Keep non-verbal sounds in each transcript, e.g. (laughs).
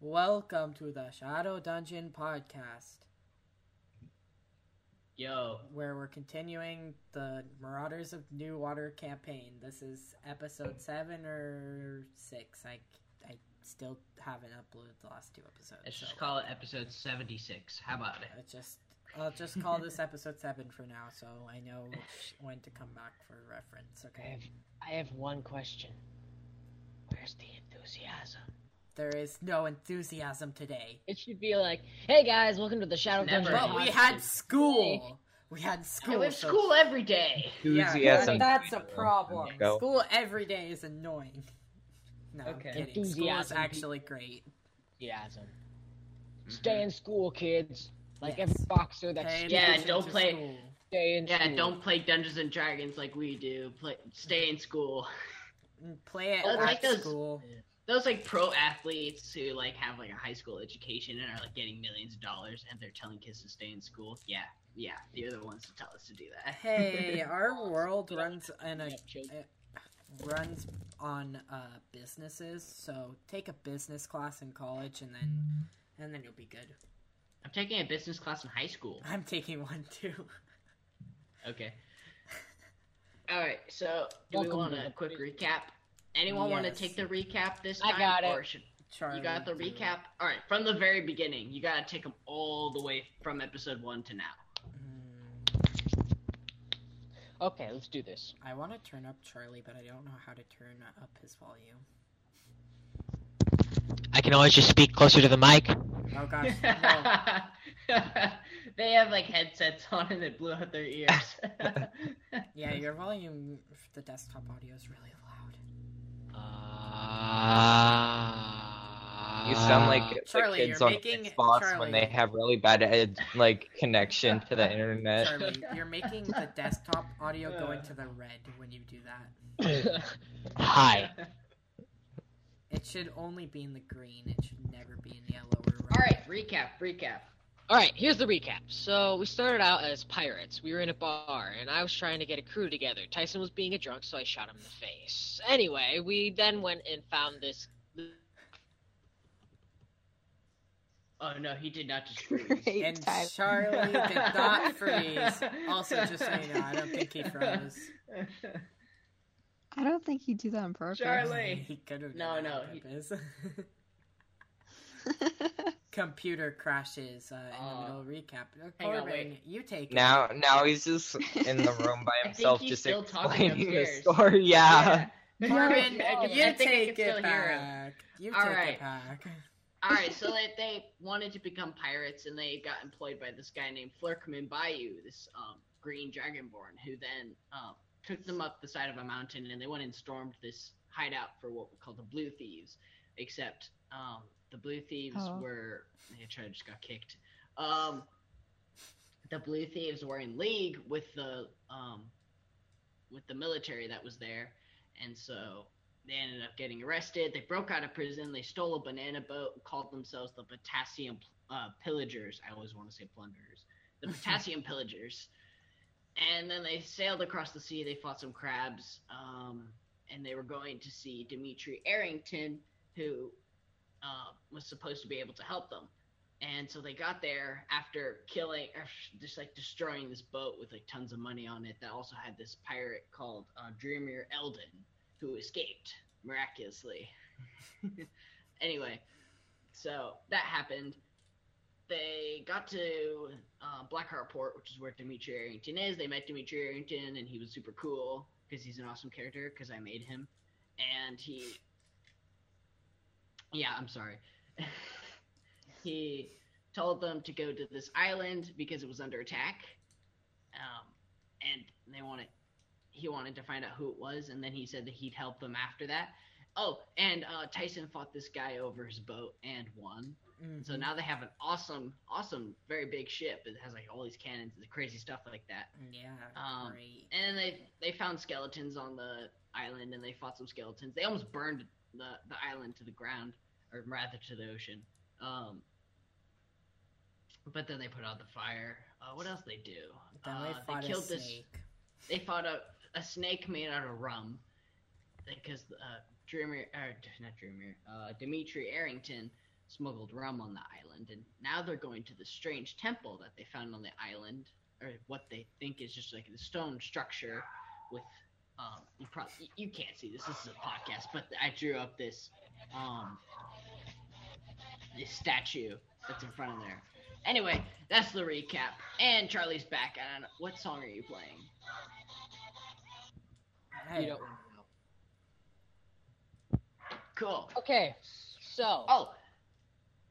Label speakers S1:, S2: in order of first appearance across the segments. S1: Welcome to the Shadow Dungeon podcast,
S2: Yo,
S1: where we're continuing the Marauders of New Water campaign. This is episode seven or six. I, I still haven't uploaded the last two episodes.
S2: let's just
S1: so
S2: call it episode 76. How about it?
S1: I just I'll just call this episode seven for now, so I know which- when to come back for reference.
S3: I
S1: Okay,
S3: have, I have one question. Where's the enthusiasm?
S1: there is no enthusiasm today,
S3: It should be like, hey guys, welcome to the Shadow
S2: Never
S3: Dungeon.
S1: but we had school. We had school.
S2: I have
S1: so-
S2: school every day.
S4: enthusiasm.
S1: Yeah, that's a problem.
S4: Go.
S1: School every day is annoying. No,
S2: Okay.
S1: I'm kidding. School is
S3: Enthusiasm.
S1: actually great.
S3: enthusiasm.
S2: Mm-hmm.
S3: Stay in school, kids. Like
S1: Yes.
S3: every boxer that's
S1: Pay
S2: Yeah,
S1: attention
S2: don't
S1: to
S2: play-
S1: school.
S3: stay in
S2: Yeah,
S3: school.
S2: don't play Dungeons and Dragons like we do. Play, stay in school.
S1: And Mm, Play it
S2: Oh,
S1: at
S2: like those-
S1: school.
S2: Those like pro athletes who like have like a high school education and are like getting millions of dollars and they're telling kids to stay in school. Yeah, yeah, you're the ones to tell us to do that. (laughs)
S1: Hey, our world runs in a
S3: Yeah, children.
S1: runs on uh, businesses. So take a business class in college, and then and then you'll be good.
S2: I'm taking a business class in high school.
S1: I'm taking one too. (laughs)
S2: Okay. All right. So do we
S3: Welcome
S2: want
S3: to
S2: a
S3: the
S2: quick recap? Anyone want to
S1: Yes.
S2: take the recap this
S3: I
S2: time?
S3: got it.
S2: Or should,
S1: Charlie,
S2: you got the
S1: do it.
S2: recap. All right, from the very beginning, you got to take them all the way from episode one to now.
S1: Mm,
S3: Okay, let's do this.
S1: I want to turn up Charlie, but I don't know how to turn up his volume.
S3: I can always just speak closer to the (laughs) mic.
S1: Oh gosh,
S2: (laughs)
S1: no.
S2: (laughs) they have like headsets on and it blew out their ears.
S4: Uh,
S2: (laughs)
S1: Yeah, your volume for the desktop audio is really loud.
S4: You sound like
S1: Charlie,
S4: the kids
S1: you're
S4: on
S1: making-
S4: Xbox
S1: Charlie.
S4: when they have really bad ed, like connection to the internet.
S1: Charlie,
S2: (laughs)
S1: you're making the desktop audio go into the red when you do that.
S3: Hi.
S1: It should only be in the green. It should never be in yellow or red.
S2: all right, recap, recap.
S3: All right, here's the recap. So we started out as pirates. We were in a bar, and I was trying to get a crew together. Tyson was being a drunk, so I shot him in the face. Anyway, we then went and found this.
S2: Oh no, he did not just freeze.
S1: And Charlie
S2: (laughs)
S1: did not freeze. Also, just so you know, I don't think he
S2: (laughs)
S1: froze.
S5: I don't think he'd do that on purpose. (laughs)
S2: Charlie.
S1: (laughs) He could have.
S2: No,
S1: done it on
S2: no, he- (laughs)
S1: purpose. Computer crashes uh, in
S2: Uh,
S1: the middle recap. Uh,
S2: hang on,
S1: Corbin,
S2: wait.
S1: you take it.
S4: Now, now he's just
S1: (laughs)
S4: in the room by
S2: think
S4: himself,
S2: he's
S4: just
S2: still talking
S4: explaining the
S2: upstairs.
S4: story. (laughs) Yeah.
S1: Corbin,
S2: I can- I
S1: you
S2: think I
S1: take
S2: can still
S1: it
S2: hear him.
S1: back. You
S2: All
S1: take
S2: right.
S1: it back.
S2: All right, so they, they wanted to become pirates, and they got employed by this guy named Flurkamin Bayou, this um, green dragonborn, who then um, took them up the side of a mountain, and they went and stormed this hideout for what we call the Blue Thieves. Except um, the Blue Thieves
S5: Oh.
S2: were. I tried, just got kicked. Um, the Blue Thieves were in league with the um, with the military that was there, and so they ended up getting arrested. They broke out of prison. They stole a banana boat and called themselves the Potassium uh, Pillagers. I always want to say plunderers. The Potassium Pillagers. And then they sailed across the sea. They fought some crabs. Um, and they were going to see Dimitri Arrington, who uh, was supposed to be able to help them. And so they got there after killing, or just like destroying this boat with like tons of money on it that also had this pirate called uh, Dreamer Eldon who escaped miraculously. (laughs) anyway, so that happened. They got to uh, Blackheart Port, which is where Dimitri Arrington is. They met Dimitri Arrington, and he was super cool because he's an awesome character because I made him. And he. Yeah, I'm sorry. (laughs) he told them to go to this island because it was under attack. Um, and they wanted he wanted to find out who it was, and then he said that he'd help them after that. Oh, and uh, Tyson fought this guy over his boat and won. And so
S1: Mhm.
S2: now they have an awesome, awesome, very big ship. It has like all these cannons and crazy stuff like that.
S1: Yeah,
S2: Um,
S1: great.
S2: And then they they found skeletons on the island, and they fought some skeletons. They almost burned the the island to the ground, or rather to the ocean. Um, but then they put out the fire. Uh, what else they do?
S1: Then
S2: Uh,
S1: they fought a
S2: killed this
S1: snake.
S2: they fought a, a snake made out of rum er, because uh, Dreamer, or not Dreamer, uh, Dimitri Arrington smuggled rum on the island, and now they're going to the strange temple that they found on the island, or what they think is just like the stone structure with. Um, you probably you can't see this. This is a podcast, but I drew up this um this statue that's in front of there. Anyway, that's the recap. And Charlie's back. I don't know what song are you playing.
S1: Hey,
S3: You don't want to know.
S2: Cool.
S1: Oh.
S3: Okay, so
S2: Oh,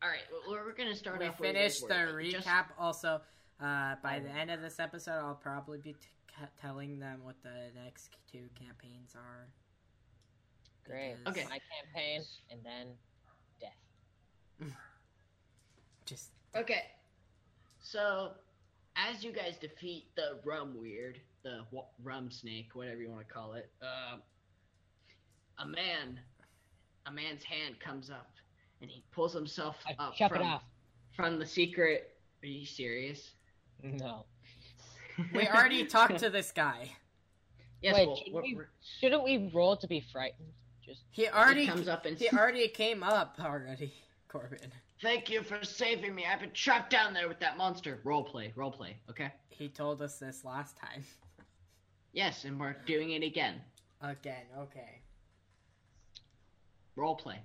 S2: all right. well, We're, we're gonna start
S1: we
S2: off. where
S1: finished
S2: were.
S1: the
S2: Just-
S1: recap. Also, uh, by the end of this episode, I'll probably be t- ca- telling them what the next two campaigns are.
S3: great.
S1: because
S2: Okay.
S3: My campaign, and then death.
S1: Just
S2: Okay. So, as you guys defeat the rum weird, the w- rum snake, whatever you want to call it, um, a man, a man's hand comes up, and he pulls himself
S3: I
S1: Uh,
S2: up
S3: chop
S2: from,
S3: it off.
S2: from the secret. Are you serious?
S3: No.
S1: we (laughs)
S2: (laughs)
S1: already talked to this guy.
S2: yes,
S3: Wait,
S2: well,
S3: can
S2: we're-
S3: you-
S2: we're-
S3: Shouldn't we roll to be frightened? Just
S1: He already
S2: he comes up and
S1: he already came up already, (laughs) Corbin.
S2: Thank you for saving me. I've been trapped down there with that monster. Roleplay, roleplay, okay?
S1: He told us this last time.
S2: Yes, and we're doing it again.
S1: Again, okay.
S2: Roleplay.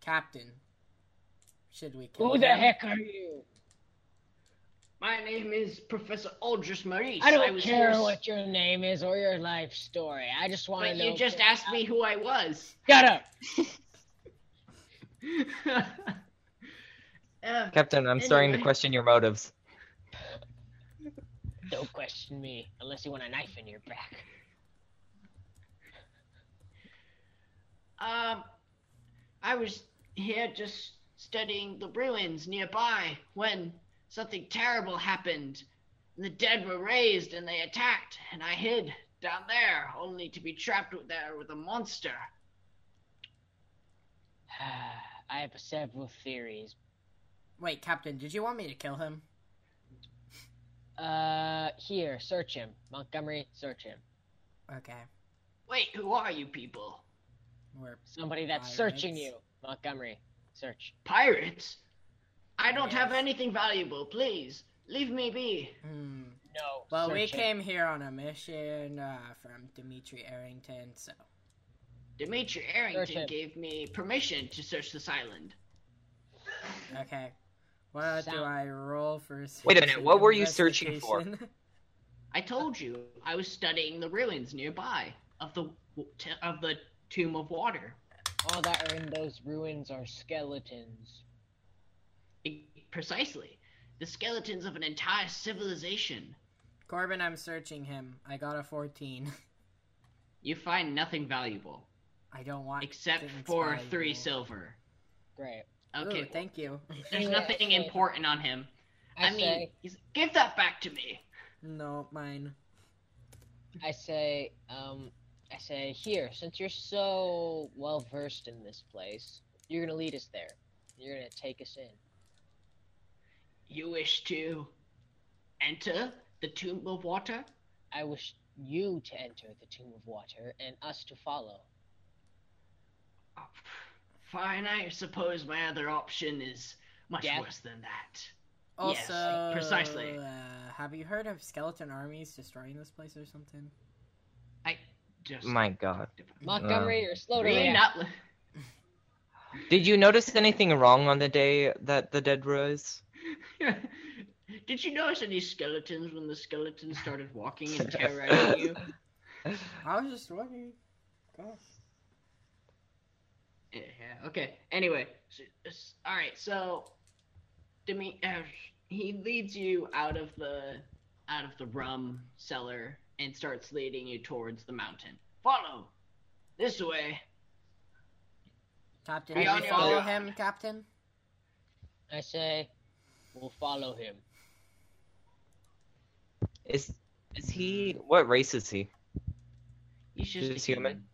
S1: Captain, should we kill
S3: who the
S1: him?
S3: heck are you?
S2: My name is Professor Aldrich Maurice.
S3: I don't
S2: was
S3: care
S2: here-
S3: what your name is or your life story. I just want to
S2: But
S3: know.
S2: you just asked me who I was. (laughs)
S3: Shut up.
S2: Uh,
S4: Captain, I'm starting to
S2: Anyway.
S4: question your motives.
S3: Don't question me unless you want a knife in your back. (sighs)
S2: um, I was here just studying the ruins nearby when something terrible happened. The dead were raised and they attacked, and I hid down there, only to be trapped with- there with a monster.
S3: I have several theories.
S1: Wait, Captain, did you want me to kill him?
S3: Uh, here, search him, Montgomery. Search him.
S1: Okay,
S2: Wait, who are you people?
S1: we're
S3: Somebody
S1: Pirates.
S3: that's searching you, Montgomery. Search.
S2: Pirates? I don't have
S1: Yes.
S2: anything valuable, please. Leave me be.
S1: hmm.
S3: No.
S1: Well, we
S3: search him.
S1: came here on a mission uh, from Dimitri Arrington, so
S2: Demetri
S3: him.
S2: Arrington gave me permission to search this island.
S1: okay. What do
S3: Sound-
S1: I roll for?
S4: Wait a minute, what were you searching for?
S1: investigation? (laughs)
S2: I told you I was studying the ruins nearby of the of the Tomb of Water.
S3: All that are in those ruins are skeletons.
S2: E, Precisely, the skeletons of an entire civilization.
S1: Corbin, I'm searching him. I got a 14.
S2: You find nothing valuable
S1: (laughs) I don't want
S2: except
S1: things
S2: for
S1: valuable.
S2: three silver.
S3: Great.
S2: Okay,
S1: Ooh, thank you.
S2: there's
S3: Anyway,
S2: nothing
S3: okay.
S2: important on him.
S3: I,
S2: I, mean,
S3: say,
S2: he's, give that back to me.
S1: no, mine.
S3: I say, um, I say, here, since you're so well versed in this place, you're gonna lead us there. You're gonna take us in.
S2: You wish to enter the Tomb of Water?
S3: I wish you to enter the Tomb of Water and us to follow.
S2: Oh, Fine, I suppose my other option is much
S3: Death?
S2: worse than that. Yes,
S1: Also,
S2: precisely.
S1: Uh, have you heard of skeleton armies destroying this place or something?
S2: I just
S4: My God.
S3: Montgomery, you're slow to
S2: Uh, Really
S3: react.
S2: not.
S4: Did you notice anything wrong on the day that the dead rose?
S2: (laughs) Did you notice any skeletons when the skeletons started walking
S4: (laughs)
S2: and terrorizing you?
S1: I was just wondering. Gosh.
S2: Yeah. Okay. Anyway, so, s- all right. So, Demi, uh, he leads you out of the out of the rum cellar and starts leading you towards the mountain. Follow this way.
S1: Captain,
S2: We
S1: do
S2: are
S1: you
S2: now-
S1: follow him, Captain?
S3: I say, we'll follow him.
S4: Is is he what race is he?
S2: He's just
S4: Just
S2: a
S4: human?
S2: human.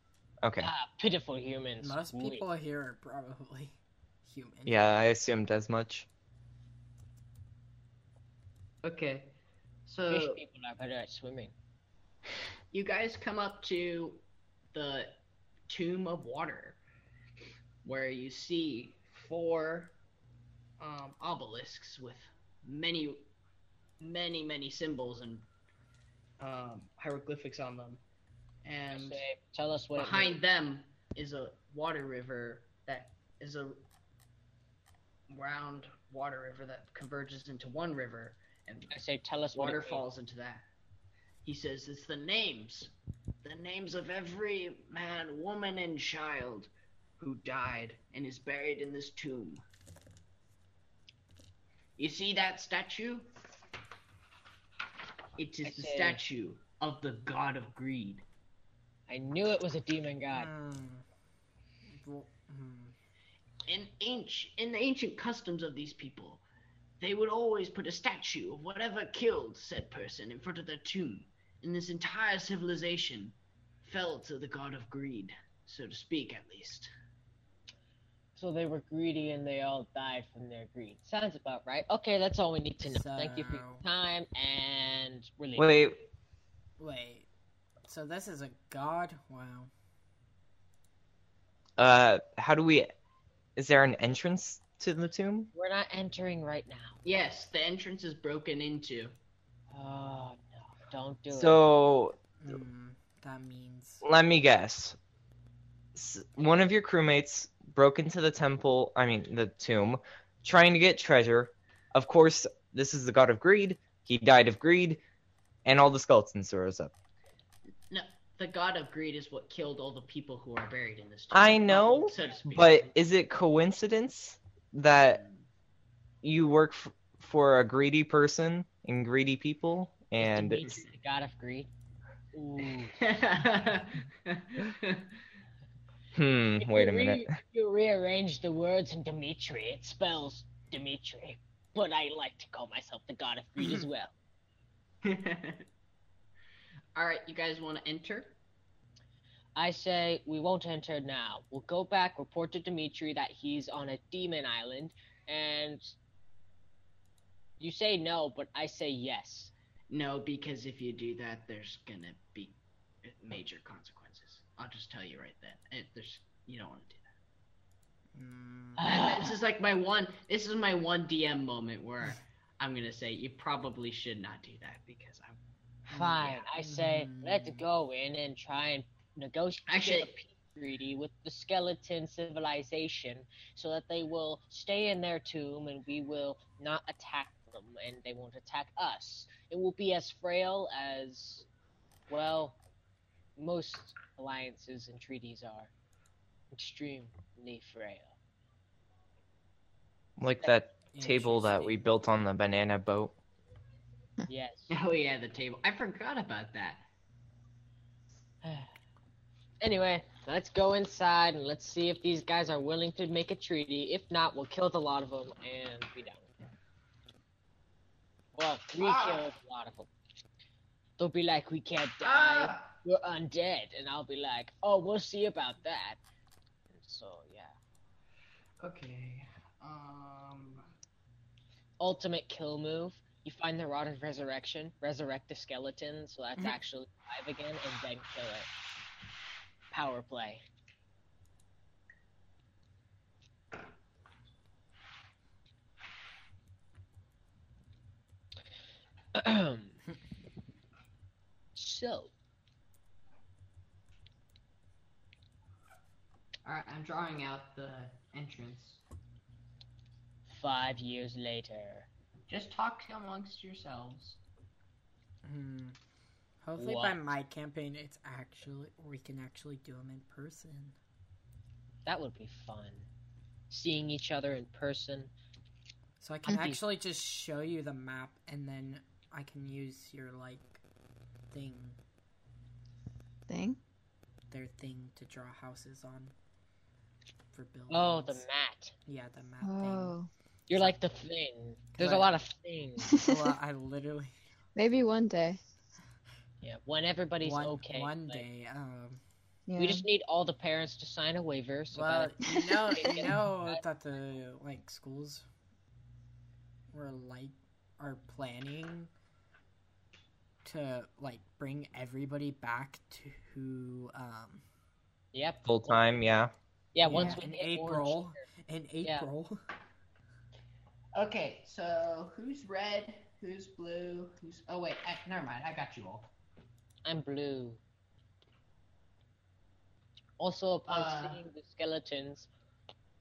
S4: Okay.
S3: Ah, pitiful humans.
S1: Most
S3: We-
S1: people here are probably (laughs) human.
S4: Yeah, I assumed as much.
S2: Okay.
S3: Fish
S2: So
S3: people are better at swimming.
S2: you guys come up to the tomb of water where you see four um, obelisks with many, many, many symbols and um, hieroglyphics on them.
S3: I
S2: And
S3: say, tell us what it
S2: behind them is a water river that is a round water river that converges into one river, and
S3: means. I say, tell us what it means.
S2: waterfalls into that. He says it's the names, the names of every man, woman, and child who died and is buried in this tomb. You see that statue? It
S3: I
S2: is the
S3: say-
S2: statue of the god of greed.
S3: I knew it was a demon god.
S1: Hmm. Well, hmm.
S2: in ancient in the ancient customs of these people, they would always put a statue of whatever killed said person in front of their tomb, and this entire civilization fell to the god of greed, so to speak, at least.
S3: So they were greedy and they all died from their greed. Sounds about right. Okay, that's all we need to know. Thank you for your
S1: So-
S3: time and relief.
S4: Wait,
S1: Wait. So this is a god? Wow.
S4: uh, how do we? Is there an entrance to the tomb?
S3: We're not entering right now.
S2: Yes, the entrance is broken into.
S3: Oh no, don't do it.
S4: So
S1: Hmm. That means.
S4: let me guess. S- One of your crewmates broke into the temple, I mean, the tomb, trying to get treasure. Of course, this is the god of greed. He died of greed, and all the skeletons rose up.
S2: The god of greed is what killed all the people who are buried in this tomb.
S4: I know,
S2: so to speak.
S4: But is it coincidence that you work f- for a greedy person and greedy people? And
S3: Demetrius, the god of
S4: (laughs)
S3: greed. Ooh.
S4: hmm, wait
S3: If you
S4: a minute.
S3: re- if you rearrange the words in Dimitri, it spells Dimitri. But I like to call myself the god of greed
S4: (laughs)
S3: as well.
S2: (laughs) all right, you guys want to enter?
S3: I say we won't enter now. We'll go back, report to Dimitri that he's on a demon island, and you say no, but I say yes. (laughs)
S2: No, because if you do that, there's gonna be major consequences. I'll just tell you right then. It, there's you don't want to do that.
S1: Hmm.
S2: And this is like my one. This is my one DM moment where I'm gonna say you probably should not do that because I'm. (laughs)
S3: Fine. I say let's
S1: Mm.
S3: go in and try and negotiate
S2: Actually-
S3: a peace treaty with the skeleton civilization so that they will stay in their tomb and we will not attack them and they won't attack us. It will be as frail as well most alliances and treaties are. Extremely frail.
S4: Like that table that we
S1: Interesting.
S4: built on the banana boat.
S3: Yes.
S2: Oh yeah, the table. I forgot about that.
S3: (sighs) Anyway, let's go inside and let's see if these guys are willing to make a treaty. If not, we'll kill the lot of them and be done. Well, we
S2: Ah.
S3: kill a lot of them. They'll be like, we can't die.
S2: Ah!
S3: We're undead. And I'll be like, oh, we'll see about that. And so, yeah.
S2: Okay. Um.
S3: Ultimate kill move. You find the Rod of Resurrection, resurrect the skeleton so that's
S1: Mhm.
S3: actually alive again, and then kill it. Power play. (clears throat) so,
S2: All right, I'm drawing out the entrance.
S3: five years later.
S2: Just talk amongst yourselves.
S1: Hmm. Hopefully, by
S3: What?
S1: my campaign, it's actually we can actually do them in person.
S3: That would be fun. Seeing each other in person.
S1: So I can
S5: Mhm.
S1: actually just show you the map, and then I can use your like thing,
S5: Thing?
S1: their thing to draw houses on for buildings.
S3: Oh, the mat.
S1: yeah, the map
S5: Oh.
S3: You're like the thing. There's a
S1: Right.
S3: lot of things.
S1: thing. well, I literally
S5: Maybe one day.
S3: Yeah, when (laughs) everybody's
S1: one
S3: okay.
S1: one
S3: like,
S1: day. Um,
S5: Yeah.
S3: We just need all the parents to sign a waiver so
S1: well,
S3: that
S1: you know, you
S3: (laughs) Yeah.
S1: know that the like schools were like are planning to like bring everybody back to um
S3: yep.
S4: Full time, yeah.
S3: Yeah, once
S1: Yeah,
S3: we
S1: in
S3: hit orange
S1: April. (laughs)
S3: here.
S1: in
S3: Yeah.
S1: April.
S2: Okay, so who's red? Who's blue? Who's oh wait, I, never mind. I got you all.
S3: I'm blue. Also, upon
S2: Uh.
S3: seeing the skeletons,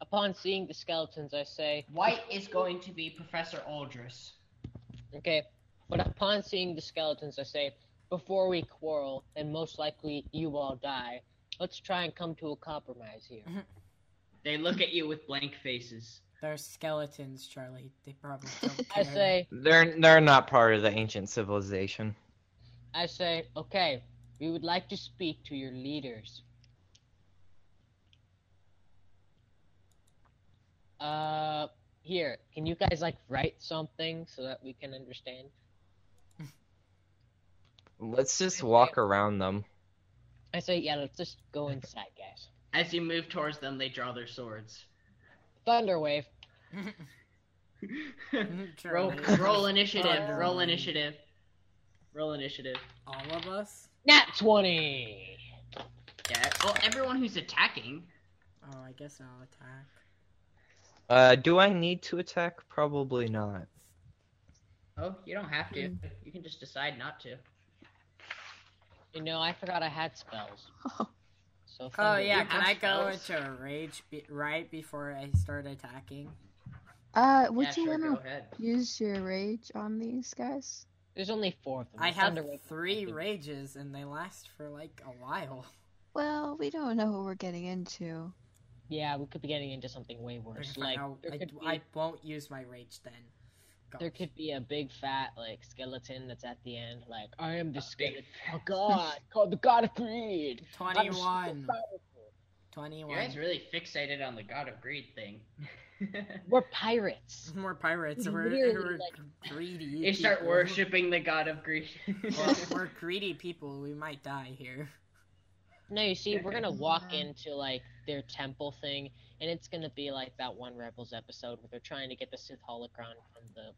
S3: upon seeing the skeletons, I say,
S2: White is going to be Professor Aldris.
S3: okay. But upon seeing the skeletons, I say, before we quarrel, and most likely you all die, let's try and come to a compromise here.
S2: They look at you with blank faces.
S1: They're skeletons, Charlie. They
S3: (laughs)
S1: probably don't care.
S3: I say,
S4: They're they're not part of the ancient civilization.
S3: I say, okay. We would like to speak to your leaders. Uh, here, can you guys like write something so that we can understand?
S4: Let's just walk around them.
S3: I say, yeah, let's just go inside, guys.
S2: As you move towards them, they draw their swords. (laughs)
S3: Thunderwave.
S2: roll,
S1: (laughs) Charlie,
S2: roll initiative.
S1: Oh.
S2: Roll initiative. Roll initiative.
S1: all of us.
S3: Nat 20!
S2: Yeah. Well, everyone who's attacking.
S1: Oh, I guess I'll attack.
S4: Uh, do I need to attack? Probably not. (laughs)
S2: Oh, you don't have to. You can just decide not to.
S3: You know, I forgot I had spells. So
S1: Oh
S3: Thunderwave.
S1: yeah,
S2: you
S1: can
S2: have
S1: I go
S2: spells?
S1: into a rage be- right before I start attacking?
S5: Uh, would
S2: yeah,
S5: you
S2: sure,
S5: want to
S2: go ahead.
S5: use your rage on these guys?
S3: There's only four of them.
S1: I
S3: The
S1: have
S3: Thunderwave-
S1: three rages and they last for like a while.
S5: Well, we don't know what we're getting into.
S3: Yeah, we could be getting into something way worse.
S1: Like,
S3: Like,
S1: I'll-
S3: there
S1: I,
S3: could
S1: d-
S3: be-
S1: I won't use my rage then. Gosh.
S3: There could be a big fat like skeleton that's at the end, like I am the
S2: A
S3: skeleton,
S2: big- (laughs)
S3: oh, god called the god of greed. I'm super
S1: 21.
S3: powerful.
S1: 21.
S2: You guys really fixated on the God of Greed thing.
S3: We're pirates.
S1: More pirates.
S3: We
S1: We're,
S3: literally,
S1: we're
S3: like-
S1: greedy.
S2: you start
S1: people.
S2: worshiping the God of Greed.
S1: (laughs) Well, we're greedy people. We might die here.
S3: No, you see, we're gonna walk
S5: Yeah.
S3: into like their temple thing, and it's gonna be like that one Rebels episode where they're trying to get the Sith holocron from the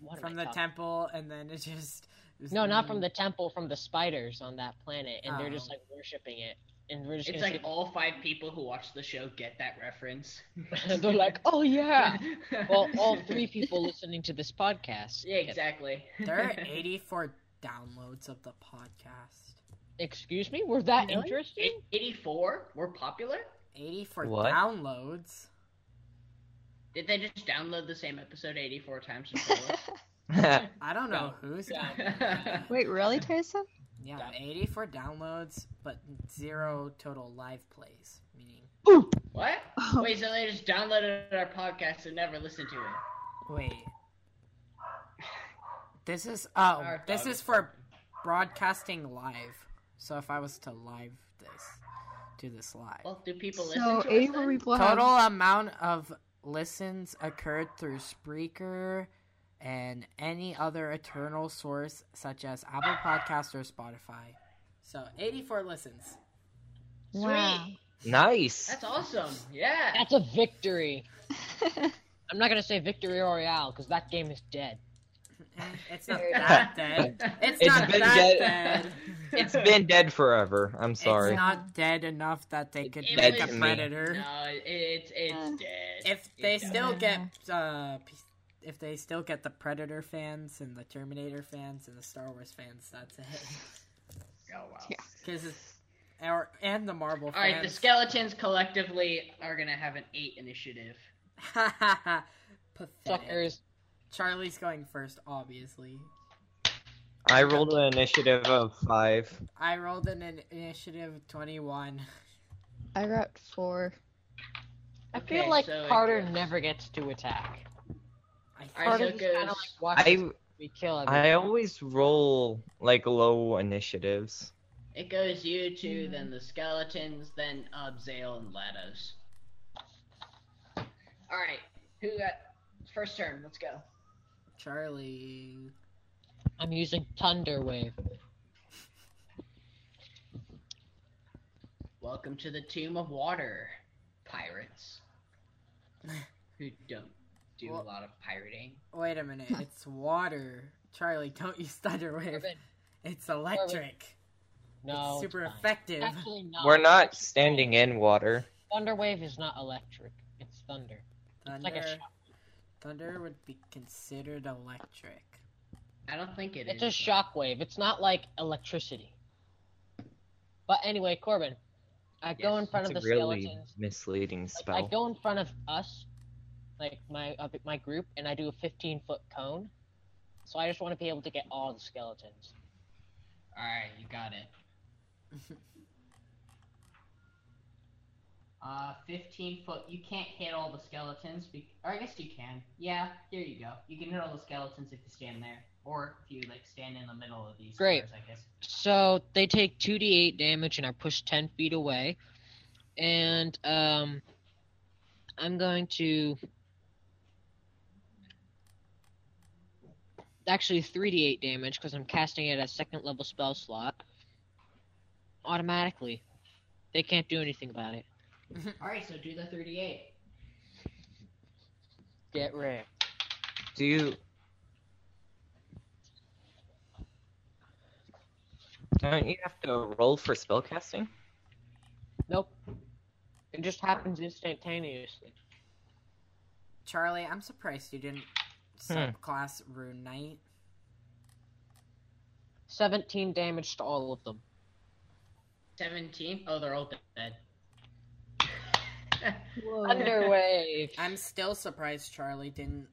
S3: what am
S1: from
S3: I
S1: the
S3: talking-
S1: temple, and then it just. Mm.
S3: No, not from the temple, from the spiders on that planet, and they're just
S1: Oh.
S3: like worshiping it, and we're
S2: (laughs)
S3: just
S2: it's
S3: gonna
S2: like all five people who watch the show get that reference.
S3: (laughs) see- they're like,
S2: (laughs)
S3: oh yeah. (laughs) well, all three people listening to this podcast.
S2: Yeah, exactly.
S1: There
S2: (laughs)
S3: (laughs)
S1: are 84 downloads of the podcast.
S3: Excuse me, we're that
S2: Really?
S3: interesting?
S2: Eight- 84? We're popular?
S1: 84
S4: What?
S1: downloads.
S2: Did they just download the same episode 84 times and
S5: (laughs)
S2: tell us?
S1: I don't know
S3: Down-
S1: who's
S3: down-
S1: downloaded (laughs) that.
S5: (laughs) Wait, really, Tyson?
S1: Yeah,
S3: Down.
S1: 84 downloads, but zero total live plays. Meaning,
S2: What?
S5: Oh,
S2: Wait, so they just downloaded our podcast and never listened to it.
S1: wait. This is oh,
S2: Our
S1: this
S2: dog
S1: is for broadcasting live. So if I was to live this, do this live.
S2: Well, do people
S5: so
S2: listen to us?
S5: Avery
S2: Then?
S5: Blunt.
S1: Total amount of listens occurred through Spreaker and any other eternal source such as Apple Podcast or Spotify. So 84 listens. (laughs)
S5: Wow.
S2: Sweet.
S4: nice.
S2: That's awesome. Yeah.
S3: That's a victory. I'm not gonna say victory royale because that game is dead.
S1: Eh, It's not
S2: (laughs)
S1: that dead. It's,
S4: It's
S1: not
S4: been
S1: that
S4: dead-
S1: dead.
S4: It's been dead forever. I'm sorry.
S1: It's not dead enough that they could
S2: It
S1: make
S2: was-
S1: a predator.
S2: No, it- it's it's
S5: Uh,
S2: dead.
S1: If they
S2: It's
S1: still
S5: not.
S1: get uh, p- if they still get the Predator fans and the Terminator fans and the Star Wars fans, that's it. (laughs)
S2: dead. Oh, wow.
S5: Yeah.
S1: Because our and the Marvel
S2: All right, the
S1: fans.
S2: skeletons collectively are gonna have an eight initiative.
S1: (laughs) Pathetic.
S3: Suckers.
S1: Charlie's going first, obviously.
S4: I rolled an initiative of five.
S1: I rolled an, in- initiative twenty-one.
S5: (laughs) I got four.
S3: I feel
S2: Okay,
S3: like
S2: so it
S3: Carter
S2: goes-
S3: never gets to attack.
S1: I thought
S2: All right, so
S3: Carter
S2: it
S3: just kind of like
S2: goes.
S3: watches
S4: I
S3: we kill everyone.
S4: I always roll like low initiatives.
S2: It goes you two, then the skeletons, then Ubzale and Lados. All right, who got first turn? Let's go.
S1: Charlie.
S3: I'm using Thunder Wave.
S2: Welcome to the Tomb of Water, (sighs) pirates. who don't do
S1: Well-
S2: a lot of pirating.
S1: Wait a
S3: (laughs)
S1: minute, it's water. Charlie, don't use Thunderwave.
S3: Corbin,
S1: It's electric.
S3: No,
S1: it's super
S3: it's fine.
S1: effective.
S3: Actually, not.
S4: We're not standing in water.
S3: Thunder Wave is not electric. It's thunder. It's
S1: Thunder,
S3: like a shock.
S1: Thunder would be considered electric.
S2: I don't think it
S3: It's a
S2: is.
S3: shockwave. It's not like electricity. But anyway, Corbin, I go
S2: Yes.
S3: in front
S4: That's
S3: of
S4: a
S3: the
S4: really
S3: skeletons.
S4: misleading spell.
S3: Like, I go in front of us, like my of my group, and I do a 15 foot cone. So I just want to be able to get all the skeletons.
S2: All right, you got it. (laughs) Uh, 15 foot. You can't hit all the skeletons. Be- or I guess you can. Yeah, here you go. You can hit all the skeletons if you stand there, or if you like stand in the middle of these.
S3: Great.
S2: squares, I guess.
S3: So they take 2d8 damage and are pushed 10 feet away. And um, I'm going to. Actually, 3d8 damage because I'm casting it at a second level spell slot. Automatically. They can't do anything about it.
S2: All right, so do the 38.
S3: Get rid.
S4: Do you? Don't you have to roll for spellcasting?
S3: Nope. It just happens instantaneously.
S1: Charlie, I'm surprised you didn't subclass Rune Knight.
S3: 17 damage to all of them.
S2: 17. Oh, they're all dead.
S3: Underwave.
S1: I'm still surprised Charlie didn't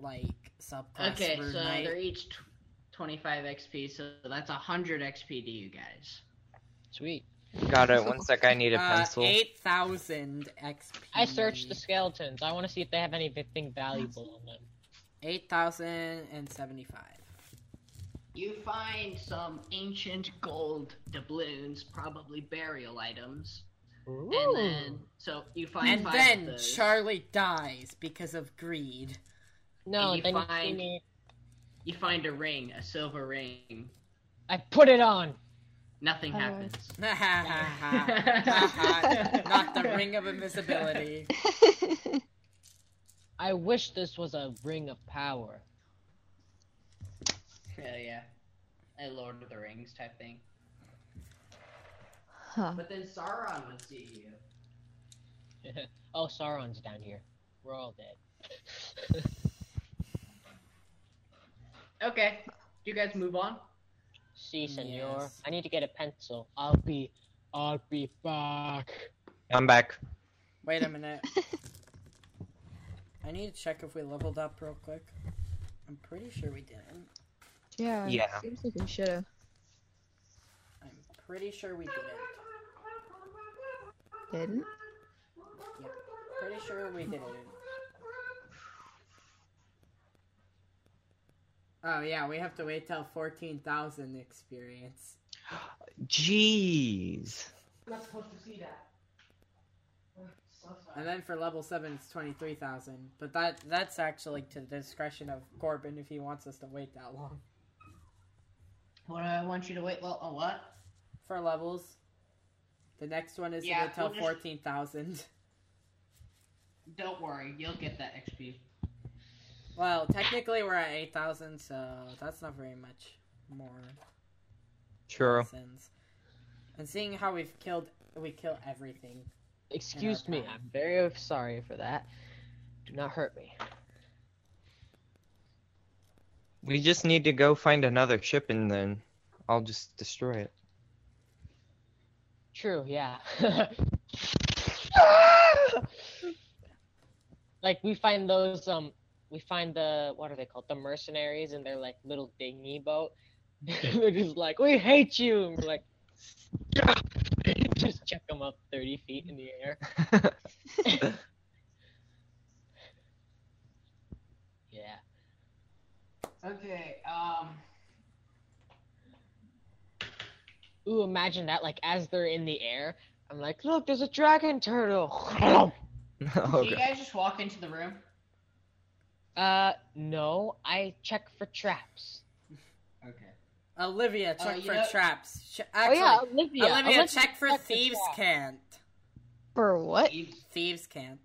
S1: like subclass
S2: okay,
S1: Rune
S2: so
S1: Knight.
S2: they're each tw 25 XP, so that's 100 XP to you guys.
S3: (laughs) Sweet.
S4: Got it. One sec. I need a
S1: Uh,
S4: pencil.
S1: eight thousand XP.
S3: I searched the skeletons. I want to see if they have anything valuable on them.
S1: eight thousand and seventy-five.
S2: You find some ancient gold doubloons, probably burial items. And then, so you find
S1: And
S2: five of
S1: then
S2: those.
S1: Charlie dies because of greed. (laughs)
S3: no,
S2: and you
S3: then you see
S2: find-
S3: me.
S2: you find a ring, a silver ring.
S3: I put it on.
S2: Nothing
S5: Oh.
S2: happens. (laughs)
S5: (laughs)
S1: Not the ring of invisibility.
S3: I wish this was a ring of power.
S2: Yeah, yeah. A Lord of the Rings type thing.
S5: huh.
S2: But then Sauron would see you.
S3: oh, Sauron's down here. We're all (laughs) dead.
S2: Okay. Do you guys move on?
S3: see, senor.
S1: Yes.
S3: I need to get a pencil. I'll be. I'll be back.
S4: I'm back.
S1: Wait a minute. I need to check if we leveled up real quick. I'm pretty sure we didn't.
S5: Yeah. it
S4: Yeah.
S5: Seems like we should have.
S1: I'm pretty sure we didn't.
S5: Didn't?
S1: Pretty sure we didn't. Oh yeah, we have to wait till fourteen thousand experience.
S4: Jeez.
S2: I'm not supposed to see that. So
S1: And then for level seven, it's twenty three thousand. But that that's actually to the discretion of Corbin if he wants us to wait that long
S2: What do I want you to wait? Well, oh, what?
S1: for levels. The next one is
S2: Yeah,
S1: to wait till
S2: we'll just-
S1: fourteen thousand.
S2: Don't worry, you'll get that XP.
S1: Well, technically we're at eight thousand, so that's not very much more.
S4: True.
S1: lessons. And seeing how we've killed, we kill everything.
S3: Excuse me.
S1: power.
S3: I'm very sorry for that. Do not hurt me.
S4: We just need to go find another ship and then I'll just destroy it. (laughs)
S3: True, (laughs) yeah. like we find those um we find the what are they called? The mercenaries in their like little dinghy boat. (laughs) They're just like, We hate you and we're like (laughs) just check them up thirty feet in the air.
S4: Oh,
S3: Yeah.
S2: Okay, um.
S3: Ooh, imagine that, like as they're in the air, I'm like, look, there's a dragon (laughs) turtle.
S4: oh,
S2: Do you
S4: God.
S2: guys just walk into the room?
S3: uh no, I check for traps.
S2: Okay.
S1: Olivia,
S2: Uh,
S1: check
S2: you
S1: for
S2: know-
S1: traps. Sh- actually,
S3: oh yeah, Olivia.
S1: Olivia, check for
S3: checked for
S1: thieves'
S3: traps.
S1: cant.
S5: For what?
S2: You,
S1: Thieves' cant.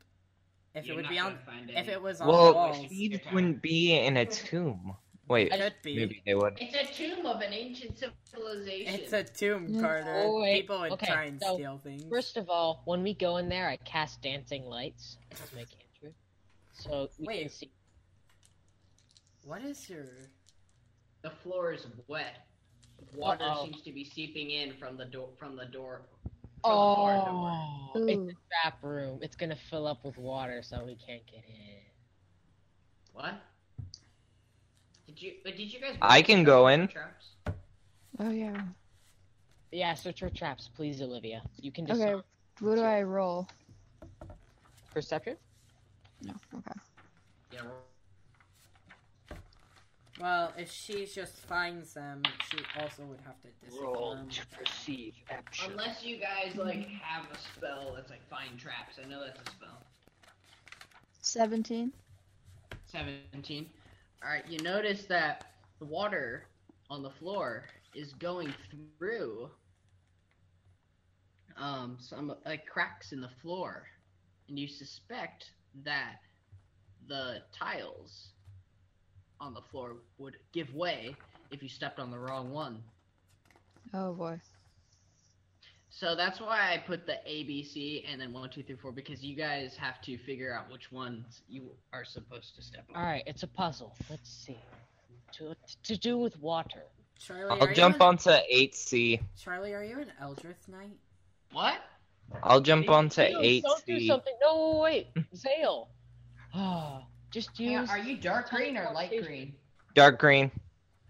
S1: If it
S2: you're
S1: would
S2: not
S1: be on,
S2: gonna find
S1: if
S2: any.
S1: it was on
S4: Well,
S1: walls, it
S4: thieves wouldn't be in a tomb. Wait,
S1: could be.
S4: maybe they would.
S2: It's a tomb of an ancient civilization.
S1: It's a tomb,
S5: Yeah.
S1: Carter.
S3: Oh, wait.
S1: People would
S3: Okay,
S1: try and
S3: so
S1: steal things.
S3: First of all, when we go in there, I cast dancing lights. That's my cantrip. So we can
S1: Wait.
S3: see.
S1: What is your?
S2: The floor is wet. Water
S3: Uh-oh.
S2: seems to be seeping in from the door. From the door. from the far door.
S3: Oh, it's
S5: Ooh.
S3: a trap room. It's gonna fill up with water, so he can't get in.
S2: What? Did you? But did you guys?
S4: I can go in.
S2: Traps?
S5: Oh yeah.
S3: Yeah, search for traps, please, Olivia. You can just
S5: Okay. What do I roll?
S3: perception.
S5: No. Okay.
S2: Yeah. we're-
S1: Well, if she just finds them, she also would have to disable them.
S3: perceive action.
S2: Unless you guys like have a spell that's like find traps. I know that's a spell.
S5: Seventeen.
S2: 17. Alright, you notice that the water on the floor is going through um, some like cracks in the floor. And you suspect that the tiles on the floor would give way if you stepped on the wrong one.
S5: Oh boy.
S2: So that's why I put the A, B, C, and then one, two, three, four, because you guys have to figure out which ones you are supposed to step on.
S3: All right, it's a puzzle. Let's see. To to do with water.
S1: Charlie,
S4: I'll
S1: are
S4: jump
S1: you an,
S4: onto 8C.
S1: Charlie, are you an Eldritch Knight?
S2: What?
S4: I'll jump
S2: Ew,
S4: onto
S3: Ew, Don't do
S4: 8C.
S3: something. No, wait, Zale. (sighs) Ah, just
S2: Hang on,
S3: use
S2: are you dark green or light
S3: teleportation.
S2: green?
S4: Dark green.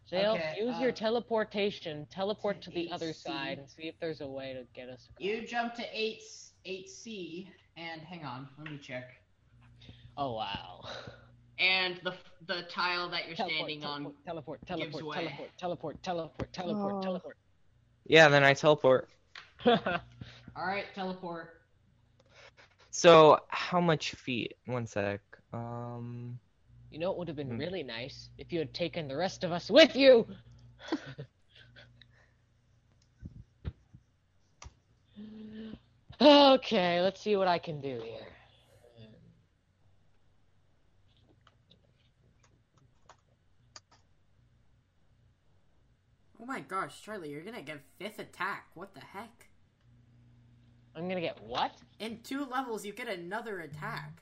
S3: Zale.
S2: Okay,
S3: use your
S2: uh,
S3: teleportation. Teleport to the
S2: to
S3: other
S2: 8C.
S3: side and see if there's a way to get us. across.
S2: You jump to eight eight C and hang on, let me check.
S3: Oh wow. (laughs)
S2: And the the tile that you're
S3: Teleport,
S2: standing on.
S3: teleport, teleport,
S2: gives
S3: teleport,
S2: way.
S3: teleport, teleport, teleport, teleport,
S5: Oh.
S3: teleport.
S4: Yeah, then I teleport.
S2: (laughs) All right, teleport.
S4: So how much feet? One sec. Um,
S3: You know, it would have been
S4: Hmm.
S3: really nice if you had taken the rest of us with you. (laughs) okay, let's see what I can do here.
S1: Oh my gosh, Charlie, you're gonna get fifth attack. What the heck?
S3: I'm gonna get what?
S1: In two levels, you get another attack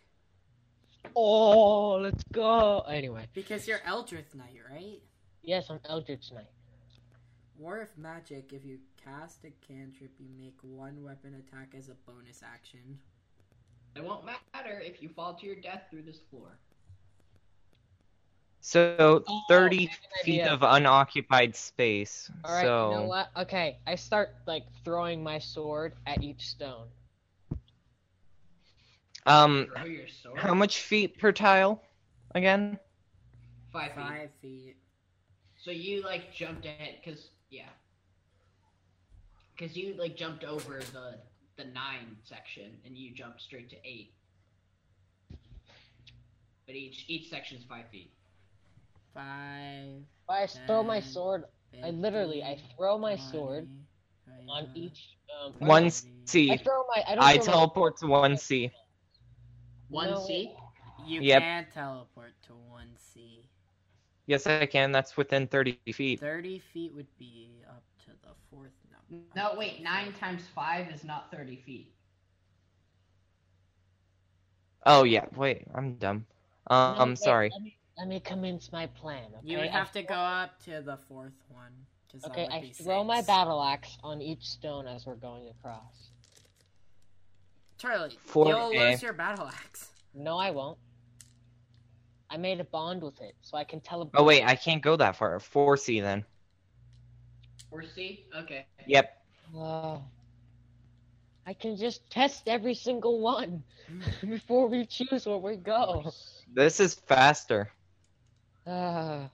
S3: Oh, let's go. Anyway,
S1: because you're Eldritch Knight, right?
S3: yes, I'm Eldritch Knight.
S1: Or if magic, if you cast a cantrip, you make one weapon attack as a bonus action.
S2: It won't matter if you fall to your death through this floor.
S4: so
S3: Oh,
S4: 30
S3: that's an
S4: feet
S3: idea.
S4: of unoccupied space.
S3: All right,
S4: so
S3: you know what? Okay, I start like throwing my sword at each stone.
S4: um,
S2: Throw your sword.
S4: how much feet per tile? Again?
S2: Five feet.
S1: Five feet.
S2: So you like jumped ahead, cause yeah, cause you like jumped over the the nine section and you jumped straight to eight. But each each section is five feet.
S1: Five.
S3: But I throw my
S1: Ten,
S3: sword. I literally, I
S1: 15,
S3: throw my sword
S1: 20,
S3: on
S1: 25,
S3: each. Um, or
S4: One
S3: no, I
S4: C.
S3: throw my. I don't.
S4: I
S3: throw my-
S4: teleport to one C.
S2: One
S3: No.
S2: C.
S1: You
S4: Yep.
S1: can teleport to one C.
S4: Yes, I can. That's within 30 feet.
S1: Thirty feet would be up to the fourth number.
S2: No, wait. Nine times five is not thirty feet.
S4: Oh yeah. Wait, I'm dumb. Um,
S3: No,
S4: I'm
S3: wait,
S4: sorry.
S3: Let me, let me commence my plan. Okay?
S1: You would have
S3: I,
S1: to go up to the fourth one. 'cause that
S3: Okay,
S1: would
S3: I
S1: be
S3: throw my
S1: six.
S3: battle axe on each stone as we're going across.
S1: Charlie, you
S4: Four eh.
S1: you'll
S4: A.
S1: lose your battle axe.
S3: No, I won't. I made a bond with it, so I can teleport.
S4: Oh wait, I can't go that far. 4C then.
S2: Or C. Okay.
S4: Yep.
S3: Oh. I can just test every single one (laughs) before we choose where we go.
S4: This is faster.
S3: Ah.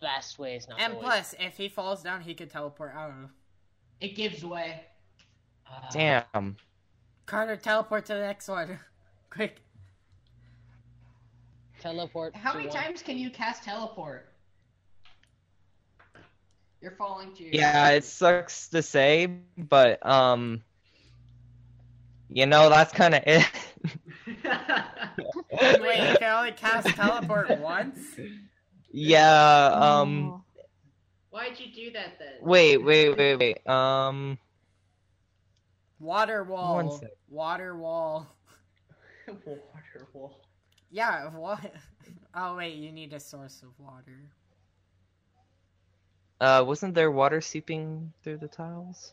S3: Fast way is not.
S1: And
S3: the way.
S1: plus, if he falls down, he could teleport. I don't know.
S2: It gives way.
S3: Ah.
S4: Damn.
S1: Carter, teleport to the next one. (laughs) Quick.
S3: Teleport.
S2: How
S3: to
S2: many
S3: one.
S2: times can you cast teleport? You're falling to your (laughs)
S4: Yeah, it sucks to say, but um, you know that's kind of it. (laughs)
S1: Wait, you can only cast
S2: (laughs)
S1: teleport once?
S4: yeah. Um.
S5: Oh.
S2: Why'd you do that then?
S4: Wait. Wait. Wait. Wait. Um.
S1: Water wall.
S4: One sec.
S1: Water wall.
S2: Water wall.
S1: Yeah, (laughs) of what? Oh wait, you need a source of water.
S4: Uh, wasn't there water seeping through the tiles?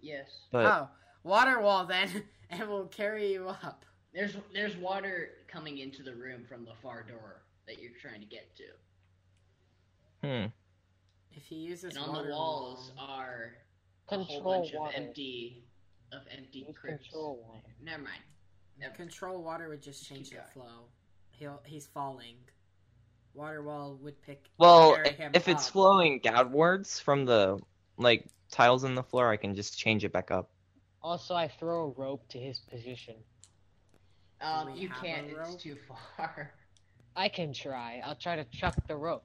S2: Yes.
S4: But
S1: oh, water wall then, (laughs) and we'll carry you up.
S2: There's there's water coming into the room from the far door that you're trying to get to.
S4: hmm,
S1: If he uses
S2: and on
S1: water
S2: the walls
S1: wall-
S2: are a whole
S3: Control
S2: bunch
S3: water.
S2: of empty of empty
S3: Use
S2: crypts.
S3: Control water.
S2: Never mind. Never mind.
S1: control water would just
S2: Just
S1: change
S2: keep
S1: the
S2: going.
S1: flow. He'll he's falling. Water wall would pick.
S4: well,
S1: carry him
S4: if it's
S1: up.
S4: flowing downwards from the like tiles in the floor, I can just change it back up.
S3: Also, I throw a rope to his position.
S2: Um,
S1: we
S2: you
S1: have a
S2: can't. It's
S1: rope?
S2: too far. (laughs)
S3: I can try. I'll try to chuck the rope.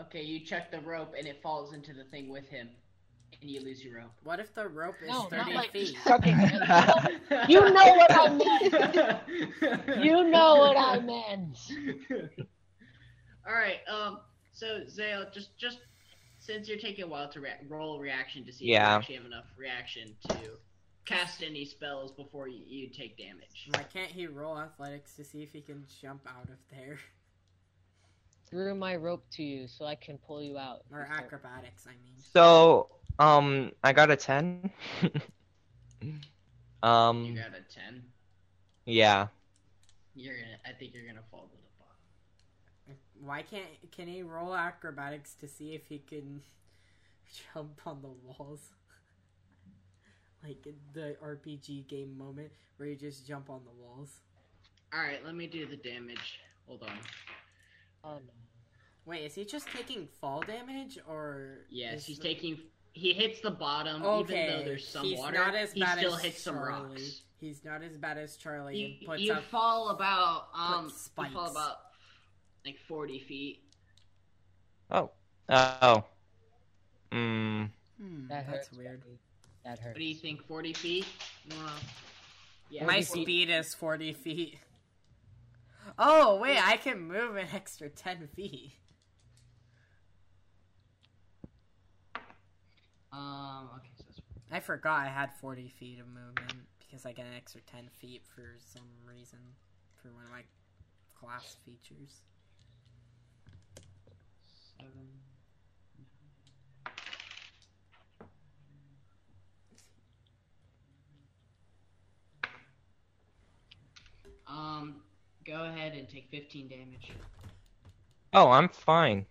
S2: Okay, you chuck the rope and it falls into the thing with him, and you lose your rope.
S1: What if the rope is
S3: No, not
S1: thirty
S3: like
S1: feet?
S3: chucking. it. (laughs) You know what I
S2: (laughs) meant.
S3: you know what I meant.
S2: (laughs) All right. Um. So Zale, just just since you're taking a while to rea- roll reaction to see if
S4: Yeah.
S2: you actually have enough reaction to cast any spells before you, you take damage.
S1: Why can't he roll athletics to see if he can jump out of there (laughs)
S3: Threw my rope to you so I can pull you out.
S1: or acrobatics? I mean,
S4: (laughs) So, um, I got a ten. (laughs) um,
S2: You got a ten.
S4: yeah.
S2: You're gonna. I think you're gonna fall to the bottom.
S1: why can't can he roll acrobatics to see if he can (laughs) jump on the walls? (laughs) Like the RPG game moment where you just jump on the walls.
S2: All right. Let me do the damage. Hold on.
S3: Oh no.
S1: Wait, is he just taking fall damage or?
S2: Yes,
S1: is
S2: he's
S1: the-
S2: taking. He hits the bottom, even though there's some
S1: he's
S2: water.
S1: Not as
S2: he
S1: bad
S2: still
S1: as
S2: hits some
S1: Charlie.
S2: rocks.
S1: He's not as bad as Charlie
S2: You,
S1: and puts
S2: you
S1: up.
S2: fall about um,
S1: puts
S2: you fall
S1: spikes.
S2: about like forty feet.
S4: Oh. Oh. Mm.
S1: Hmm,
S3: That
S1: that's
S3: hurts,
S1: weird.
S3: Becky. That hurts.
S2: What do you think? Forty feet? You wanna- Yeah.
S1: My
S3: 40 feet.
S1: speed
S3: (laughs)
S1: is forty feet. Oh wait, I can move an extra ten feet.
S2: Um. Okay. So that's
S1: I forgot I had forty feet of movement because I get an extra ten feet for some reason for one of my class features.
S2: seven. Um. Go ahead and take fifteen damage.
S4: Oh, I'm fine.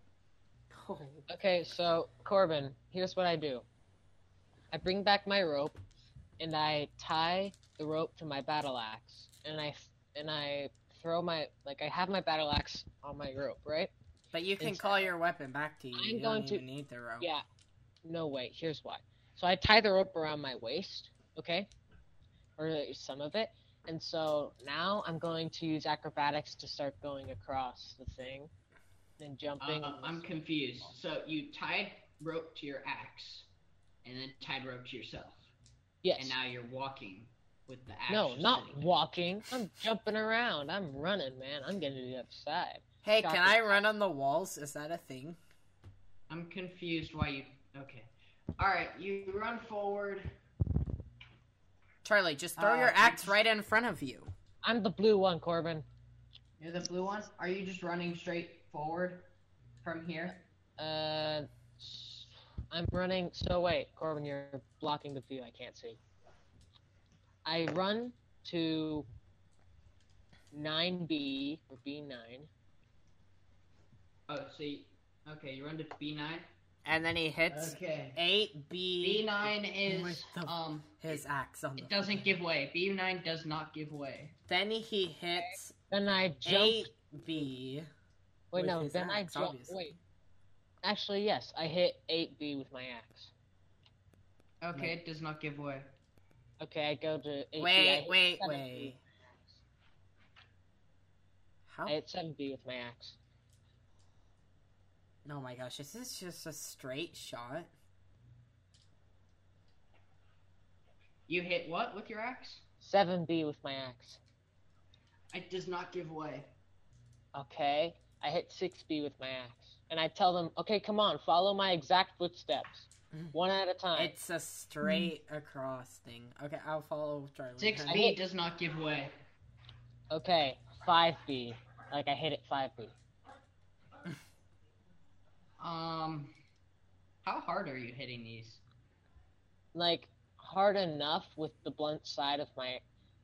S1: Oh,
S3: Okay, so Corbin, here's what I do. I bring back my rope, and I tie the rope to my battle axe, and I and I throw my like I have my battle axe on my rope, right?
S1: but you can
S3: It's-
S1: call your weapon back to you.
S3: I'm
S1: you
S3: going
S1: don't
S3: to-
S1: even need the rope.
S3: Yeah. No wait, here's why. So I tie the rope around my waist, okay? Or uh, some of it. And so now I'm going to use acrobatics to start going across the thing and jumping.
S2: Um, I'm confused. So you tied rope to your axe, and then tied rope to yourself,
S3: yes.
S2: and now you're walking with the axe.
S3: no,
S2: just
S3: not
S2: sitting there.
S3: walking. I'm jumping around. I'm running, man. I'm getting to the other side.
S1: Hey,
S3: Stop
S1: can
S3: it.
S1: I run on the walls? Is that a thing?
S2: I'm confused why you. Okay. All right, you run forward.
S1: Charlie, just throw
S2: Uh,
S1: your axe
S2: just-
S1: right in front of you.
S3: I'm the blue one, Corbin.
S2: You're the blue one. Are you just running straight forward from here?
S3: Uh, I'm running. So wait, Corbin, you're blocking the view. I can't see. I run to 9B or B9.
S2: Oh, so you, okay, you run to B9.
S1: And then he hits
S2: Okay.
S1: 8B
S2: B9 is
S1: What the-
S2: um.
S1: his axe on
S2: It
S1: the.
S2: doesn't give way. B9 does not give way.
S1: Then he hits
S3: Then I jump.
S1: 8B.
S3: wait,
S1: with
S3: no.
S1: his
S3: Then I
S1: axe,
S3: jump.
S1: obviously.
S3: Wait. Actually, yes. I hit 8B with my axe.
S2: Okay, it does not give way.
S3: Okay, I go to 8B.
S1: Wait,
S3: I
S1: wait,
S3: hit 7B.
S1: wait. How?
S3: I hit 7B with my axe.
S1: oh my gosh, is this just a straight shot?
S2: You hit what with your axe?
S3: 7B with my axe.
S2: It does not give way.
S3: Okay. I hit 6B with my axe. And I tell them, okay, come on, follow my exact footsteps. One at a time.
S1: It's a straight across thing. Okay, I'll follow Charlie.
S2: Six
S1: then.
S3: I
S2: B
S3: hit-
S2: does not give way.
S3: Okay. Five B. Like I hit it five B.
S2: Um, how hard are you hitting these?
S3: Like hard enough with the blunt side of my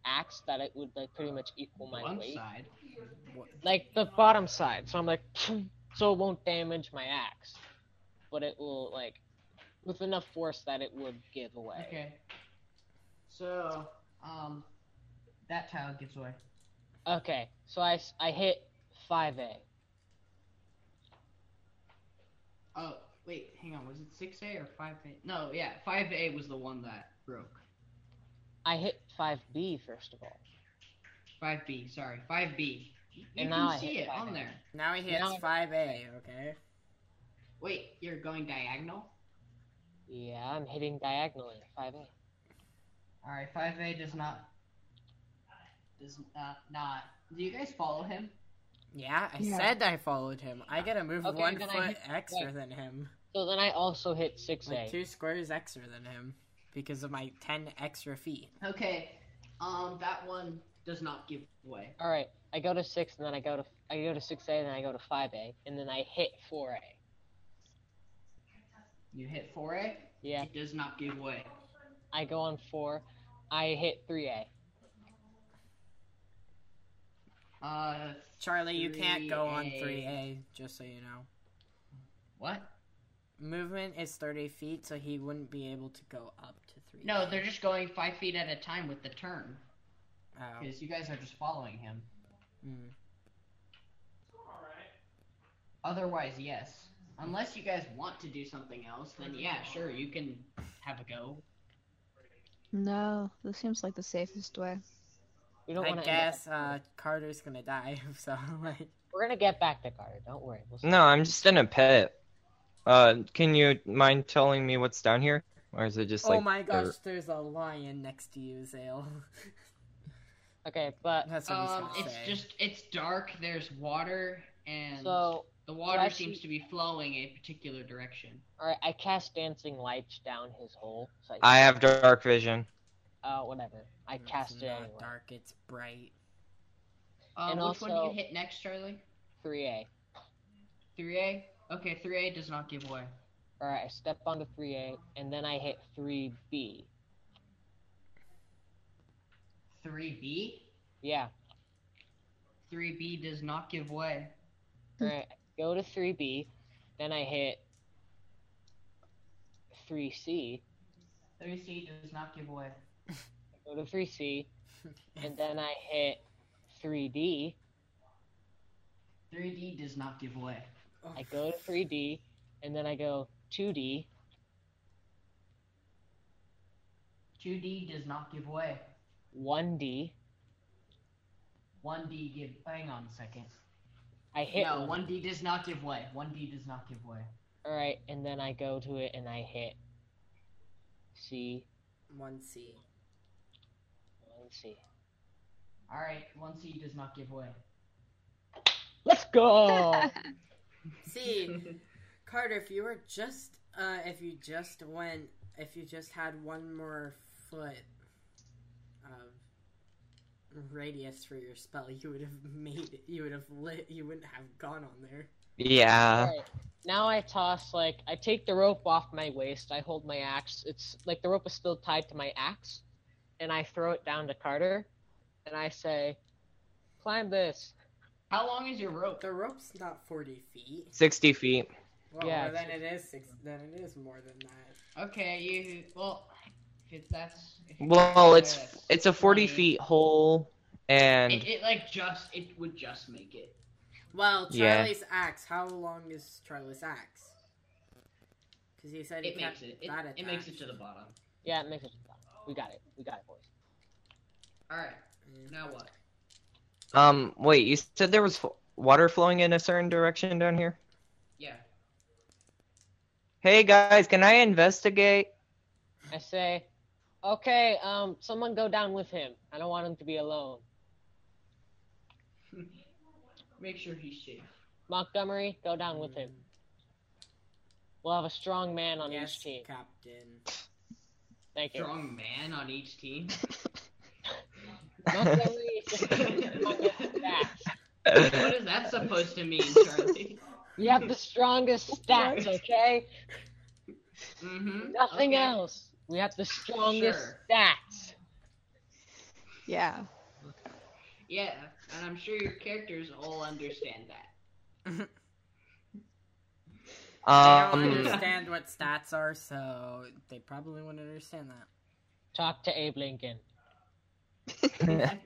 S3: axe that it would like pretty much equal my
S2: One
S3: weight.
S2: side.
S3: Like the bottom side. So I'm like (sniffs) so it won't damage my axe. But it will like with enough force that it would give away.
S2: Okay. So, um, that tile gives away.
S3: Okay, so I, s- I hit 5A.
S2: Oh, wait, hang on. Was it 6A or 5A? No, yeah, 5A was the one that broke.
S3: I hit 5B, first of all.
S2: 5B, sorry, 5B. You
S3: And now I
S2: can see
S3: hit
S2: it on
S3: 5A.
S2: there.
S1: Now he hits
S3: Now-
S1: 5A, okay?
S2: Wait, you're going diagonal?
S3: Yeah, I'm hitting diagonally, 5A.
S2: Alright, 5A does not. Does not. not. Do you guys follow him?
S1: Yeah, I
S5: Yeah.
S1: said I followed him. I gotta move
S3: Okay,
S1: one
S3: then I
S1: foot
S3: hit-
S1: extra
S3: wait.
S1: than him.
S3: So then I also hit 6A.
S1: Like two squares extra than him because of my 10 extra feet.
S2: Okay, um, that one does not give away.
S3: All right, I go to 6, and then I go to I go to 6A, and then I go to 5A, and then I hit 4A.
S2: You hit 4A,
S3: Yeah,
S2: it does not give away.
S3: I go on 4, I hit 3A.
S2: Uh,
S1: Charlie, you can't go on
S2: 3A.
S1: 3A, just so you know.
S2: what?
S1: Movement is 30 feet, so he wouldn't be able to go up to 3
S2: No, they're just going five feet at a time with the turn.
S1: Oh.
S2: Because you guys are just following him.
S1: Mm.
S2: Otherwise, yes. Unless you guys want to do something else, then yeah, sure, you can have a go.
S5: No, this seems like the safest way.
S3: We don't
S1: I
S3: want to
S1: guess uh, Carter's gonna die, (laughs) so like.
S3: We're going to get back to Carter, don't worry. We'll
S4: No, I'm just in a pit. Uh, can you mind telling me what's down here, or is it just like?
S1: oh my gosh,
S4: dirt?
S1: there's a lion next to you, Zale. (laughs)
S3: Okay, but
S1: That's what
S2: Um,
S1: he's gonna
S2: it's
S1: say.
S2: just it's dark. There's water, and
S3: so
S2: the water
S3: Let's-
S2: seems to be flowing a particular direction.
S3: all right, I cast dancing lights down his hole. So
S4: I have dark vision.
S3: uh, whatever. I
S1: It's
S3: cast it
S1: not
S3: anyway.
S1: dark, it's bright.
S2: Um,
S3: And
S2: which one do
S3: also-
S2: you hit next, Charlie?
S3: 3A.
S2: 3A. Okay, 3A does not give way.
S3: All right, I step onto 3A, and then I hit 3B.
S2: 3B.
S3: Yeah.
S2: 3B does not give way.
S3: All right, go to 3B, then I hit 3C,
S2: 3C does not give way.
S3: go to 3C,
S1: (laughs)
S3: and then I hit 3D.
S2: 3D does not give way.
S1: Oh,
S3: I go to 3D, and then I go 2D.
S2: 2D does not give way.
S3: 1D.
S2: 1D give. Hang on a second.
S3: I hit
S2: no,
S3: one.
S2: one D does not give way. One D does not give way.
S3: All right, and then I go to it and I hit C.
S1: Oh, One C.
S3: Let's see.
S2: All right, one C does not give way.
S3: Let's go.
S1: See, (laughs) Carter, if you were just, uh, if you just went, if you just had one more foot of radius for your spell, you would have made it. You would have lit. You wouldn't have gone on there.
S4: Yeah.
S3: Alright, Now I toss like I take the rope off my waist. I hold my axe. It's like the rope is still tied to my axe, and I throw it down to Carter, and I say, "Climb this."
S2: How long is your rope?
S1: The rope's not forty feet.
S4: Sixty feet.
S1: Well,
S3: Yeah,
S1: more than it is six. Then it is more than that.
S2: Okay, you well, if it, that's if you-
S4: Well, it's
S2: that's
S4: it's a forty
S2: 20.
S4: feet hole,
S2: It,
S4: and
S2: it like just it would just make it.
S1: Well,
S4: Yeah.
S1: Charlie's axe. How long is Charlie's axe? Because he said he
S2: It
S1: kept
S2: makes it. It,
S1: that
S2: it makes it to the bottom.
S3: Yeah, it makes it. We got it. We got it, boys.
S2: All right,
S1: attached.
S4: Mm-hmm.
S2: now what?
S4: um, wait, you said there was f- water flowing in a certain direction down here.
S2: Yeah.
S4: Hey guys, can I investigate?
S3: I say, "Okay, um, someone go down with him. I don't want him to be alone."
S2: (laughs) Make sure he's safe.
S3: Montgomery, go down with him. We'll have a strong man on
S1: Mm. yes,
S3: each team.
S1: Captain.
S3: Thank you.
S2: Strong man
S3: (laughs)
S2: on each team.
S3: Montgomery is just- Back.
S2: What is that supposed
S3: (laughs)
S2: to mean, Charlie?
S3: (laughs) You have the strongest stats, okay?
S2: Mm-hmm.
S3: Nothing
S2: Okay.
S3: else. We have the strongest
S2: Sure.
S3: stats.
S5: Yeah.
S2: Yeah, and I'm sure your characters all understand that.
S1: I don't
S4: Um,
S1: understand what stats are, so they probably wouldn't understand that.
S3: Talk to Abe Lincoln.
S4: (laughs)
S3: (laughs)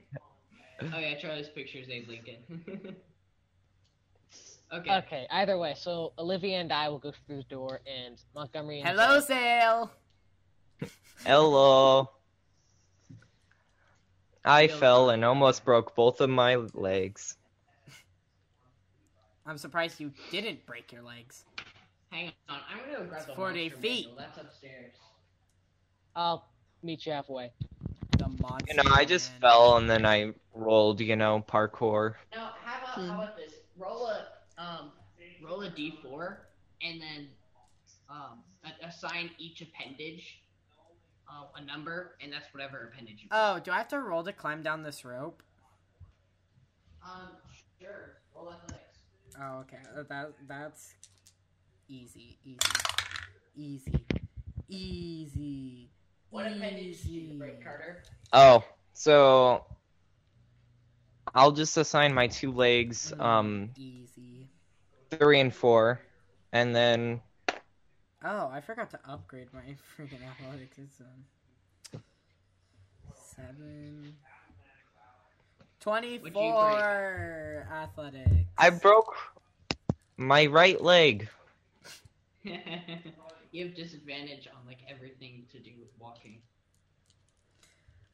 S2: Oh yeah, Charlie's picture is Abe Lincoln. (laughs) okay.
S3: Okay, either way, so Olivia and I will go through the door, and Montgomery and
S1: Hello, Sale.
S4: hello. I
S2: Yo,
S4: fell and almost broke both of my legs.
S1: I'm surprised you didn't break your legs.
S2: Hang on, I'm gonna go grab
S1: It's
S2: the
S1: 40
S2: monster
S1: feet.
S2: manual. That's upstairs.
S3: I'll meet you halfway.
S1: The monster.
S4: You know, I just
S1: man.
S4: fell and then I rolled, you know, parkour.
S2: Now, how about
S5: Hmm.
S2: how about this? Roll a um, roll a d4, and then um, a- assign each appendage uh, a number, and that's whatever appendage you.
S1: Oh, do I have to roll to climb down this rope?
S2: Um, sure. Roll athletics.
S1: Oh, okay. That that's easy, easy, easy, easy.
S2: What appendage did you
S1: easy.
S2: break, Carter? (laughs)
S4: Oh, so I'll just assign my two legs,
S2: Mm-hmm.
S1: Mm.
S4: um,
S1: Easy.
S4: three and four, and then
S1: Oh, I forgot to upgrade my (laughs) freaking athletics. It's um seven.
S2: break?
S1: 24 athletics.
S4: I broke my right leg.
S2: you have disadvantage on like everything to do with walking.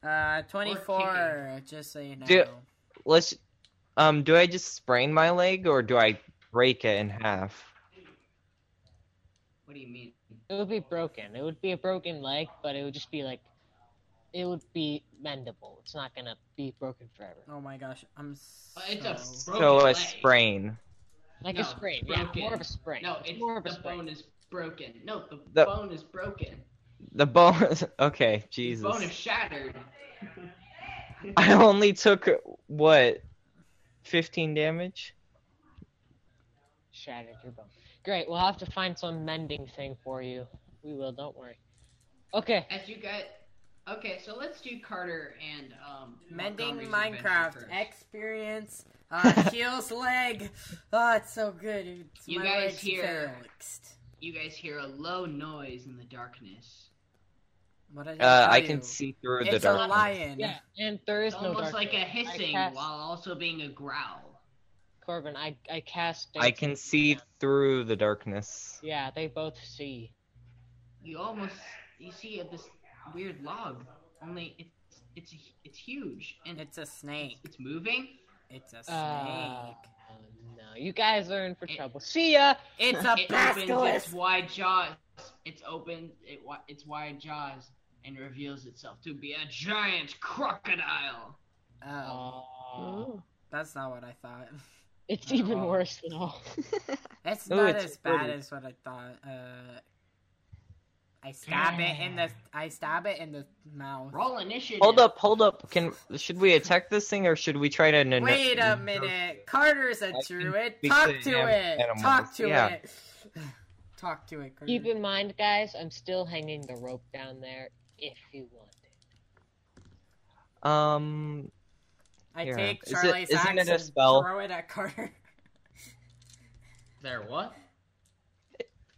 S1: uh 24 just so you know.
S4: Do- Let's, um, do I just sprain my leg or do I break it in half?
S2: What do you mean?
S3: It would be broken. It would be a broken leg, but it would just be like, it would be mendable. It's not gonna be broken forever.
S1: oh my gosh, I'm so
S2: Well, it's a broken
S4: So a
S2: leg.
S4: sprain.
S3: Like a
S2: No,
S3: sprain,
S2: broken.
S3: yeah, more of a sprain.
S2: No, it's
S3: more of a
S2: the
S3: sprain.
S2: bone is broken. No, the,
S4: The-
S2: bone is broken.
S4: The bone. (laughs) Okay,
S2: The bone is
S4: Jesus.
S2: shattered.
S4: I only took what, fifteen damage?
S3: Shattered your bone. Great, we'll have to find some mending thing for you. We will. Don't worry. Okay.
S2: As you got. Okay, so let's do Carter and um.
S1: Mending
S2: Montgomery's adventure
S1: Minecraft
S2: first.
S1: experience
S2: (laughs)
S1: uh, heals leg. Oh, it's so good. It's
S2: You
S1: my
S2: guys
S1: leg's
S2: hear-
S1: fixed.
S2: You guys hear a low noise in the darkness.
S1: What did
S4: Uh,
S1: tell
S4: I
S1: you?
S4: can see through
S1: It's
S4: the
S1: a
S4: darkness.
S1: lion.
S3: Yeah, and there is
S2: It's
S3: no
S2: almost
S3: dark
S2: like a
S3: room. I
S2: hissing
S3: cast-
S2: while also being a growl.
S3: Corbin, I I cast.
S4: I
S3: dancing
S4: can see
S3: down.
S4: through the darkness.
S3: Yeah, they both see.
S2: You almost you see this weird log, only it's it's it's huge and it's
S1: It's a snake.
S2: it's moving.
S1: It's a snake.
S3: Uh, Oh, no, you guys are in for trouble. See ya.
S1: it's a
S2: (laughs) it opens
S1: basilisk.
S2: its wide jaws. It's open it wi- its wide jaws and reveals itself to be a giant crocodile.
S1: Oh,
S3: Oh.
S1: that's not what I thought. (laughs)
S3: It's even
S1: Oh.
S3: worse than (laughs) all.
S1: It's
S4: Ooh,
S1: not
S4: it's
S1: as bad
S4: pretty.
S1: as what I thought. Uh, I stab it in the. I stab it in the mouth.
S2: Roll initiative.
S4: Hold up, hold up. Can should we attack this thing or should we try to? N-
S1: Wait um, a minute. Carter's a
S4: can
S1: druid.
S4: speak
S1: Talk
S4: to
S1: to
S4: anim-
S1: it.
S4: animals.
S1: Talk to
S4: Yeah.
S1: it. (sighs) Talk to it, Carter.
S3: Keep in mind, guys, I'm still hanging the rope down there if you want it.
S4: Um,
S1: I
S4: Yeah.
S1: take
S4: Is it-
S1: Charlie's
S4: isn't
S1: axe
S4: it a
S1: and
S4: spell?
S1: throw it at Carter. (laughs)
S2: There what?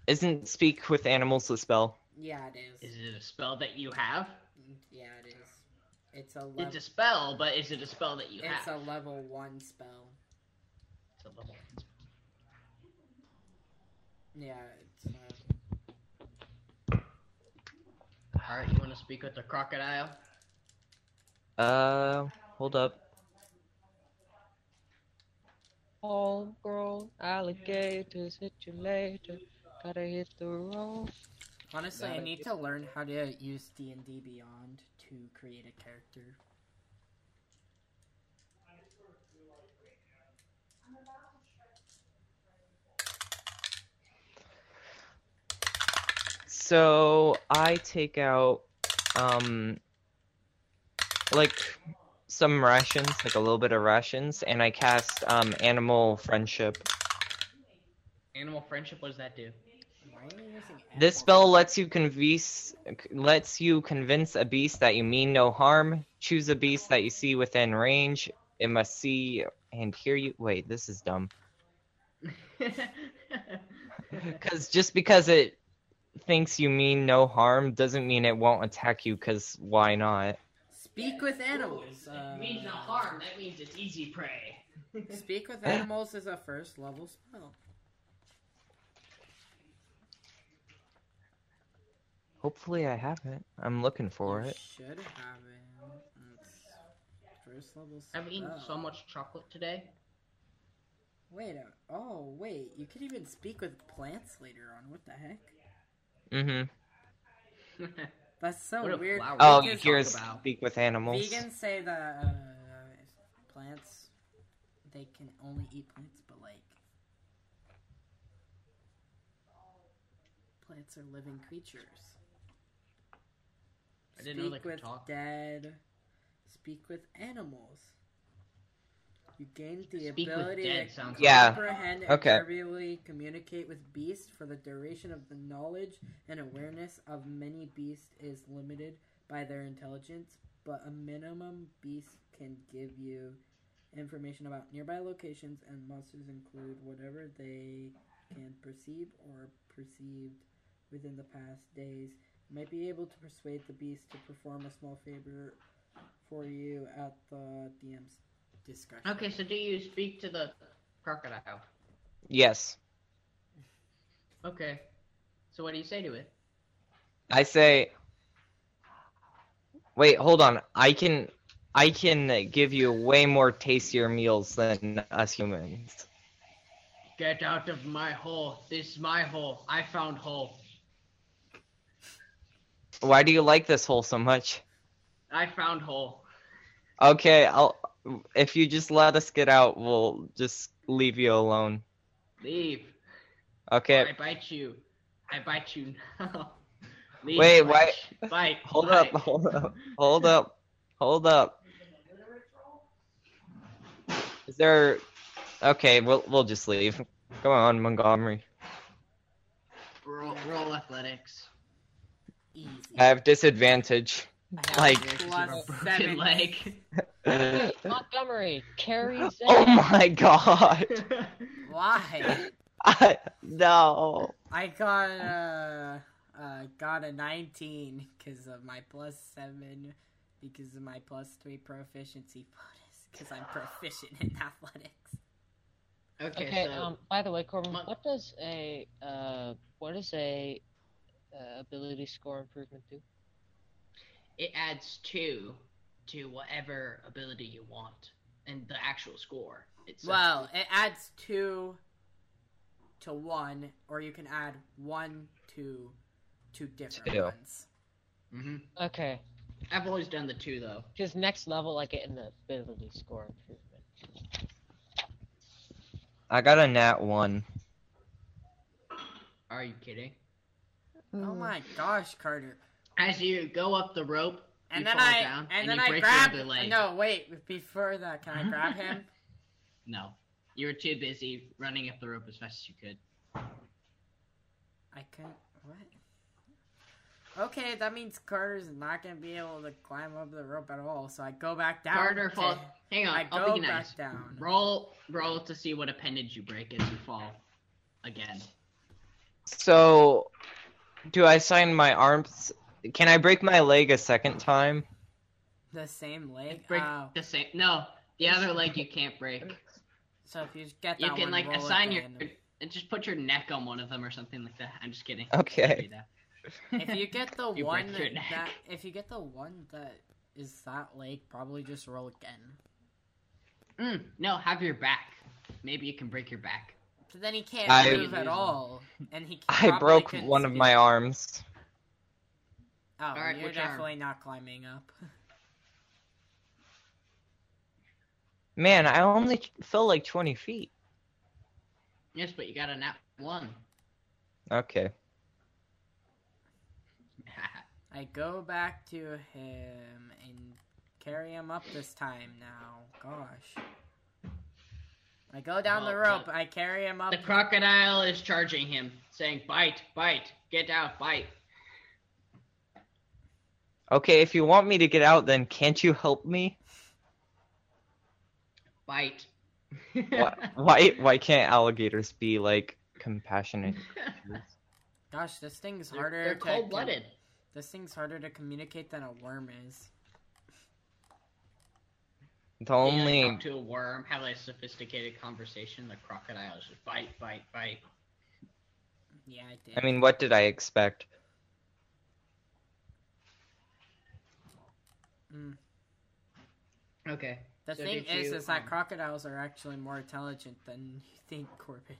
S4: isn't speak with animals a spell?
S1: yeah, it is.
S2: Is it a spell that you have?
S1: Yeah, it is. It's a level.
S2: It's a spell, but is it a spell that you
S1: it's a
S2: have?
S1: level one spell.
S2: It's a level.
S1: Yeah. It's, uh,
S2: All right, you want to speak with the crocodile?
S4: Uh, hold up.
S3: Homegrown alligators hit you later. Gotta hit the road.
S1: Honestly, I
S3: Gotta
S1: need
S3: get-
S1: to learn how to use D and D Beyond to create a character.
S4: So I take out, um, like some rations, like a little bit of rations, and I cast um animal friendship.
S2: Animal friendship, what does that (laughs) do?
S1: Why are you using
S4: This
S1: apple?
S4: spell lets you convince lets you convince a beast that you mean no harm. Choose a beast that you see within range. It must see and hear you. Wait, this is
S2: (laughs)
S4: dumb. Because just because it thinks you mean no harm doesn't mean it won't attack you. Because why not?
S1: (laughs) Speak with animals. Uh,
S2: It means no harm. That means it's easy prey.
S1: Speak with animals is a first level spell.
S4: Hopefully, I have it. I'm looking for
S1: You
S4: it.
S1: Should have it. It's First level spell.
S2: I've eaten so much chocolate today. (laughs)
S1: Wait. a- Oh, wait. You could even speak with plants later on. What the heck?
S4: Mm-hmm.
S1: That's so
S2: What a
S1: weird.
S2: flower.
S4: Oh,
S1: Vegans-
S2: you
S4: here's
S2: talk about-
S4: speak with animals.
S1: Vegans say that uh, plants, they can only eat plants, but like, plants are living creatures.
S2: I didn't know they
S1: Speak
S2: could
S1: with
S2: talk.
S1: dead. Speak with animals. You gain the
S2: Speak with
S1: ability
S2: dead
S1: to
S2: sounds
S4: Yeah,
S1: comprehend and
S4: okay.
S1: verbally communicate with beasts for the duration of the knowledge and awareness of many beasts is limited by their intelligence, but a minimum beast can give you information about nearby locations and monsters include whatever they can perceive or perceived within the past days. You might be able to persuade the beast to perform a small favor for you at the DM's discussion.
S2: Okay, so do you speak to the crocodile?
S4: Yes,
S2: Okay. So what do you say to it?
S4: I say. Wait, hold on. I can, I can give you way more tastier meals than us humans.
S2: Get out of my hole. This is my hole. I found hole.
S4: Why do you like this hole so much?
S2: I found hole.
S4: Okay, I'll. If you just let us get out, we'll just leave you alone.
S2: Leave.
S4: Okay.
S2: I bite you. I bite you now. (laughs) Leave,
S4: Wait,
S2: bite, Bite.
S4: Hold up. (laughs)
S2: bite.
S4: Hold up. Hold up. Hold up. Is there? Okay, we'll we'll just leave. Come on, Montgomery.
S2: Roll, roll
S1: (laughs)
S2: athletics.
S1: Easy.
S4: I have disadvantage. Like-
S2: This is
S1: Plus (laughs)
S2: a broken
S1: seven.
S2: leg.
S4: oh
S3: Montgomery
S4: (gasps)
S3: carries
S4: my god!
S1: Why?
S4: I, no.
S1: I got a uh, got a 19 because of my plus seven, because of my plus three proficiency bonus, because I'm proficient in athletics.
S2: okay,
S3: Okay.
S2: so
S3: Um. By the way, Corbin,
S2: Mon-
S3: what does a uh what is a uh, ability score improvement do?
S2: it adds two to whatever ability you want and the actual score. It's
S1: Well, it adds two to one, or you can add one to two different
S4: Two.
S1: ones.
S2: hmm
S3: Okay.
S2: I've always done the two though.
S3: Just next level, I get an ability score improvement.
S4: I got a nat one.
S2: Are you kidding?
S1: Oh
S5: Ooh.
S1: my gosh, Carter!
S2: As you go up the rope,
S1: And
S2: you
S1: then
S2: fall
S1: I
S2: down
S1: and, then
S2: you
S1: I
S2: break
S1: grab.
S2: your other leg.
S1: No, wait. Before that, can I grab him?
S2: (laughs) No. You were too busy running up the rope as fast as you could.
S1: I couldn't. What? Okay, that means Carter's not gonna be able to climb up the rope at all. So I go back down.
S2: Carter
S1: to-
S2: falls. Hang on,
S1: I
S2: I'll
S1: go
S2: be nice.
S1: back down.
S2: Roll, roll to see what appendage you break as you fall again.
S4: So, do I sign my arms? Can I break my leg a second time?
S1: The same leg.
S2: Break
S1: Oh,
S2: the same. No, the other leg you can't break.
S1: so if you get that
S2: You can
S1: one,
S2: like
S1: roll
S2: assign your
S1: again.
S2: and just put your neck on one of them or something like that. I'm just kidding.
S4: Okay.
S1: If you get the
S2: (laughs) You
S1: one
S2: break your neck.
S1: that, if you get the one that is that leg, probably just roll again.
S2: Mm, no, have your back. Maybe you can break your back.
S1: But then he can't
S4: I-
S1: move at all, and he.
S4: I
S1: probably
S4: broke
S1: couldn't
S4: one of
S1: speak.
S4: my arms.
S1: Oh,
S2: right,
S1: you're
S2: which arm?
S1: definitely not climbing up.
S4: Man, I only fell like 20 feet.
S2: Yes, but you got a nap one. (laughs)
S4: Okay.
S1: I go back to him and carry him up this time now. Gosh. I go down the
S2: Well,
S1: rope. I carry him up.
S2: The crocodile is charging him, saying, "Bite, bite, get out, bite."
S4: Okay, if you want me to get out, then can't you help me?
S2: bite. (laughs)
S4: Why why, why can't alligators be like compassionate?
S2: (laughs)
S4: creatures?
S1: Gosh, this thing's
S2: they're
S1: harder.
S2: they're
S1: to com-
S2: cold blooded.
S1: This thing's harder to communicate than a worm is.
S4: The only
S2: talk to a worm, have a sophisticated conversation. The crocodile is just bite, bite, bite.
S1: Yeah, I did.
S4: I mean, what did I expect?
S1: Mm.
S2: Okay.
S1: the
S2: so
S1: thing
S2: did
S1: is,
S2: you,
S1: is that
S2: um,
S1: crocodiles are actually more intelligent than you think, Corbin.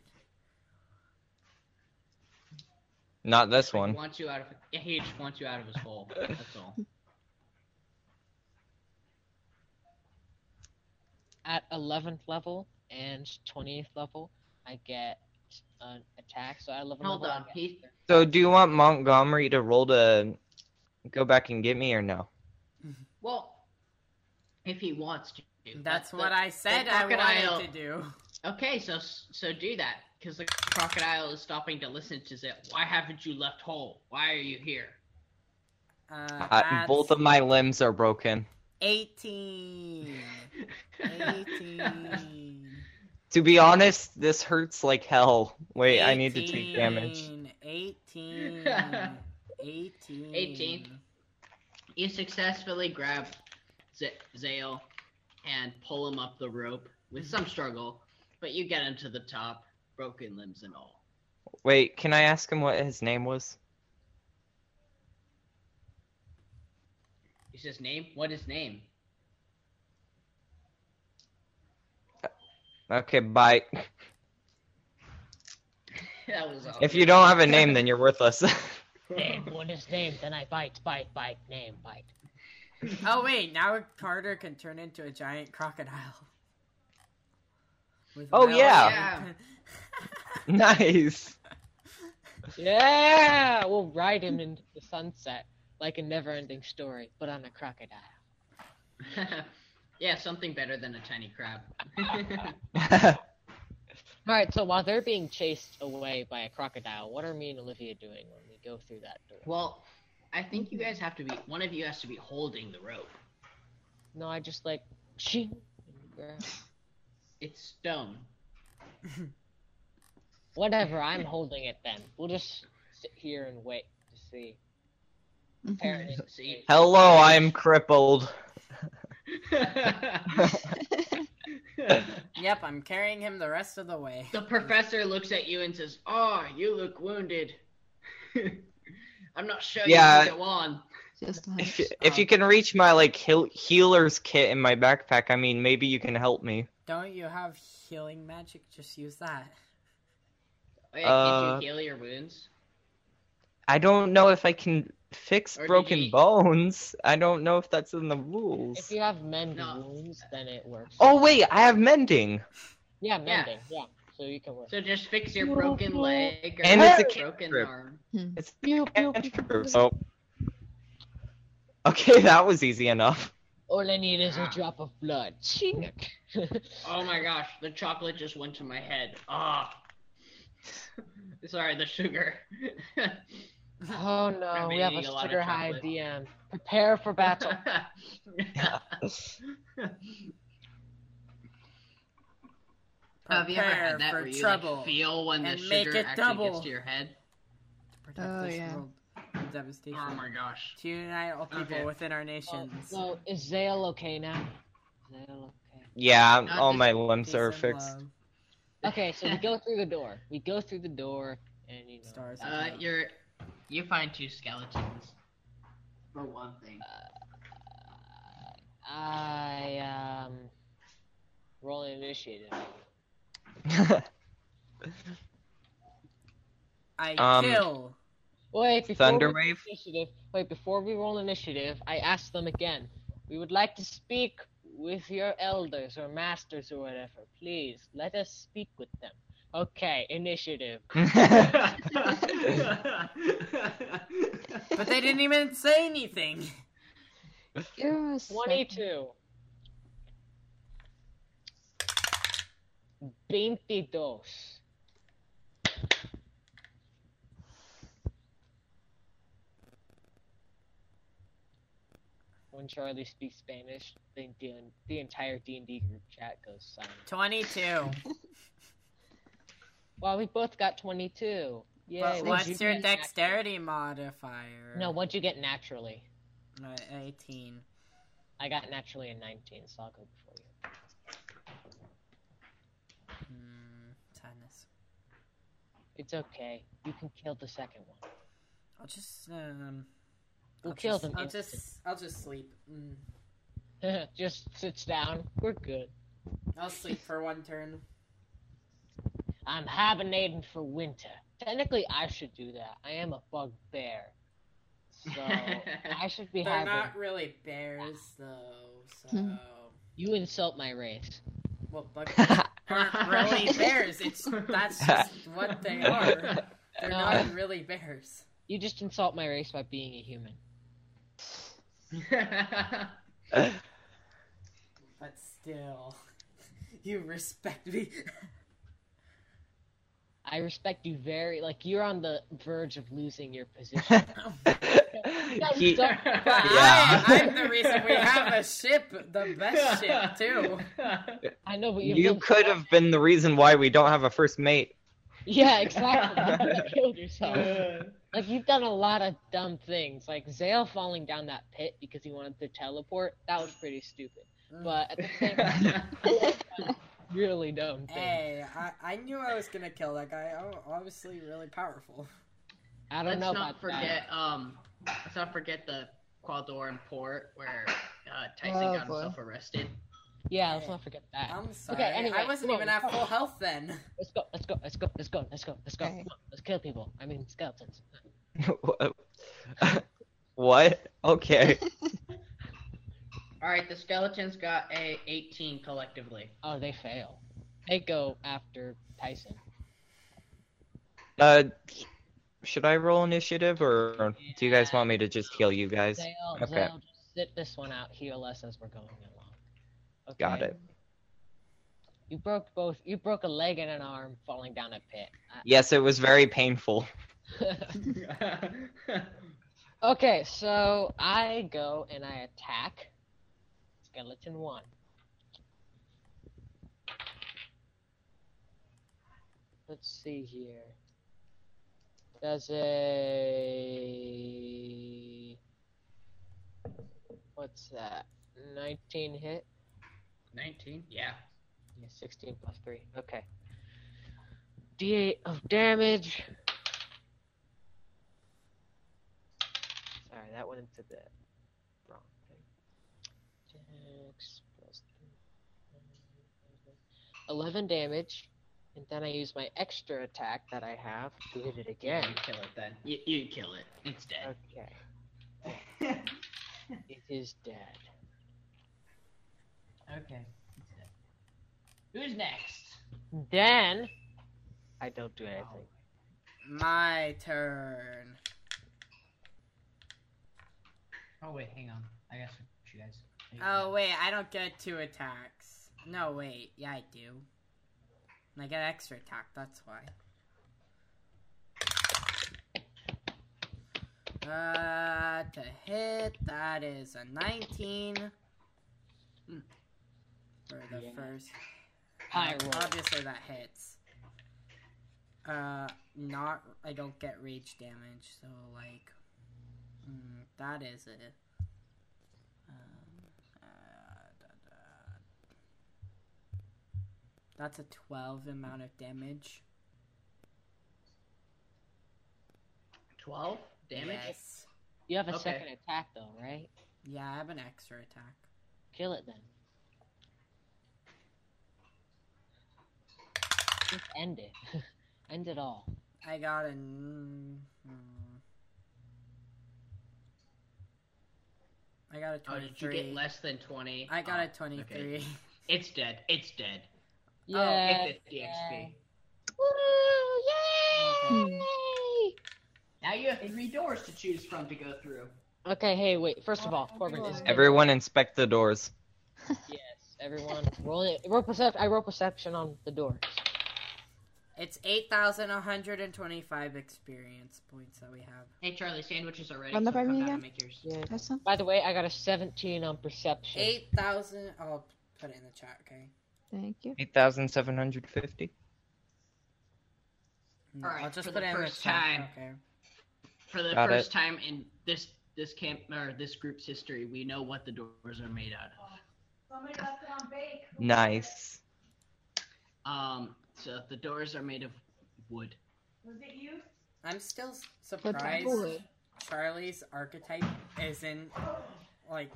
S4: Not this
S2: He
S4: one.
S2: wants you out of. yeah, He just wants you out of his hole. That's
S1: (laughs)
S2: all.
S3: At eleventh level and twentieth level, I get an attack. So at eleven
S2: Hold
S3: level, I
S2: on,
S3: get
S2: he-
S4: So, do you want Montgomery to roll to go back and get me or no?
S2: Well, if he wants to.
S1: That's
S2: the-
S1: what I said I
S2: crocodile-
S1: wanted to do.
S2: Okay, so so do that because the crocodile is stopping to listen to it. Why haven't you left hole? Why are you here?
S1: Uh,
S4: I, both of
S1: that's
S4: my limbs are broken.
S2: (laughs)
S1: 18. 18.
S4: To be honest, this hurts like hell. Wait, I need to take damage.
S1: 18.
S2: (laughs)
S1: 18.
S2: 18. (laughs) you successfully grab Z- Zale and pull him up the rope with some struggle, but you get him to the top, broken limbs and all.
S4: Wait, can I ask him what his name was?
S2: He says, "Name? What is name?" (laughs)
S4: Okay, bye.
S2: that was all.
S4: If you don't have a name, then you're worthless. (laughs)
S2: (laughs)
S3: name. What is name? Then I bite, bite, bite. Name, bite.
S1: Oh, wait. Now Carter can turn into a giant crocodile. With
S4: Oh,
S1: Miles
S4: yeah.
S1: and-
S4: nice.
S3: Yeah, we'll ride him into the sunset like a never-ending story, but on a crocodile.
S2: (laughs) yeah, something better than a tiny crab. (laughs)
S3: All right. So while they're being chased away by a crocodile, what are me and Olivia doing when we go through that door?
S2: well, I think you guys have to be. One of you has to be holding the rope.
S3: No, I just like she.
S2: It's stone.
S3: Whatever, I'm holding it then. We'll just sit here and wait to see.
S5: Mm-hmm.
S3: Apparently, it's
S4: (laughs)
S2: See?
S4: (laughs) Hello, I'm crippled.
S2: the
S1: (laughs) Yep, I'm carrying him the rest of the way.
S2: professor looks at you and says, "Oh, you look wounded. (laughs) I'm not sure
S4: Yeah.
S2: you can go on."
S5: Just
S4: If,
S5: hunch.
S4: if you can reach my like heal- healer's kit in my backpack, I mean, maybe you can help me.
S1: Don't you have healing magic? Just use that.
S2: Wait, did
S4: Uh,
S2: Oh, you heal your wounds?
S4: I don't know if I can fix
S2: Or did
S4: broken
S2: you-
S4: bones. I don't know if that's in the
S3: If
S4: rules.
S3: you have mend
S2: No.
S3: wounds, then it works.
S4: Oh wait, I have mending.
S3: yeah, mending. Yeah, so you can work.
S2: So just fix your broken leg or
S4: And it's a
S2: broken
S4: cantrip.
S2: arm.
S4: It's
S3: Pew, pew, pew.
S4: cantrip, so. Okay, that was easy enough.
S3: All I need is a
S2: Ah.
S3: drop of blood. Ching.
S2: Oh my gosh, the chocolate just went to my head. Ah. Sorry, the sugar.
S3: (laughs) oh no,
S2: I've been
S3: we have
S2: eating
S3: a
S2: a lot of
S3: sugar high
S2: chocolate.
S3: DM. Prepare
S2: (laughs)
S3: for battle.
S2: Oh, Have you ever had that
S1: for
S2: where you like,
S1: trouble.
S2: feel when the
S1: and make
S2: sugar
S1: it
S2: actually
S1: double.
S2: gets to your head?
S1: Protect
S5: Oh,
S1: this
S5: yeah.
S1: world from devastation.
S2: Oh my gosh.
S1: to unite all people
S2: Okay.
S1: within our
S3: Oh,
S1: nations.
S3: so is Zale okay now? Zale okay.
S4: Yeah,
S2: Not
S4: all
S2: just
S4: my limbs
S1: Peace
S4: are
S1: and
S4: fixed.
S1: love.
S3: Okay, so we
S2: (laughs)
S3: go through the door. We go through the door, and you know.
S1: Stars.
S2: Uh, you're you find two skeletons. For one (laughs) thing.
S3: I um roll an initiative.
S4: (laughs)
S1: I
S4: um,
S1: kill.
S3: Wait, before we roll (laughs)
S4: Thunderwave.
S3: initiative. Wait, before we roll initiative, I ask them again. We would like to speak with your elders or masters or whatever. Please let us speak with them. Okay, initiative.
S2: (laughs)
S1: But they didn't even say anything.
S5: Give him a second. (laughs)
S3: 22. 22. When Charlie speaks Spanish, the, the, the entire D&D group chat goes silent.
S1: 22.
S3: Well, we both got 22. Yay.
S1: but
S3: what'd you
S1: what's your
S3: get nat-
S1: dexterity modifier?
S3: No, what'd you get naturally?
S1: Uh, 18.
S3: I got naturally a 19, so I'll go before you.
S1: Mm, sadness.
S3: It's okay. You can kill the second one.
S1: I'll just um.
S3: We'll
S1: I'll
S3: kill
S1: just,
S3: them
S1: I'll
S3: instantly.
S1: just I'll just sleep. Mm.
S3: (laughs) just sits down. We're good. (laughs)
S1: I'll sleep for one turn.
S3: I'm hibernating for winter. Technically, I should do that. I am a bugbear.
S1: (laughs)
S3: So, I should be
S1: They're
S3: hibernating.
S1: not really bears though, so
S5: Hmm.
S3: You insult my race.
S1: well, bugs aren't really
S3: (laughs)
S2: (laughs)
S1: bears. It's that's just what they are. They're
S3: No.
S1: not really bears.
S3: You just insult my race by being a human.
S1: But still, (laughs) you respect me.
S3: (laughs) I respect you very. Like, you're on the verge of losing your
S1: (laughs)
S3: position.
S4: (laughs) he,
S3: Don't-
S1: I,
S2: (laughs)
S1: I'm the reason we have a ship, the best ship too.
S3: I know, but you're
S4: you
S3: being-
S4: could have been the reason why we don't have a first mate.
S3: (laughs)
S4: (laughs)
S3: Yeah, exactly. you killed yourself.
S1: (laughs)
S2: (laughs)
S3: Like you've done a lot of dumb things, like Zale falling down that pit because he wanted to teleport. That was pretty stupid.
S2: Mm.
S3: But at the same
S2: (laughs)
S3: time, really dumb
S1: (laughs)
S3: thing.
S1: Hey, I, I knew I was gonna kill that guy. Oh, obviously, really powerful.
S3: I don't
S2: Let's
S3: know
S2: not
S3: about that.
S2: forget um let's not forget the Qualdor and Port where uh, Tyson
S5: Oh,
S2: got
S5: boy.
S2: himself arrested.
S3: Yeah, let's not forget that.
S1: I'm sorry.
S3: anyway,
S1: I wasn't
S3: come on,
S1: even at
S3: come
S1: full
S3: on.
S1: health then.
S3: Let's go. Let's go. Let's go. Let's go. Let's go. Let's go.
S5: Okay.
S3: Come on, Let's kill people. I mean skeletons.
S4: what? Okay.
S2: Alright, the skeletons got a eighteen collectively. (laughs)
S3: Oh, they fail. They go after Tyson.
S4: Uh, should I roll initiative, or do you guys want me to just heal you guys?
S3: Zale,
S4: Okay.
S3: Zale, just sit this one out. Heal us as we're going along. Okay?
S4: Got it.
S3: You broke both. You broke a leg and an arm falling down a pit. I-
S4: Yes, it was very painful. (laughs)
S3: Okay, so I go and I attack skeleton one. Let's see here. Does a what's that? Nineteen hit?
S2: Nineteen? Yeah.
S3: Yeah, sixteen plus three. Okay. D eight of damage. Sorry, that went into the wrong thing. Six plus three. Eleven damage, and then I use my extra attack that I have to hit it
S2: Yeah,
S3: again.
S2: you kill it then. You, you kill it. It's dead.
S3: Okay. It is dead.
S2: Okay. Who's next?
S3: Then I don't do anything.
S1: My turn.
S2: Oh wait, hang on. I guess you guys.
S1: Oh wait, I don't get two attacks. No wait, yeah I do. And I get extra attack. That's why. Uh, to hit that is a 19 Hmm. for the
S3: Yeah.
S1: first.
S3: High
S1: Um,
S3: roll.
S1: Obviously that hits. Uh, not I don't get rage damage, so like, mm, that is it. Um, uh, da, da. That's a twelve amount of damage.
S2: Twelve damage.
S1: Yes.
S3: You have a
S2: Okay.
S3: second attack though, right?
S1: Yeah, I have an extra attack.
S3: Kill it then. Just end it. (laughs) end it all.
S1: I got a. n- mm. I got a
S2: Oh, did you get
S1: twenty-three.
S2: less than twenty?
S1: I got
S2: Oh,
S1: a twenty-three.
S2: It's dead. It's dead.
S3: Yeah.
S2: Get this DXP.
S3: Woo!
S5: Hmm.
S3: Yay!
S2: Now you have three doors to choose from to go through.
S3: Okay, hey, wait. First of all, Corbin
S5: Everyone.
S3: is
S4: Everyone inspect the doors.
S3: Yes, everyone. Roll it. Roll percep- I roll perception on the doors.
S1: It's 8,125 experience points that we have.
S2: Hey Charlie, sandwiches are ready.
S5: Run that
S2: so
S5: by
S2: come
S5: me
S2: down
S5: again?
S2: and make yours.
S3: Yeah.
S5: Have some.
S3: By the way, I got a 17 on perception.
S1: 8,000. I'll put it in the chat, okay?
S5: Thank you.
S4: 8,750.
S1: No,
S2: Alright,
S1: I'll just
S2: for
S1: put
S2: the
S1: it in the
S2: first
S1: chat,
S2: time.
S1: Okay.
S2: For the
S4: Got
S2: first time in this this camp or this group's history, we know what the doors are made out of.
S4: Nice.
S2: Um, so the doors are made of wood.
S1: I'm still s-
S5: But
S1: surprised
S5: wood.
S1: Charlie's archetype isn't like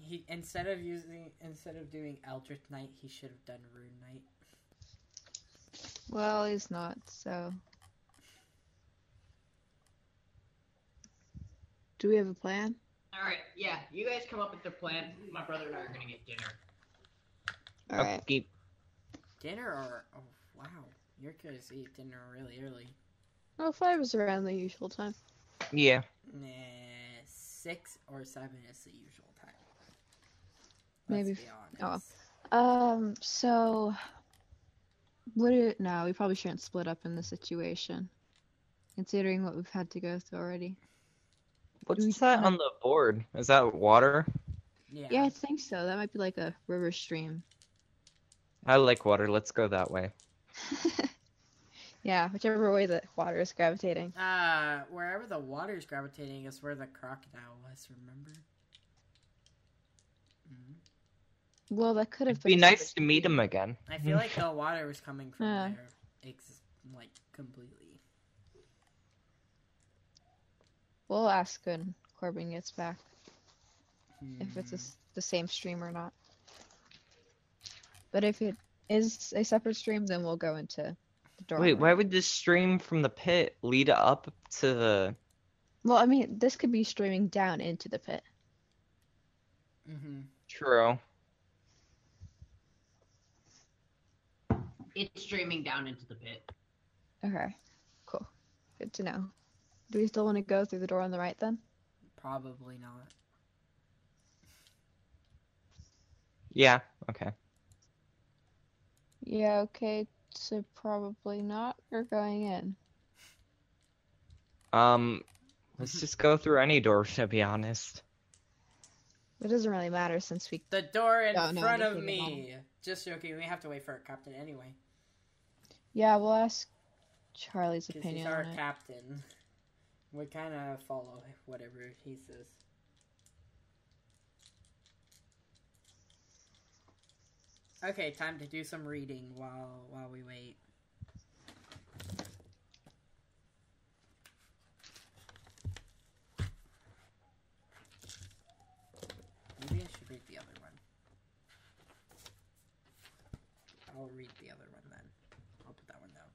S1: he instead of using instead of doing Eldritch Knight, he should have done Rune Knight.
S5: Well, he's not, so. Do we have a plan?
S2: All right, yeah, you guys come up with the plan. My brother and I are gonna get dinner.
S5: Alright.
S4: Upkeep.
S1: Dinner or oh wow, your kids eat dinner really early.
S5: Oh, five is around the usual time.
S4: Yeah.
S1: Nah, six or seven is the usual time.
S5: Maybe
S1: Let's
S5: f-
S1: be
S5: oh.
S1: honest.
S5: Um, so. What do, no, we probably shouldn't split up in this situation. Considering what we've had to go through already. Do we
S4: What's that
S5: have-
S4: on the board? Is that water?
S1: Yeah.
S5: Yeah, I think so. That might be like a river stream.
S4: I like water. Let's go that way.
S5: yeah, whichever way the water is gravitating.
S1: Uh, wherever the water's gravitating is where the crocodile was. Remember? Mhm.
S5: Well, that could have
S4: It'd
S5: been.
S4: be
S5: a
S4: nice
S5: separate
S4: to meet
S5: stream.
S4: him again.
S1: I feel like the water was coming from
S5: Yeah.
S1: there, ex- like completely.
S5: We'll ask when Corbin gets back if it's a
S4: Mm-hmm.
S5: s the same stream or not. But if it is a separate stream, then we'll go into the door.
S4: Wait, why would this stream from the pit lead up to the?
S5: Well, I mean, this could be streaming down into the pit.
S1: hmm
S4: True.
S2: It's streaming down into the pit.
S5: Okay, cool. Good to know. Do we still want to go through the door on the right then?
S1: Probably not.
S4: Yeah. Okay.
S5: Yeah, okay, so probably not. We're going in.
S4: Um,
S1: (laughs)
S4: let's just go through any door to be honest.
S5: It doesn't really matter since we.
S1: The door in
S5: Oh, No, no,
S1: front
S5: this
S1: of
S5: is the bottom.
S1: me. Just joking. We have to wait for a captain anyway,
S5: Yeah, we'll ask Charlie's
S1: because he's
S5: opinion
S1: our
S5: on it.
S1: captain. We kind of follow whatever he says. Okay, time to do some reading while while we wait. Maybe I should read the other one. I'll read the other one then. I'll put that one down.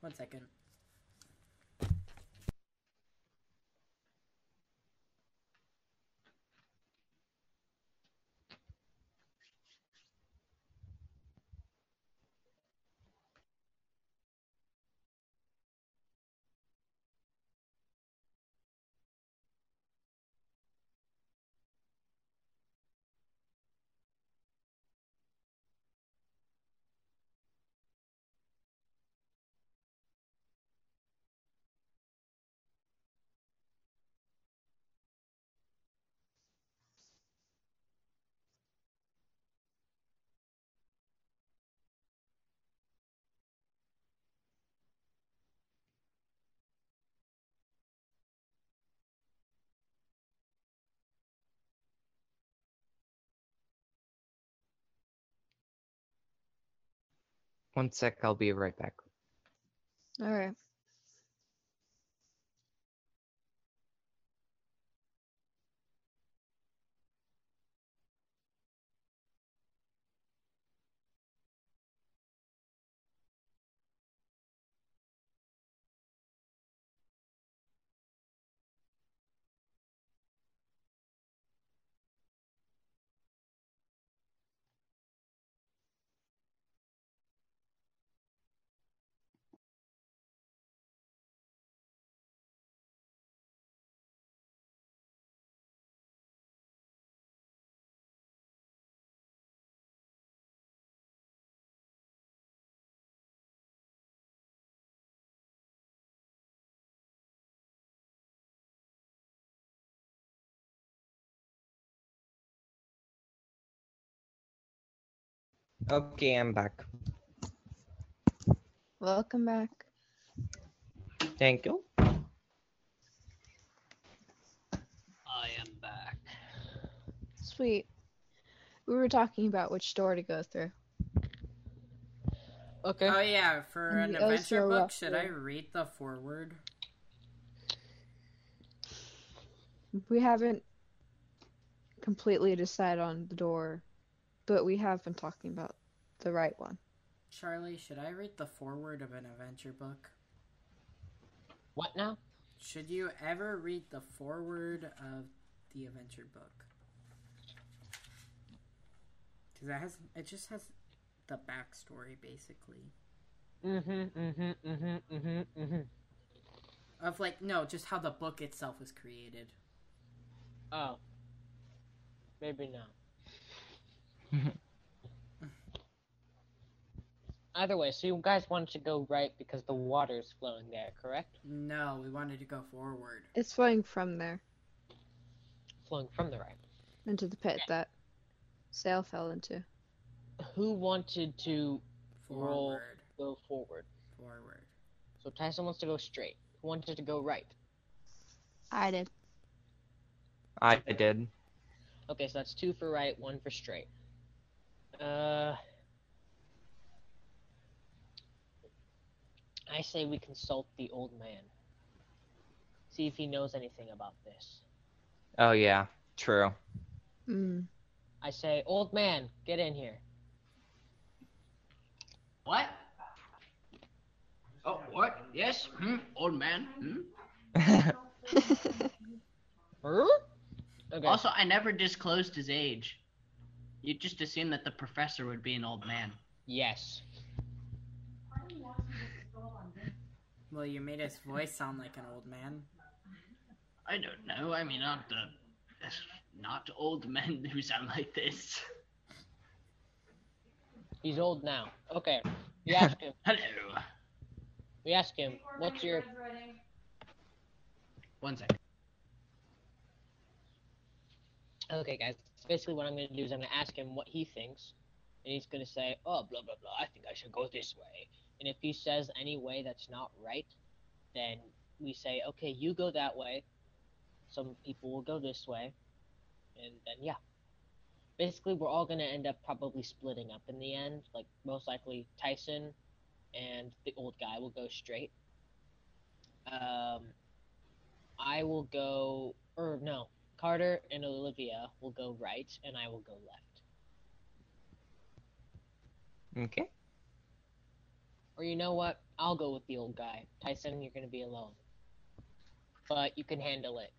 S1: One second.
S4: One sec. I'll be right back.
S5: All right.
S4: Okay, I'm back.
S5: Welcome back.
S4: Thank you.
S2: I am back.
S5: Sweet. We were talking about which door to go through.
S3: Okay.
S1: Oh yeah, for an
S5: And the
S1: adventure
S5: Ozo
S1: book,
S5: rock
S1: should I read the foreword?
S5: We haven't completely decided on the door, but we have been talking about the right one.
S1: Charlie, should I read the foreword of an adventure book?
S3: What now?
S1: Should you ever read the foreword of the adventure book? Because that has it just has the backstory basically
S3: Mm-hmm. Mm-hmm. Mm-hmm. Mm-hmm. Mm-hmm.
S1: of like no, just how the book itself was created.
S3: Oh. Maybe not. Either way, so you guys wanted to go right because the water is flowing there, correct?
S1: No, we wanted to go forward.
S5: It's flowing from there
S3: Flowing from the right.
S5: into the pit that Sail fell into.
S3: Who wanted to Roll.
S1: Forward,
S3: go forward?
S1: forward.
S3: So Tyson wants to go straight. Who wanted to go right?
S5: I did.
S4: I did.
S3: Okay, so that's two for right, one for straight. Uh, I say we consult the old man. See if he knows anything about this.
S4: Oh yeah, true. (laughs)
S5: (laughs) Mm.
S3: I say, old man, get in here.
S2: What? Oh, what? Yes? Hmm? Old man? Hmm?
S3: Huh? Okay.
S2: Also, I never disclosed his age. You'd just assume that the professor would be an old man.
S3: Yes.
S1: Well, you made his voice sound like an old man.
S2: I don't know. I mean, not the, not old men who sound like this. (laughs)
S3: He's old now. Okay. We ask him.
S2: Hello.
S3: We ask him. What's your?
S2: One second.
S3: Okay, guys. Basically, what I'm gonna do is I'm gonna ask him what he thinks, and he's gonna say, "Oh, blah blah blah. I think I should go this way." And if he says any way that's not right, then we say, "Okay, you go that way." Some people will go this way, and then yeah. Basically, we're all gonna end up probably splitting up in the end. Like most likely, Tyson and the old guy will go straight. Um, I will go, or no, Carter and Olivia will go right, and I will go left.
S4: Okay.
S3: Or you know what? I'll go with the old guy. Tyson, you're gonna be alone. But you can handle it.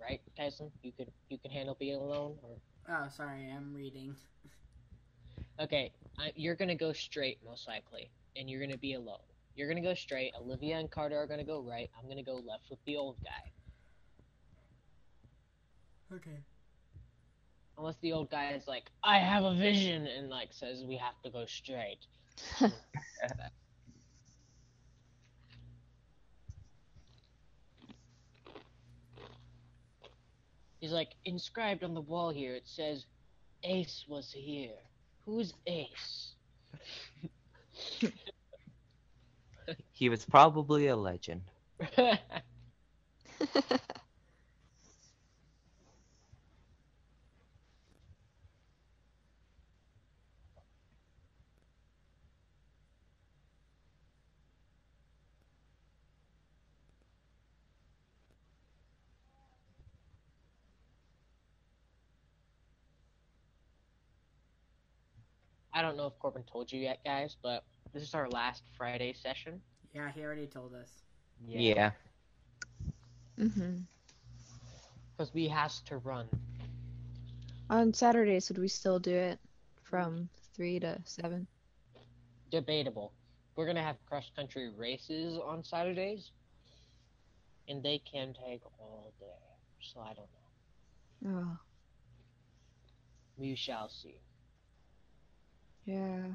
S3: Right, Tyson? You could you can handle being alone or
S1: Oh, sorry, I'm reading.
S3: Okay, I, you're gonna go straight most likely, and you're gonna be alone. You're gonna go straight. Olivia and Carter are gonna go right. I'm gonna go left with the old guy,
S1: Okay.
S3: unless the old guy is like, "I have a vision," and like says we have to go straight. He's like inscribed on the wall here. It says, "Ace was here." Who's Ace? (laughs)
S4: He was probably a legend.
S3: I don't know if Corbin told you yet, guys, but this is our last Friday session.
S1: Yeah, he already told us.
S4: Yeah.
S5: hmm
S3: Because we has to run.
S5: On Saturdays, would we still do it from 3 to 7?
S3: Debatable. We're gonna have cross country races on Saturdays, and they can take all day. So I don't know.
S5: Oh,
S3: We shall see.
S5: yeah.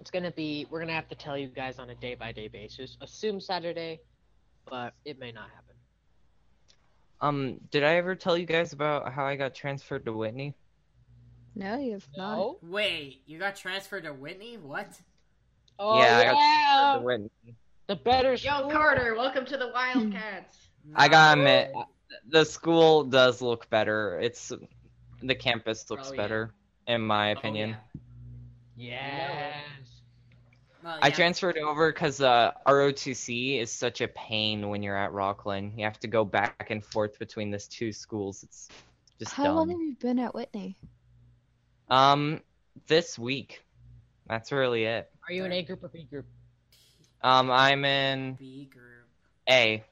S3: It's gonna be. We're gonna have to tell you guys on a day by day basis. Assume Saturday, but it may not happen.
S4: Um, did I ever tell you guys about how I got transferred to Whitney?
S5: No, you have not.
S3: No?
S1: Wait, you got transferred to Whitney? What?
S3: Oh
S4: Yeah,
S3: yeah.
S4: I got- To Whitney.
S3: The better
S2: Yo,
S3: school.
S2: Carter, welcome to the Wildcats.
S4: I gotta
S1: No.
S4: admit, the school does look better. It's the campus looks
S2: Oh, yeah.
S4: better, in my
S2: Oh,
S4: opinion.
S2: yeah.
S3: Yes.
S1: Well,
S4: I
S1: yeah.
S4: transferred over because uh, ROTC is such a pain when you're at Rockland. You have to go back and forth between those two schools. It's just
S5: How
S4: dumb.
S5: long have you been at Whitney?
S4: Um, this week, that's really it.
S3: Are you an A group or B group?
S4: Um, I'm in
S1: B group.
S4: A.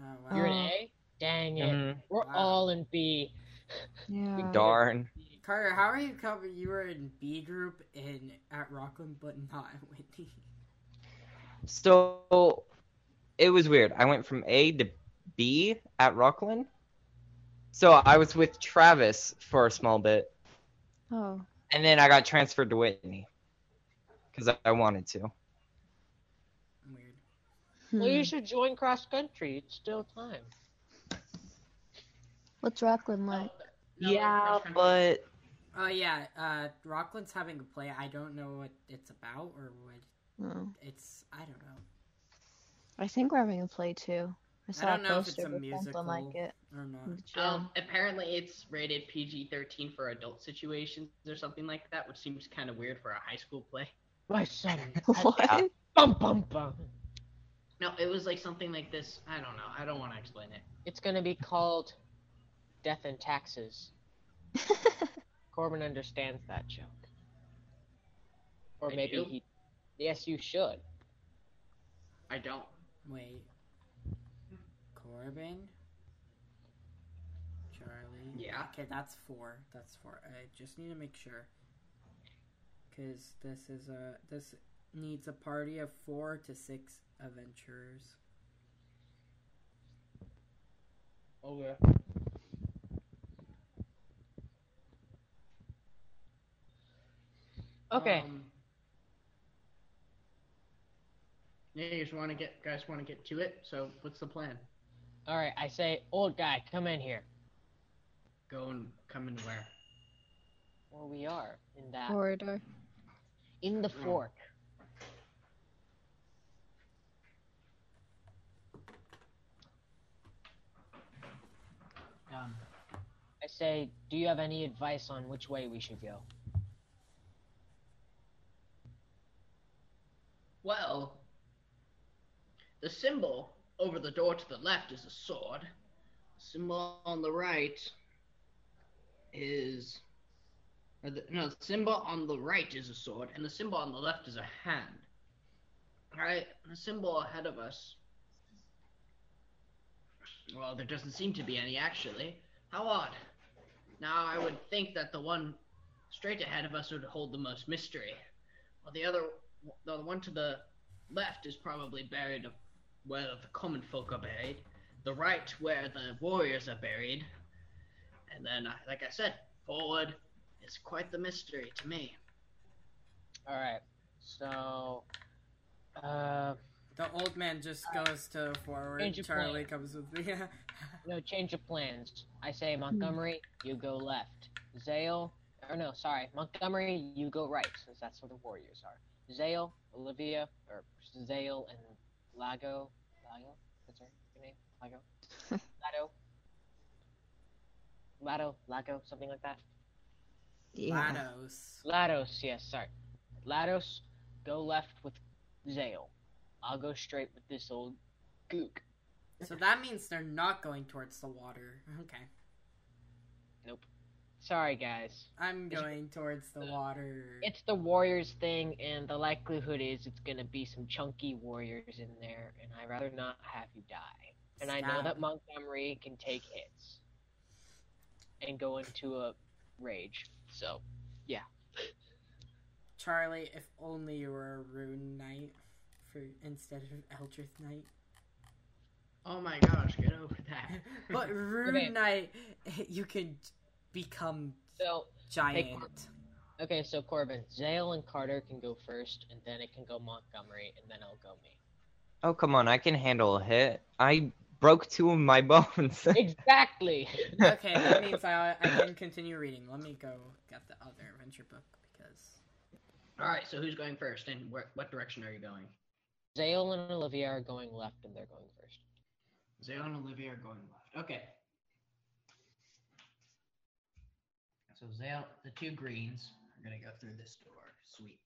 S1: Oh, wow.
S3: You're an
S5: Oh.
S3: A? Dang it.
S4: Mhm.
S3: We're
S1: Wow.
S3: all in B.
S5: Yeah.
S4: Darn.
S1: Carter, how are you covered? You were in B group in at Rockland, but (laughs) not at Whitney.
S4: So it was weird. I went from A to B at Rockland. So I was with Travis for a small bit,
S5: Oh,
S4: and then I got transferred to Whitney because I wanted to.
S1: Weird.
S3: Well, you
S5: hmm.
S3: should join cross country. It's still time.
S5: what's Rockland like?
S2: Oh, No,
S4: yeah,
S2: cross country.
S4: but
S1: Oh yeah, uh, Rockland's having a play. I don't know what it's about or what
S5: Oh.
S1: it's. I don't know
S5: I think we're having a play too. I saw
S1: don't
S5: a
S1: know if
S5: poster
S1: it's a
S5: with
S1: musical.
S5: something like it.
S1: or
S5: in
S1: not.
S5: the gym. (laughs)
S2: Um, apparently it's rated PG-13 for adult situations or something like that, which seems kind of weird for a high school play.
S3: My son.
S4: (laughs)
S5: (laughs) what?
S3: Bum, bum, bum.
S2: No, it was like something like this. I don't know. I don't want to explain it.
S3: It's going to be called Death and Taxes. Corbin understands that joke. Or
S2: I
S3: maybe
S2: do?
S3: he. Yes, you should.
S2: I don't.
S1: Wait, Corbin, Charlie.
S2: Yeah.
S1: Okay, that's four. That's four. I just need to make sure, because this is a this needs a party of four to six adventurers.
S3: Oh, yeah. Okay.
S2: Um, yeah, you just want to get guys want to get to it. So what's the plan?
S3: All right. I say, old guy, come in here.
S2: Go and come in where?
S3: Where we are in that
S5: Corridor.
S3: in the fork.
S2: Um,
S3: I say, do you have any advice on which way we should go?
S2: well, the symbol over the door to the left is a sword. symbol on the right is. Or the, no, the symbol on the right is a sword, and the symbol on the left is a hand. Alright, the symbol ahead of us. Well, there doesn't seem to be any, actually. How odd. Now, I would think that the one straight ahead of us would hold the most mystery. Well, the other. The one to the left is probably buried of- where the common folk are buried the right where the warriors are buried. And then, uh, like I said, forward is quite the mystery to me.
S3: All right. So, uh,
S1: The old man just goes to forward.
S3: Change of
S1: Charlie
S3: plan.
S1: comes with (laughs) me.
S3: no change of plans. I say Montgomery, you go left. Zale, or no, sorry, Montgomery, you go right, since that's where the warriors are. Zale, Olivia, or Zale and Lago, Lago, what's her her name? Lago, Lado, Lado, Lago, something like that.
S5: Yeah.
S1: Lados.
S3: Lados, yes, sorry. Lados, go left with Zale. I'll go straight with this old gook.
S1: So that means they're not going towards the water. Okay.
S3: Sorry, guys.
S1: I'm going towards the water.
S3: It's the Warriors thing, and the likelihood is it's gonna be some chunky Warriors in there, and I'd rather not have you die. And I know
S1: Stab.
S3: that Montgomery can take hits and go into a rage. So,
S1: Charlie, if only you were a rune knight for instead of Eldritch knight.
S2: Oh my gosh, get over that.
S1: But rune
S3: Okay.
S1: knight, (laughs) you can become
S3: so
S1: giant.
S3: okay, so Corbin, Zale and Carter can go first, and then it can go Montgomery, and then I'll go me.
S4: Oh come on, I can handle a hit. I broke two of my (laughs) bones.
S3: Exactly. (laughs)
S1: Okay, that means I, I can continue reading. Let me go get the other adventure book because
S2: All right, so who's going first, and where, what direction are you going?
S3: Zale and Olivia are going left, and they're going first.
S2: Zayo and Olivia are going left. Okay. So Zayo, the two greens are gonna go through this door. Sweet.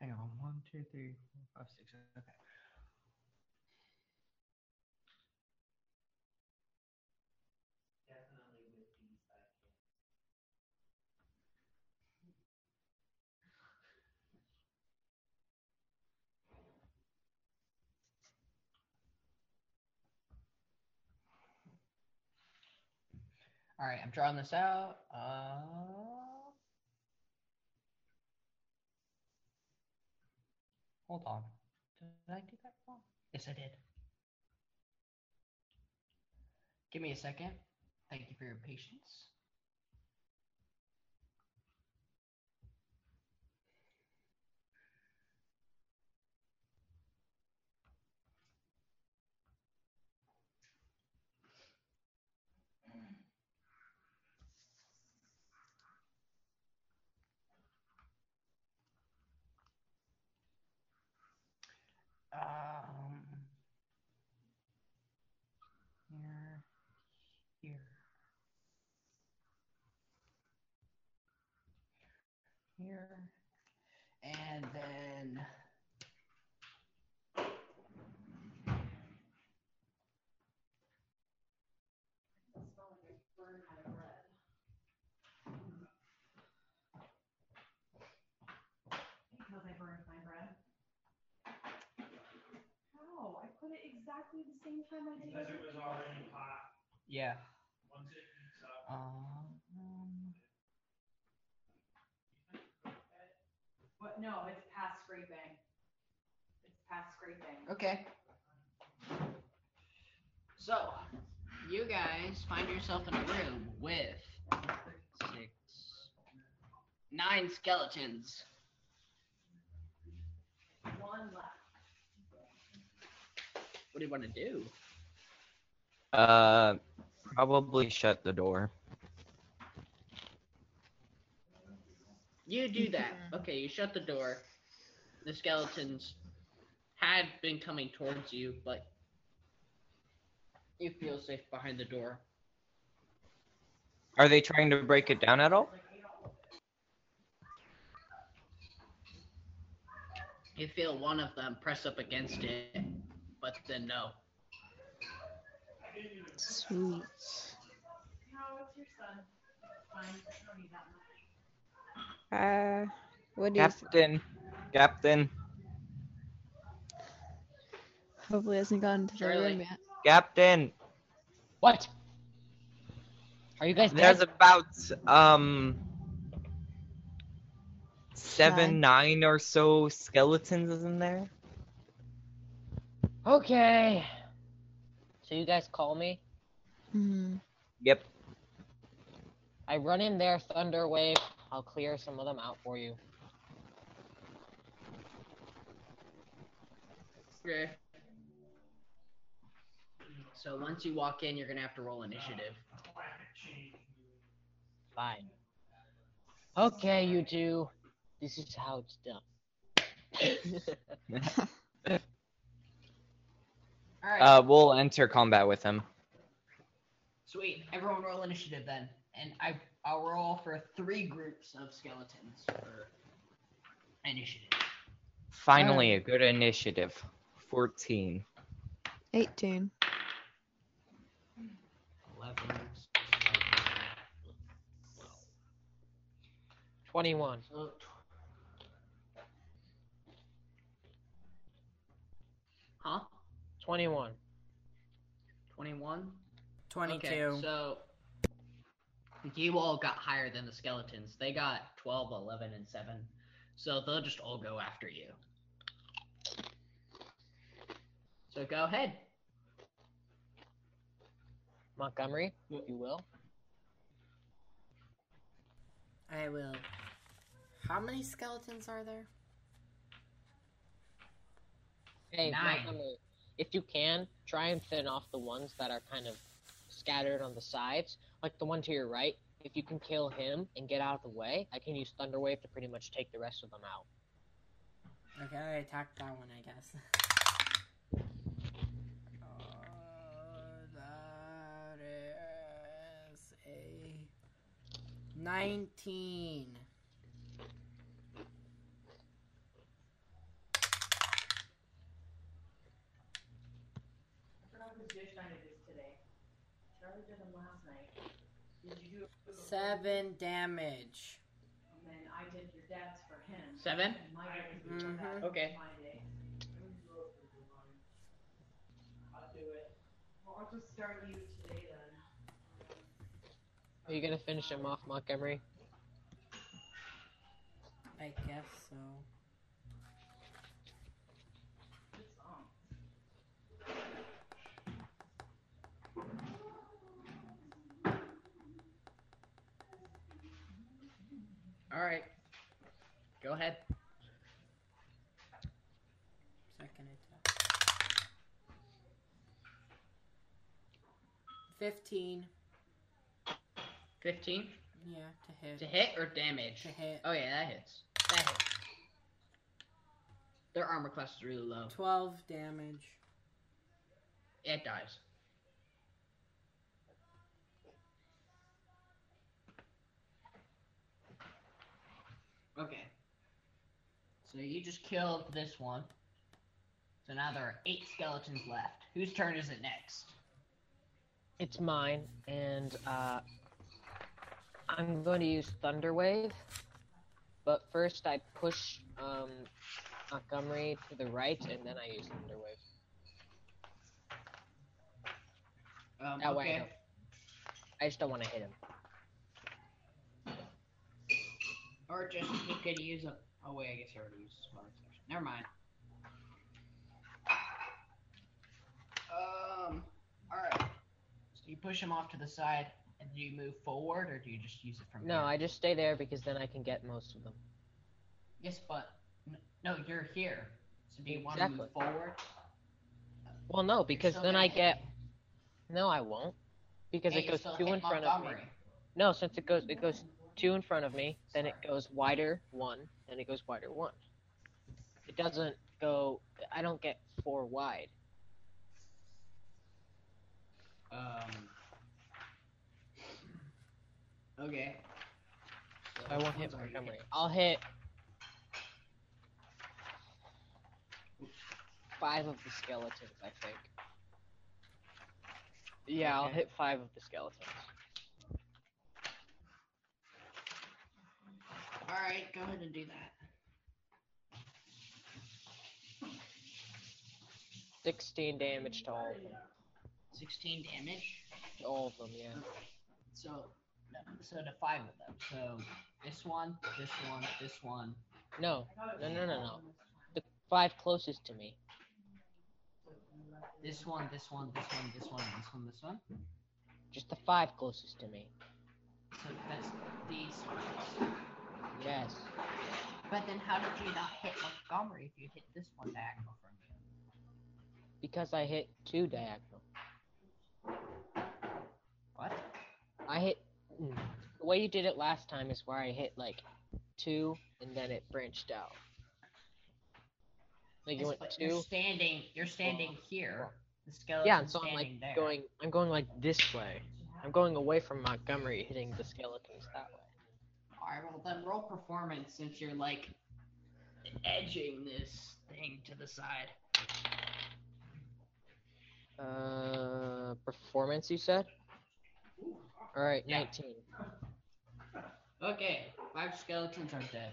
S2: Hang on, one, two, three, four, five, six, seven. Okay. All right, I'm drawing this out. Uh, hold on. Did I do that wrong? Yes, I did. Give me a second. Thank you for your patience. Um, here, here, here, and then.
S6: Because I burned my bread. How? I put it exactly the same time I did.
S7: Because it was already hot.
S2: Yeah. Uh,
S7: Once it heats up,
S2: Um,
S6: What, no, it's past scraping. It's past scraping.
S2: okay. So, you guys find yourself in a room with six, nine skeletons.
S6: One left.
S2: What do you want to do?
S4: uh, probably shut the door.
S2: You do that. Okay, you shut the door. The skeletons had been coming towards you, but you feel safe behind the door.
S4: Are they trying to break it down at all?
S2: You feel one of them press up against it, but then no.
S5: Sweet.
S6: No, it's your son. It's fine. I don't need that much.
S5: Uh, what do you th-
S4: Captain, Captain,
S5: hopefully hasn't gone to the
S2: Charlie.
S5: room yet.
S4: Captain.
S3: What? Are you guys
S4: There's
S3: dead?
S4: about um seven, nine or so skeletons in there.
S3: Okay. So you guys call me.
S5: hmm
S4: Yep.
S3: I run in there, Thunder Wave. I'll clear some of them out for you.
S2: Okay. So once you walk in, you're gonna have to roll initiative.
S7: climate change.
S3: Fine. Okay, you two. This is how it's
S2: (laughs)
S3: done.
S2: All right.
S4: Uh, we'll enter combat with him.
S2: Sweet. Everyone roll initiative then, and I I'll roll for three groups of skeletons for initiative.
S4: Finally, a good initiative. Fourteen.
S5: 18.
S2: 11.
S3: 21.
S2: So, tw- huh?
S3: 21.
S2: 21?
S1: twenty-two.
S2: Okay, so you all got higher than the skeletons. They got 12, 11, and 7. So they'll just all go after you. So go ahead.
S3: Montgomery, if you will.
S1: I will. How many skeletons are there?
S3: Hey,
S2: Nine.
S3: Malcolm, if you can, try and thin off the ones that are kind of scattered on the sides, like the one to your right. If you can kill him and get out of the way, I can use Thunder Wave to pretty much take the rest of them out.
S1: Okay, I attacked that one, I guess. (laughs) Uh, that is a 19.
S6: I forgot whose dish night it is today. Charlie did them last night. Did you do it for the-
S1: 7 damage.
S6: And then I did your dad's for him.
S2: Seven?
S6: And my day was
S1: Mhm.
S6: that
S2: Okay.
S6: My day. I'll do it. Well, I'll just start you today then.
S3: Are you gonna finish him off, Montgomery?
S1: I guess so.
S6: It's on.
S2: All right. Go ahead.
S1: Second attack. 15.
S2: 15
S1: Yeah, to hit.
S2: to hit or damage?
S1: To hit.
S2: Oh, yeah, that hits. That hits. Their armor class is really low.
S1: 12 damage.
S2: It dies. Okay. So you just killed this one. So now there are eight skeletons left. Whose turn is it next?
S3: It's mine, and uh, I'm going to use Thunder Wave. But first, I push um, Montgomery to the right, and then I use Thunder Wave.
S2: Um,
S3: That way I, don't, I just don't want to hit him.
S2: Or just you could use a. Oh wait, I guess I already used a bonus action. Never mind. Um. All right. So you push him off to the side, and do you move forward, or do you just use it from?
S3: No,
S2: there?
S3: I just stay there because then I can get most of them.
S2: Yes, but n- no, you're here. So do you want to move
S3: Exactly.
S2: forward?
S3: Well, no, because
S2: still
S3: then
S2: gonna
S3: I
S2: hit
S3: get.
S2: him.
S3: No, I won't. Because
S2: Hey,
S3: it
S2: you
S3: goes
S2: still
S3: two
S2: hit
S3: in front of me.
S2: Montgomery.
S3: No, since it goes it goes two in front of me, then it goes wider one, then it goes wider one. It doesn't go. I don't get four wide.
S2: Um. Okay. So
S3: I won't
S2: which
S3: hit
S2: ones are you
S3: Montgomery. I'll hit five of the skeletons, I think. Yeah, I'll
S2: Okay.
S3: hit five of the skeletons.
S2: All right, go ahead and do that.
S3: Sixteen damage to all of them.
S2: 16 damage.
S3: To all of them, yeah.
S2: So, no, so to five of them. So this one, this one, this one.
S3: No, no, no, no, no. The five closest to me.
S2: This one, this one, this one, this one, this one, this one.
S3: Just the five closest to me.
S2: So that's these.
S3: Yes.
S2: But then how did you not hit Montgomery if you hit this one diagonal from you?
S3: Because I hit two diagonal.
S2: What?
S3: I hit. mm. The way you did it last time is where I hit like two and then it branched out. Like you
S2: Yes,
S3: went
S2: but You're
S3: two.
S2: standing. You're standing here. The skeleton.
S3: Yeah, and so I'm
S2: standing
S3: like
S2: there.
S3: going. I'm going like this way. I'm going away from Montgomery, hitting the skeletons that way.
S2: All right. Well, then roll performance since you're like edging this thing to the side.
S3: Uh, performance, you said. All right,
S2: Yeah.
S3: nineteen.
S2: Okay, five skeletons are dead.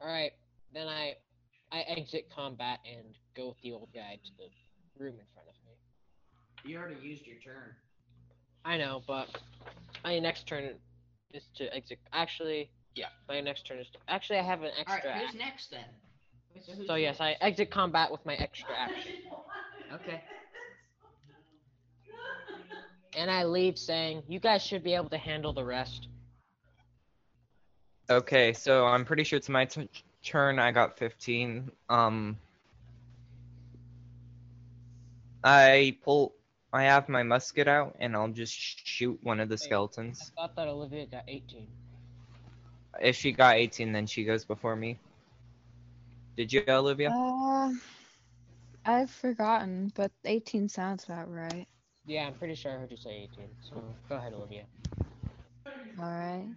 S3: All right, then I, I exit combat and go with the old guy to the room in front of me.
S2: You already used your turn.
S3: I know, but my next turn is to exit. Actually, yeah, my next turn is to. Actually, I have an
S2: All right,
S3: extra.
S2: who's next then?
S3: So yes, I exit combat with my extra action,
S6: (laughs)
S2: Okay.
S3: and I leave saying, "You guys should be able to handle the rest."
S4: Okay, so I'm pretty sure it's my t- turn. I got 15. Um, I pull. I have my musket out, and I'll just shoot one of the
S3: I
S4: skeletons.
S3: thought that Olivia got 18.
S4: If she got 18, then she goes before me. Did you, Olivia?
S5: Uh, I've forgotten, but 18 sounds about right.
S3: Yeah, I'm pretty sure I heard you say 18. So go ahead, Olivia.
S5: All right.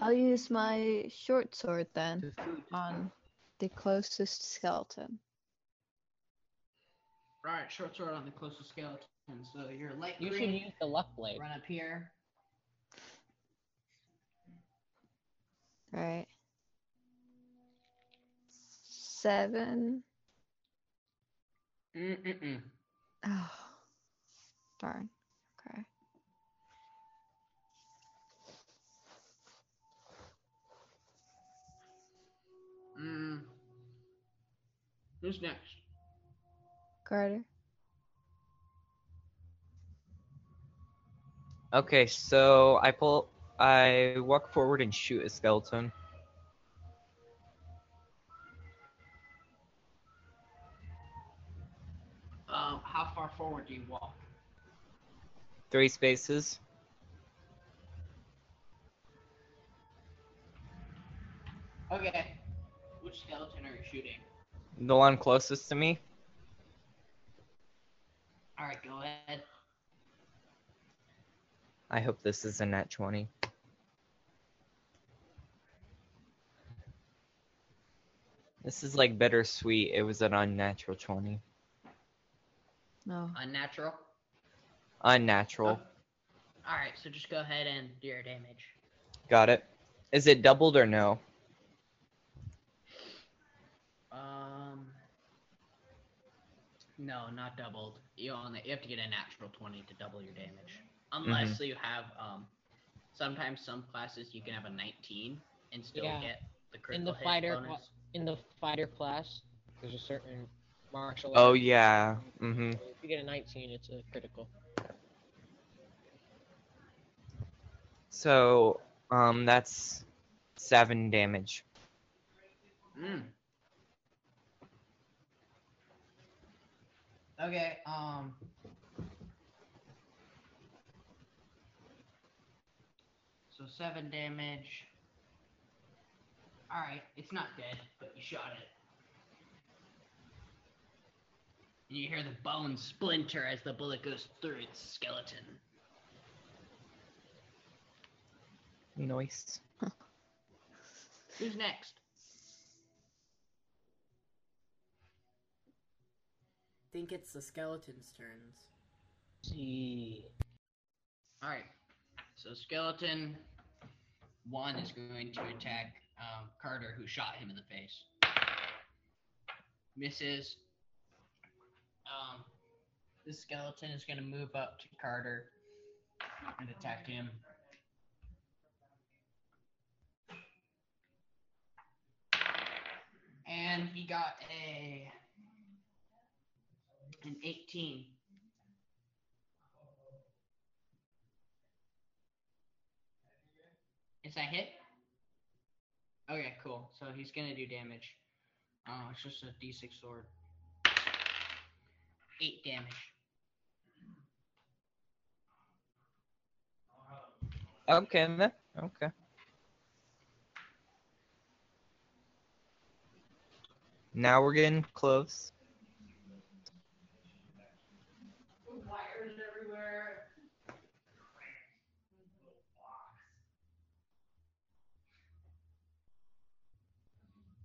S5: I'll use my short sword then on the closest skeleton.
S2: Alright, short sword on the closest skeleton. So you're light
S3: You should
S2: green.
S3: use the luck blade.
S2: Run up here.
S5: Right. Seven.
S2: Mm-mm-mm.
S5: Oh, darn. Okay.
S2: Mm. Who's next?
S5: Carter.
S4: Okay, so I pull. I walk forward and shoot a skeleton.
S2: Um, how far forward do you walk?
S4: Three spaces.
S2: Okay. Which skeleton are you shooting?
S4: The one closest to me.
S2: Alright, go ahead.
S4: I hope this is a nat 20. This is like bittersweet. It was an unnatural 20.
S5: No.
S2: Unnatural.
S4: Unnatural.
S2: Alright, so just go ahead and do your damage.
S4: Got it. Is it doubled or no?
S2: Um. No, not doubled. You only you have to get a natural twenty to double your damage, unless you have um. Sometimes some classes you can have a nineteen and still
S3: Yeah.
S2: get the critical hit
S3: fighter
S2: bonus.
S3: cla- In the fighter class, there's a certain martial.
S4: Oh,
S3: art.
S4: yeah. hmm
S3: If you get a 19, it's a critical.
S4: So, um, that's seven damage.
S2: Mm. Okay. Um. So seven damage. All right, it's not dead, but you shot it. And you hear the bone splinter as the bullet goes through its skeleton.
S4: Nice.
S2: Who's next?
S1: think it's the skeleton's turns.
S3: see.
S2: All right. So skeleton one is going to attack um, Carter, who shot him in the face. Misses. Um, this skeleton is going to move up to Carter and attack him. And he got a an 18. Is that hit? Okay, cool. So he's gonna do damage. Oh, it's just a D6 sword. Eight damage.
S4: Okay, then. Okay. Now we're getting close.
S6: Wires everywhere.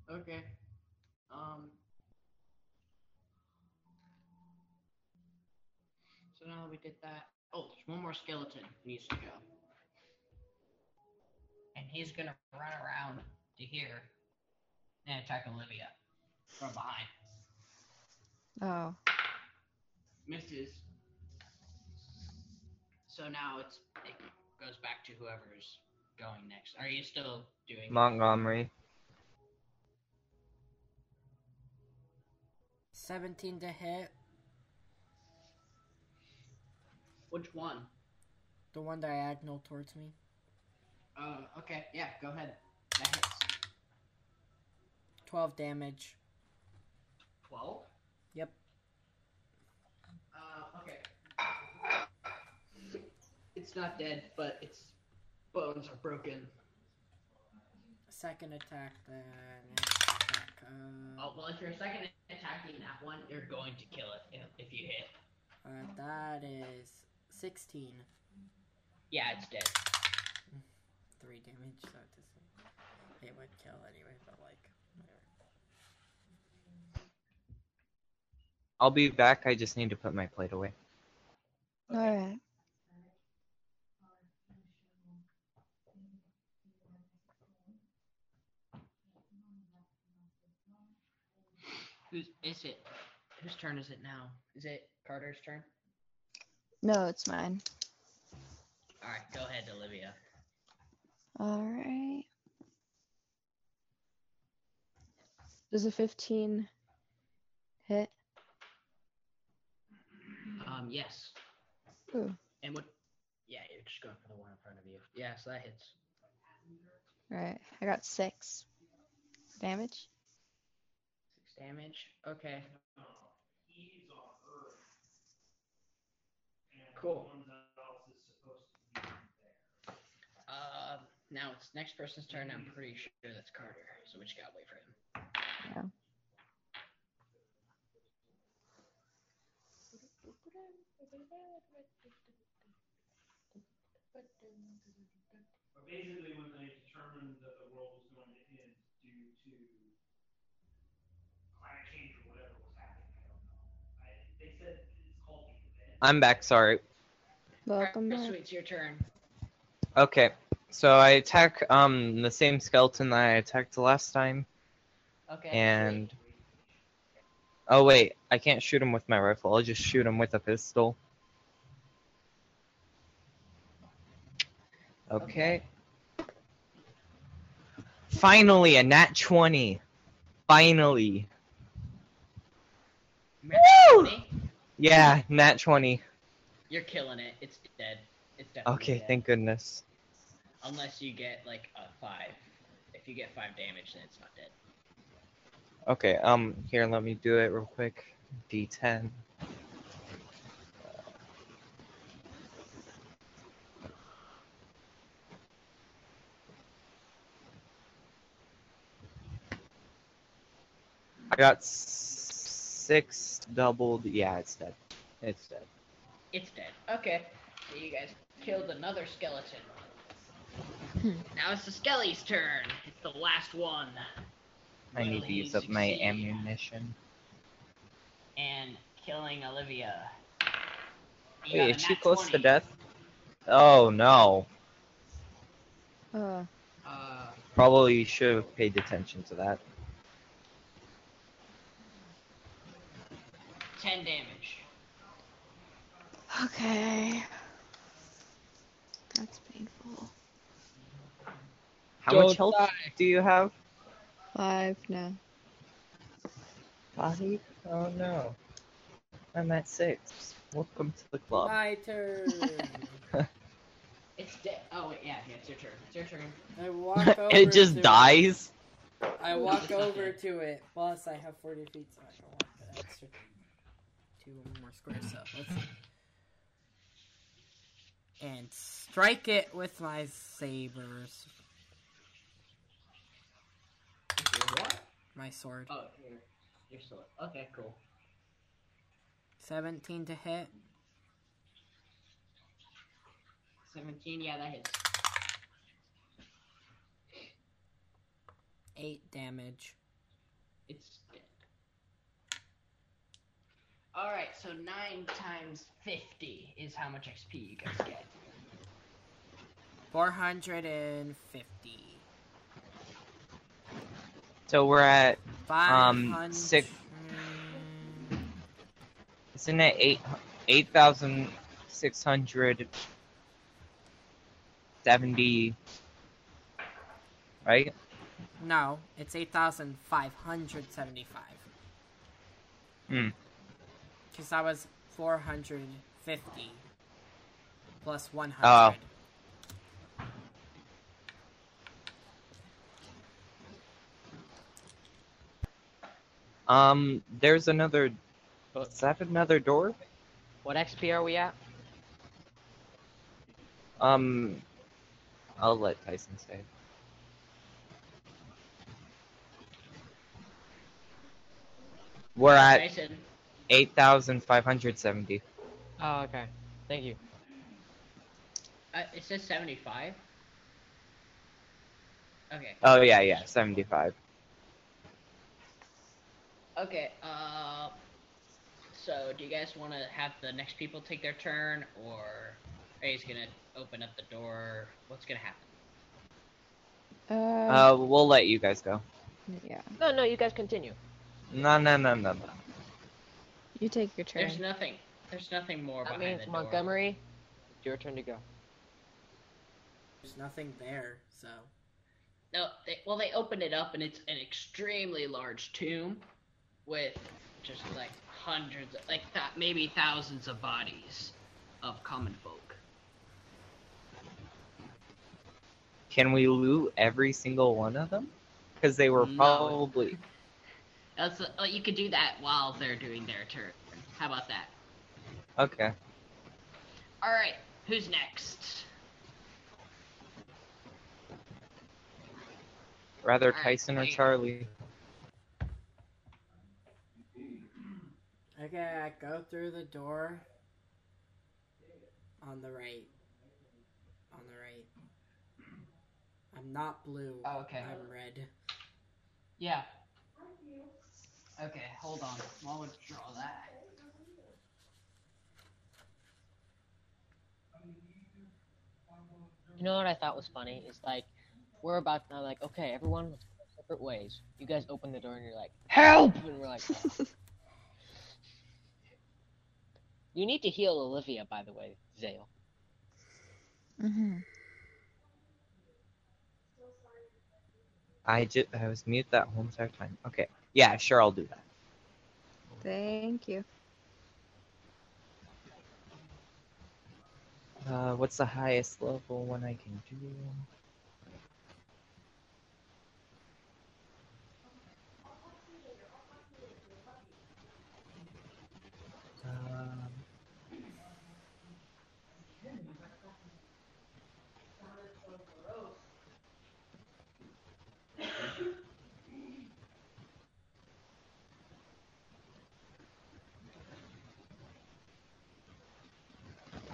S2: Okay. Um. So now that we did that, oh, there's one more skeleton needs to go, and he's gonna run around to here and attack Olivia from behind.
S5: Oh.
S2: misses. So now it's it goes back to whoever's going next. Are you still doing?
S4: Montgomery.
S1: Seventeen to hit.
S2: Which one?
S1: The one diagonal towards me.
S2: Uh, okay, yeah, go ahead. That hits.
S1: Twelve damage.
S2: 12?
S1: Yep.
S2: Uh, okay. It's not dead, but its bones are broken.
S1: Second attack then. Attack, uh,
S2: Oh, well, if your second attack in that one, you're going to kill it if- if you hit.
S1: uh, that is sixteen.
S3: Yeah, it's dead.
S1: Three damage. So it doesn't. It would kill anyway, but like whatever.
S4: I'll be back. I just need to put my plate away.
S5: Alright.
S2: Who's is it? Whose turn is it now? Is it Carter's turn?
S5: No, it's mine.
S2: All right, go ahead, Olivia.
S5: Alright. Does a 15 hit?
S2: Um, yes.
S5: Ooh.
S2: And what? Yeah, you're just going for the one in front of you. Yes, that hits.
S5: Alright. I got six damage.
S2: Six damage. Okay.
S7: He's on Earth. And
S2: Cool.
S7: no one else is supposed to be there.
S2: Um, now it's next person's turn. I'm pretty sure that's Carter, so we just gotta wait for him.
S7: But basically, when they determined that the world was going to end due to climate change or whatever was happening, I don't know. I, they said it's called the event.
S4: I'm back. Sorry.
S5: Welcome
S2: Alright,
S5: back.
S2: Sweet, it's your turn.
S4: Okay. So I attack um the same skeleton that I attacked the last time,
S2: Okay.
S4: and oh wait, I can't shoot him with my rifle. I'll just shoot him with a pistol. Okay. Finally, a nat twenty. Finally.
S2: Mary,
S4: Yeah, nat twenty.
S2: You're killing it. It's dead. It's definitely
S4: Okay,
S2: dead.
S4: thank goodness.
S2: Unless you get like a five. If you get five damage, then it's not dead.
S4: Okay, um, here, let me do it real quick. D10. I got s- six doubled. Yeah, it's dead. It's dead.
S2: It's dead. Okay. So you guys killed another skeleton.
S5: Hmm.
S2: Now it's the Skelly's turn. It's the last one.
S4: I
S2: Will
S4: need to
S2: he
S4: use up my
S2: succeed?
S4: ammunition.
S2: And killing Olivia. You got
S4: Wait,
S2: a
S4: is she
S2: nat
S4: close to
S2: 20.
S4: death? Oh no.
S5: Uh,
S2: Uh,
S4: Probably should have paid attention to that.
S2: 10 damage.
S5: okay. That's painful.
S4: How much health do you have?
S5: Five, no.
S4: Body? Oh no. I'm at six. Welcome to the club.
S1: My turn.
S2: It's dead. Oh, wait, yeah, yeah, it's your turn. It's your turn.
S1: I
S4: (laughs)
S1: walk over.
S4: it just
S1: to
S4: dies?
S1: I walk over to it. Plus, I have 40 feet, so I can walk the extra two more squares. So let's see. And strike it with my sabers,
S2: Your what?
S1: my sword.
S2: Oh, your, your sword. Okay, cool.
S1: 17 to hit.
S2: 17, yeah, that hits.
S1: Eight damage.
S2: It's dead. Alright, so 9 times 50 is how much XP you guys get.
S1: 450.
S4: So we're at Um,
S1: 500.
S4: six- isn't it eight eight thousand six hundred seventy right?
S1: No, it's 8,575.
S4: Hmm.
S1: Because that was 450 plus 100.
S4: Oh. Um, there's another. oh, Is that another door?
S3: What XP are we at?
S4: Um, I'll let Tyson say. it. We're at
S2: Tyson,
S4: eight thousand five hundred seventy.
S3: Oh, okay. Thank you.
S2: uh, it says 75. Okay.
S4: Oh yeah, yeah, seventy-five.
S2: Okay. Uh, so, do you guys want to have the next people take their turn, or are you just gonna open up the door? What's gonna happen?
S5: Uh,
S4: Uh, we'll let you guys go.
S5: yeah.
S3: No, no, you guys continue.
S4: No, no, no, no, no.
S5: You take your turn.
S2: There's nothing. There's nothing more
S3: That
S2: behind
S3: means
S2: the door.
S3: Montgomery, it's your turn to go.
S1: There's nothing there, so.
S2: No, they, well, they open it up, and it's an extremely large tomb with just like hundreds, like th- maybe thousands of bodies of common folk.
S4: Can we loot every single one of them? Because they were
S2: No.
S4: probably
S2: That's uh, you could do that while they're doing their turn. How about that?
S4: okay.
S2: All right, who's next?
S4: Rather
S2: Alright,
S4: Tyson or
S2: wait.
S4: Charlie.
S1: Okay, I go through the door. On the right. On the right. I'm not blue.
S2: Okay.
S1: I'm red.
S2: Yeah. Okay, hold on. I'll withdraw that.
S3: You know what I thought was funny? It's like, we're about to, like, okay, everyone, let's go separate ways. You guys open the door and you're like, help! And we're like, (laughs) "Oh." you need to heal Olivia, by the way, Zale.
S5: hmm
S4: I just I was mute that whole entire time. Okay. Yeah, sure, I'll do that.
S5: Thank you.
S4: Uh, what's the highest level one I can do? Um,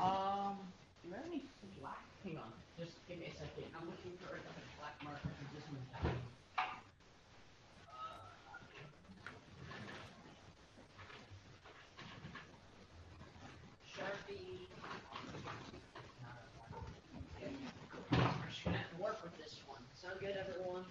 S2: Um, do you have any black? Hang on, just give me a second. I'm looking for another black marker for this one. Sharpie. We're just gonna have to work with this one. Sound good, everyone?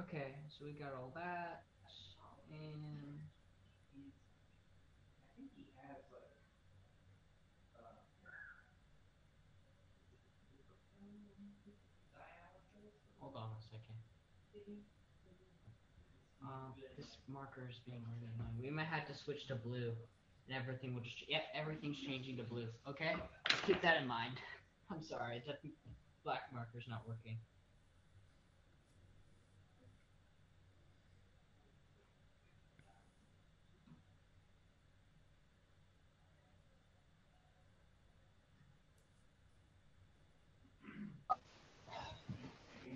S2: Okay, so we got all that, and hold on a second. Um, this marker is being really annoying. We might have to switch to blue, and everything will just yep, everything's changing to blue. Okay, Just keep that in mind. (laughs) I'm sorry, that black marker's not working.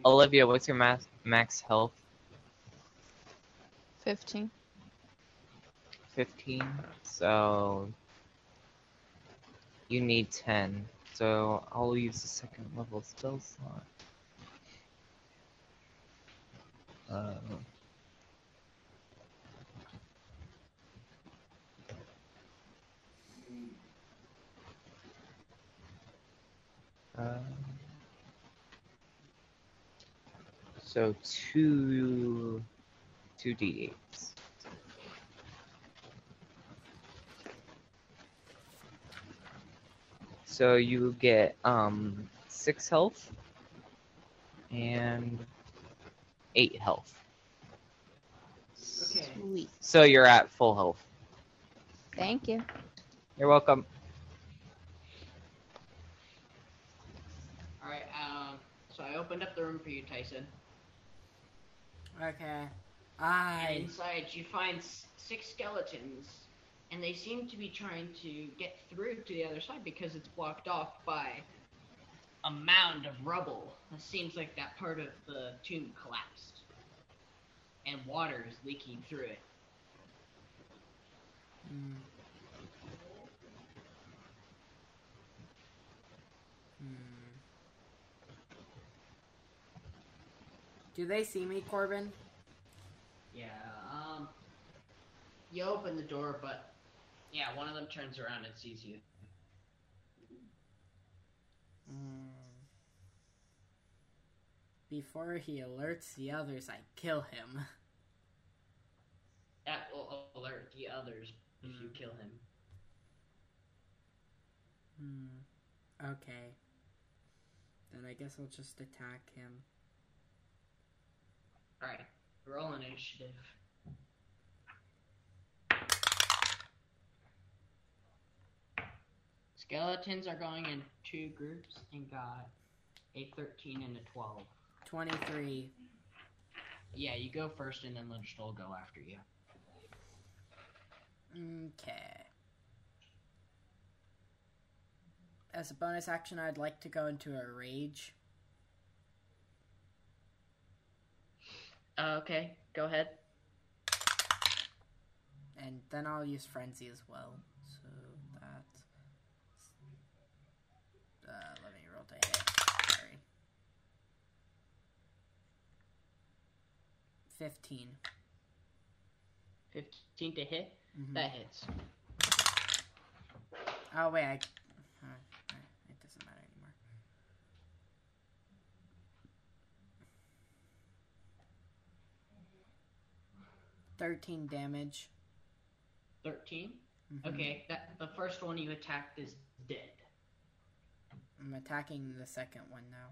S4: Olivia, what's your max max health?
S5: 15.
S4: Fifteen. So you need ten. So I'll use the second level spell slot. Uh, uh, Um, So two, two d8s. So you get um six health and eight health.
S2: Okay.
S5: Sweet.
S4: So you're at full health.
S5: Thank you.
S4: You're welcome.
S2: All right. Um. So I opened up the room for you, Tyson.
S1: Okay.
S2: And
S1: I
S2: inside, you find s- six skeletons, and they seem to be trying to get through to the other side because it's blocked off by a mound of rubble. It seems like that part of the tomb collapsed, and water is leaking through it.
S1: Hmm. Hmm. Do they see me, Corbin?
S2: Yeah. Um. You open the door, but yeah, one of them turns around and sees you.
S1: Mm. Before he alerts the others, I kill him.
S2: That will alert the others if you kill him.
S1: Hmm. Okay. Then I guess I'll just attack him.
S2: All right. Roll an initiative. Skeletons are going in two groups and got a 13 and a 12.
S1: 23.
S2: Yeah, you go first and then Lynch will go after you.
S1: Okay. As a bonus action, I'd like to go into a rage.
S2: okay, go ahead.
S1: And then I'll use Frenzy as well. So that's. Uh, let me roll to hit. Sorry. 15.
S2: 15 to hit.
S1: Mhm.
S2: That hits.
S1: Oh, wait, I. Uh, uh, it doesn't matter anymore. Thirteen damage.
S2: 13.
S1: Mhm.
S2: Okay, that the first one you attacked is dead.
S1: I'm attacking the second one now.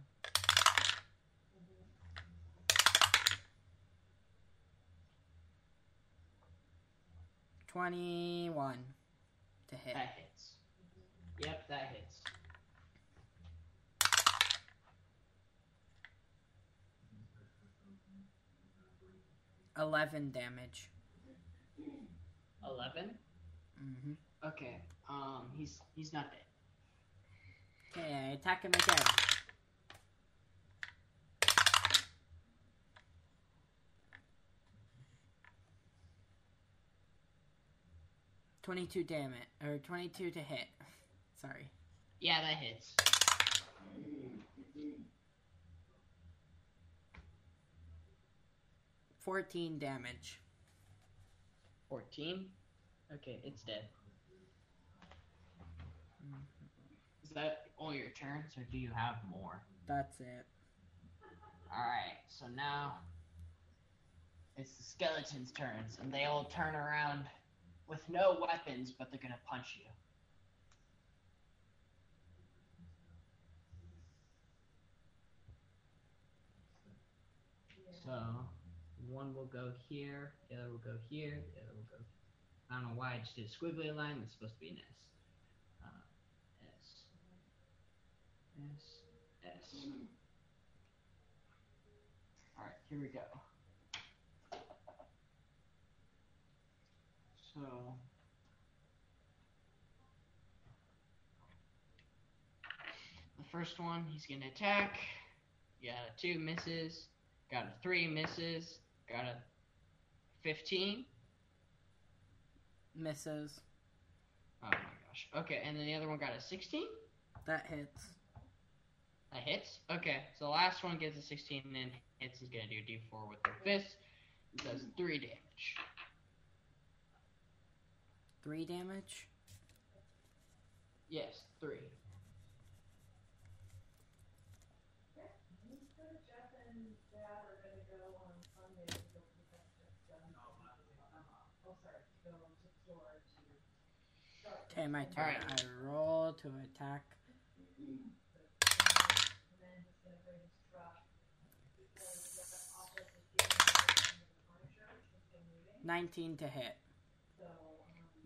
S1: Twenty-one to hit.
S2: That hits. Yep, that hits.
S1: Eleven damage.
S2: 11.
S1: Mm-hmm.
S2: Okay. Um, he's he's not dead.
S1: Okay, I attack him again. Twenty-two damn it, or twenty-two to hit. (laughs) Sorry.
S2: Yeah, that hits.
S1: Fourteen damage.
S2: 14. Okay, it's dead. Is that all your turns, or do you have more?
S1: That's it.
S2: Alright, so now it's the skeleton's turns, and they all turn around with no weapons, but they're gonna punch you. So one will go here, the other will go here, the other will go. I don't know why I just did a squiggly line. That's supposed to be an S. Uh, S. S. S. All right, here we go. So. The first one, he's gonna attack. Got a two misses. Got a three misses. Got a 15.
S1: Misses.
S2: Oh my gosh. Okay, and then the other one got a 16.
S1: That hits.
S2: That hits. Okay, so the last one gets a 16 and then hits. He's gonna do d4 with the fist. It does three damage.
S1: Three damage.
S2: Yes, three.
S6: Jeff and Dad are gonna
S1: Okay, my turn.
S2: Alright.
S1: I roll to attack. Nineteen to hit.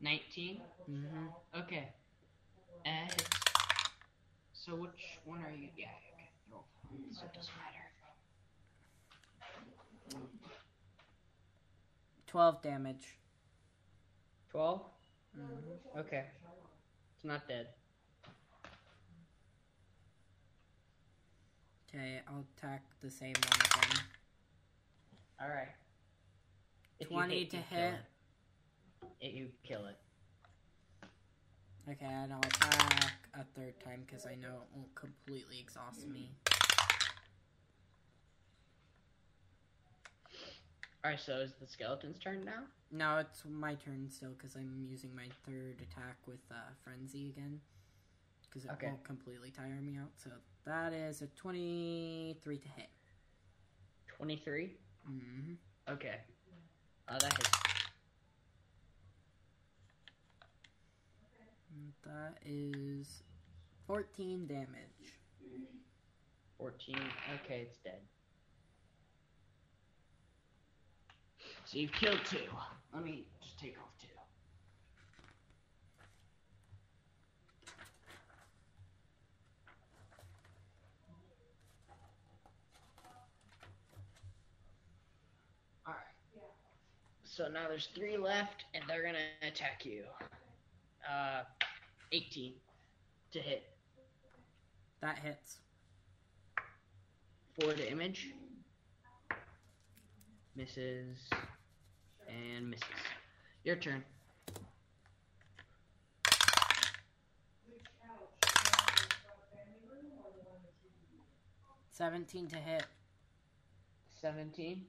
S2: 19?
S1: Mm-hmm.
S2: Okay. And so which one are you? Yeah, okay. Roll. So it doesn't matter.
S1: Twelve damage.
S2: 12?
S1: Mhm.
S2: Okay. It's not dead.
S1: Okay, I'll attack the same one again.
S2: Alright. If you
S1: 20 to
S2: you kill
S1: hit.
S2: It. It- you kill it.
S1: Okay, and I'll attack a third time because I know it won't completely exhaust me.
S2: Alright, so is the skeleton's turn now?
S1: No, it's my turn still because I'm using my third attack with uh, Frenzy again. Because it
S2: Okay.
S1: won't completely tire me out. So that is a 23 to hit.
S2: 23? Mm-hmm.
S1: hmm
S2: Okay. Oh, that hits.
S1: That is 14 damage.
S2: 14. Okay, it's dead. So you've killed two. Let me just take off two. Alright. So now there's three left, and they're gonna attack you. Uh, 18 to hit.
S1: That hits.
S2: for the image. Misses and misses. Your turn.
S1: Seventeen to hit.
S2: 17.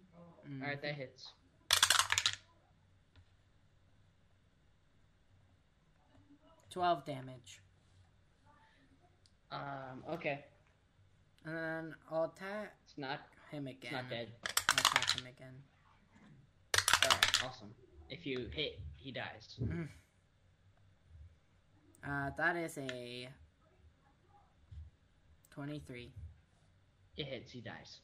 S1: Mm.
S2: Alright, that hits.
S1: Twelve damage.
S2: Um, okay.
S1: And then I'll attack
S2: It's not
S1: him again.
S2: it's not dead.
S1: I'll attack him again.
S2: Alright, awesome. If you hit, he dies.
S1: Uh, that is a twenty-three.
S2: It hits, he dies.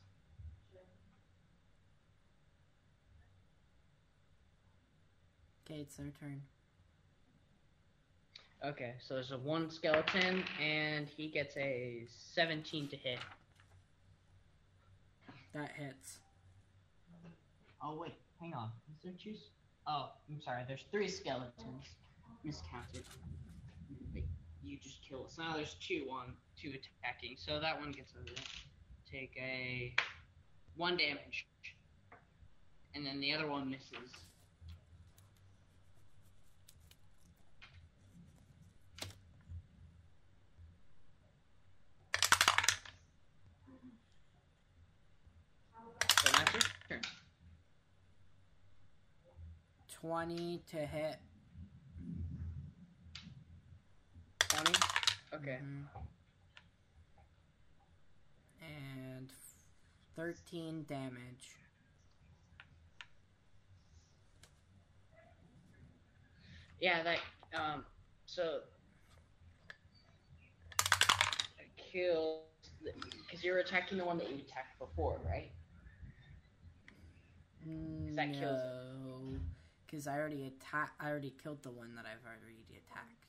S1: Okay, it's their turn.
S2: Okay, so there's a one skeleton and he gets a 17 to hit.
S1: That hits.
S2: Oh wait, hang on. Is there two? s- Oh, I'm sorry. There's three skeletons. Miscounted. Wait, you just killed. So now there's two on two attacking. So that one gets over. Take a one damage, and then the other one misses. So that's your turn.
S1: Twenty to hit.
S2: 20? Okay.
S1: Mhm. And thirteen damage.
S2: Yeah, that. Um, so it kills because you're attacking the one that you attacked before, right? that kills it.
S1: No, because I already attack. I already killed the one that I've already attacked.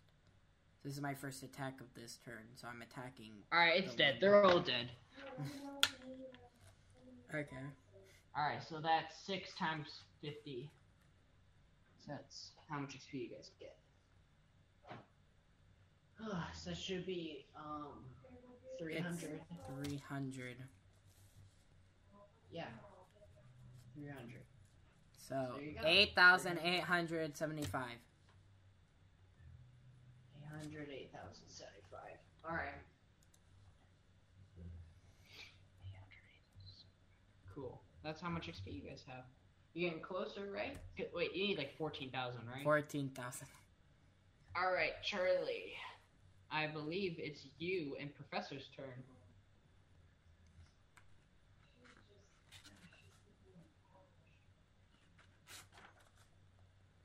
S1: This is my first attack of this turn, so I'm attacking.
S2: All right, it's dead. They're all dead.
S1: Okay.
S2: All right, so that's six times fifty. So that's how much XP you guys get. Ah, so it should be um, three hundred.
S1: Three hundred.
S2: Yeah, three hundred.
S1: So
S2: There you go.
S1: eight thousand eight hundred seventy-five.
S2: Eight hundred, eight thousand seventy-five. All right. Cool. That's how much XP you guys have. You're getting closer, right? Good- Wait, you need like fourteen thousand, right?
S1: Fourteen thousand.
S2: All right, Charlie. I believe it's you and Professor's turn.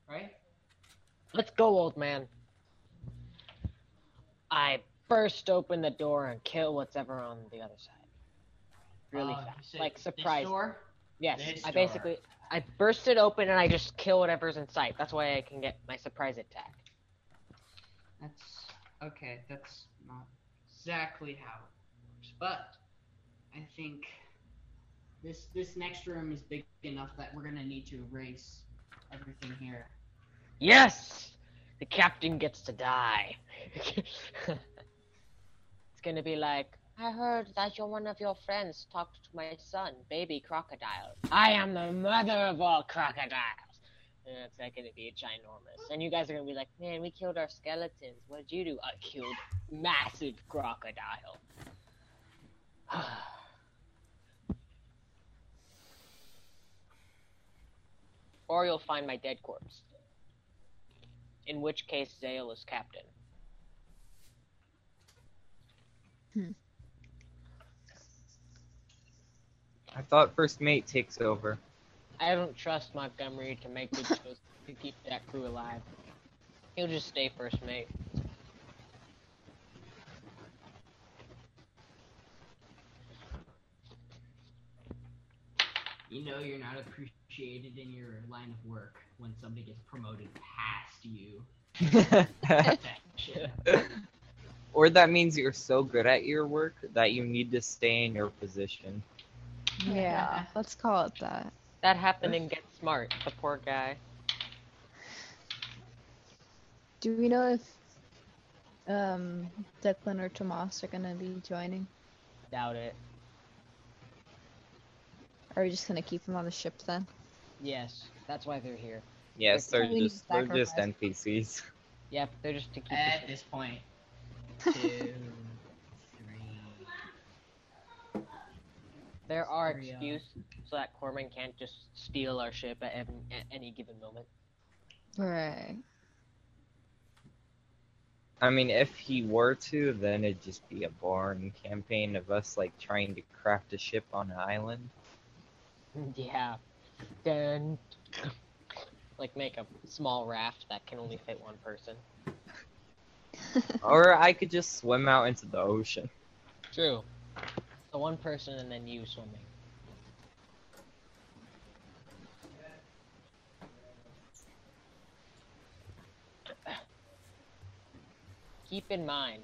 S2: Right?
S3: Let's go, old man. I burst open the door and kill what's ever on the other side. Really
S2: Uh,
S3: fast.
S2: so
S3: Like
S2: this
S3: surprise.
S2: door?
S3: Yes.
S2: This
S3: I
S2: door.
S3: basically I burst it open and I just kill whatever's in sight. That's why I can get my surprise attack.
S2: That's okay. That's not exactly how it works, but I think this this next room is big enough that we're gonna need to erase everything here.
S3: Yes! The captain gets to die. (laughs) it's gonna be like, I heard that you're one of your friends talked to my son, baby crocodile. I am the mother of all crocodiles. And it's like gonna be ginormous. And you guys are gonna be like, man, we killed our skeletons. What did you do? I killed massive crocodile. (sighs) or you'll find my dead corpse. In which case, Zale is captain.
S4: I thought first mate takes (laughs) over.
S3: I don't trust Montgomery to make (laughs) good choices to keep that crew alive. He'll just stay first mate.
S2: You know you're not appreciated in your line of work when somebody gets promoted past you. That shit.
S4: or that means you're so good at your work that you need to stay in your position.
S5: Yeah, let's call it that.
S3: That happened in Get Smart, the poor guy.
S5: Do we know if um Declan or Tomas are gonna be joining?
S3: Doubt it.
S5: Are we just gonna keep them on the ship then?
S3: Yes, that's why they're here.
S4: Yes, they're
S5: Please
S4: just they're just
S5: sacrifice.
S4: NPCs.
S3: Yep, they're just to keep
S2: At
S3: the ship.
S2: this point, two, three.
S3: There are
S2: Hurry up.
S3: excuses so that Corman can't just steal our ship at, ev- at any given moment. (laughs)
S5: Right.
S4: I mean, if he were to, then it'd just be a boring campaign of us like trying to craft a ship on an (laughs) island.
S3: yeah. Then, (coughs) like, make a small raft that can only fit one person.
S4: or I could just swim out into the ocean.
S3: True. So one person and then you swimming. Keep in mind,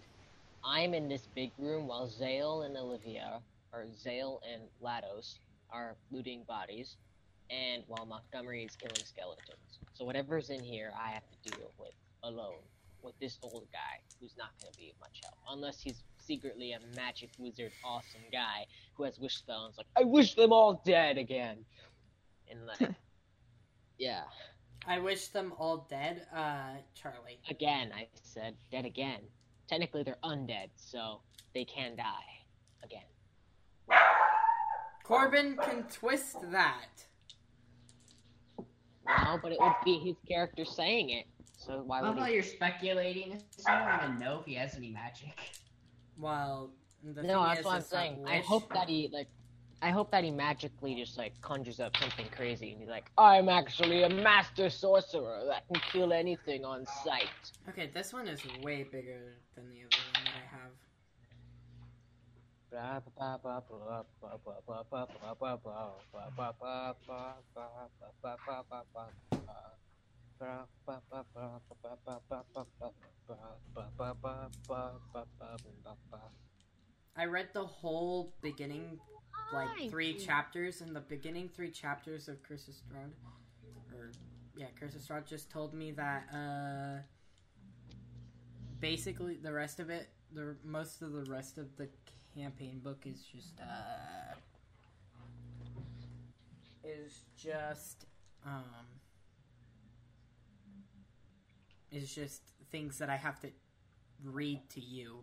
S3: I'm in this big room while Zale and Olivia, or Zale and Lados, are looting bodies, and while Montgomery is killing skeletons. So whatever's in here, I have to deal with alone with this old guy who's not going to be of much help unless he's secretly a magic wizard awesome guy who has wish spell and is like i wish them all dead again and like yeah
S1: I wish them all dead, uh, Charlie.
S3: again i said dead again technically they're undead so they can die again
S1: Corbin can twist that.
S3: no but it would be his character saying it so why
S2: How
S3: would
S2: about
S3: he
S2: you're speculating? I don't even know if he has any magic.
S1: Well, the
S3: no
S1: thing
S3: that's
S1: is,
S3: what i'm
S1: is that
S3: saying i
S1: wish-
S3: hope that he like I hope that he magically just like conjures up something crazy and he's like, I'm actually a master sorcerer that can kill anything on sight.
S1: Okay, this one is way bigger than the other one that I have. I read the whole beginning, like three chapters, and the beginning three chapters of Curse of Strahd, or yeah, Curse of Strahd just told me that uh, basically the rest of it, the most of the rest of the campaign book is just uh, is just um, is just things that I have to read to you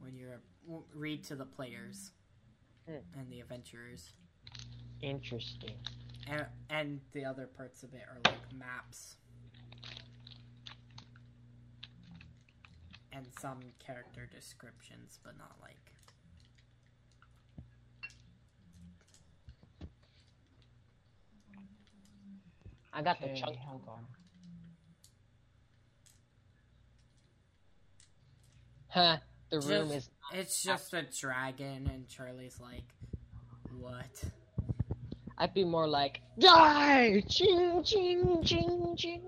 S1: when you're w- read to the players
S3: Hmm.
S1: and the adventurers
S3: Interesting.
S1: and, and the other parts of it are like maps and some character descriptions but not like
S3: I got the chunk.
S2: hold on.
S3: Huh, the
S1: Just-
S3: room is.
S1: It's just a dragon, and Charlie's like, what?
S3: I'd be more like, die! Ching, ching, ching, ching.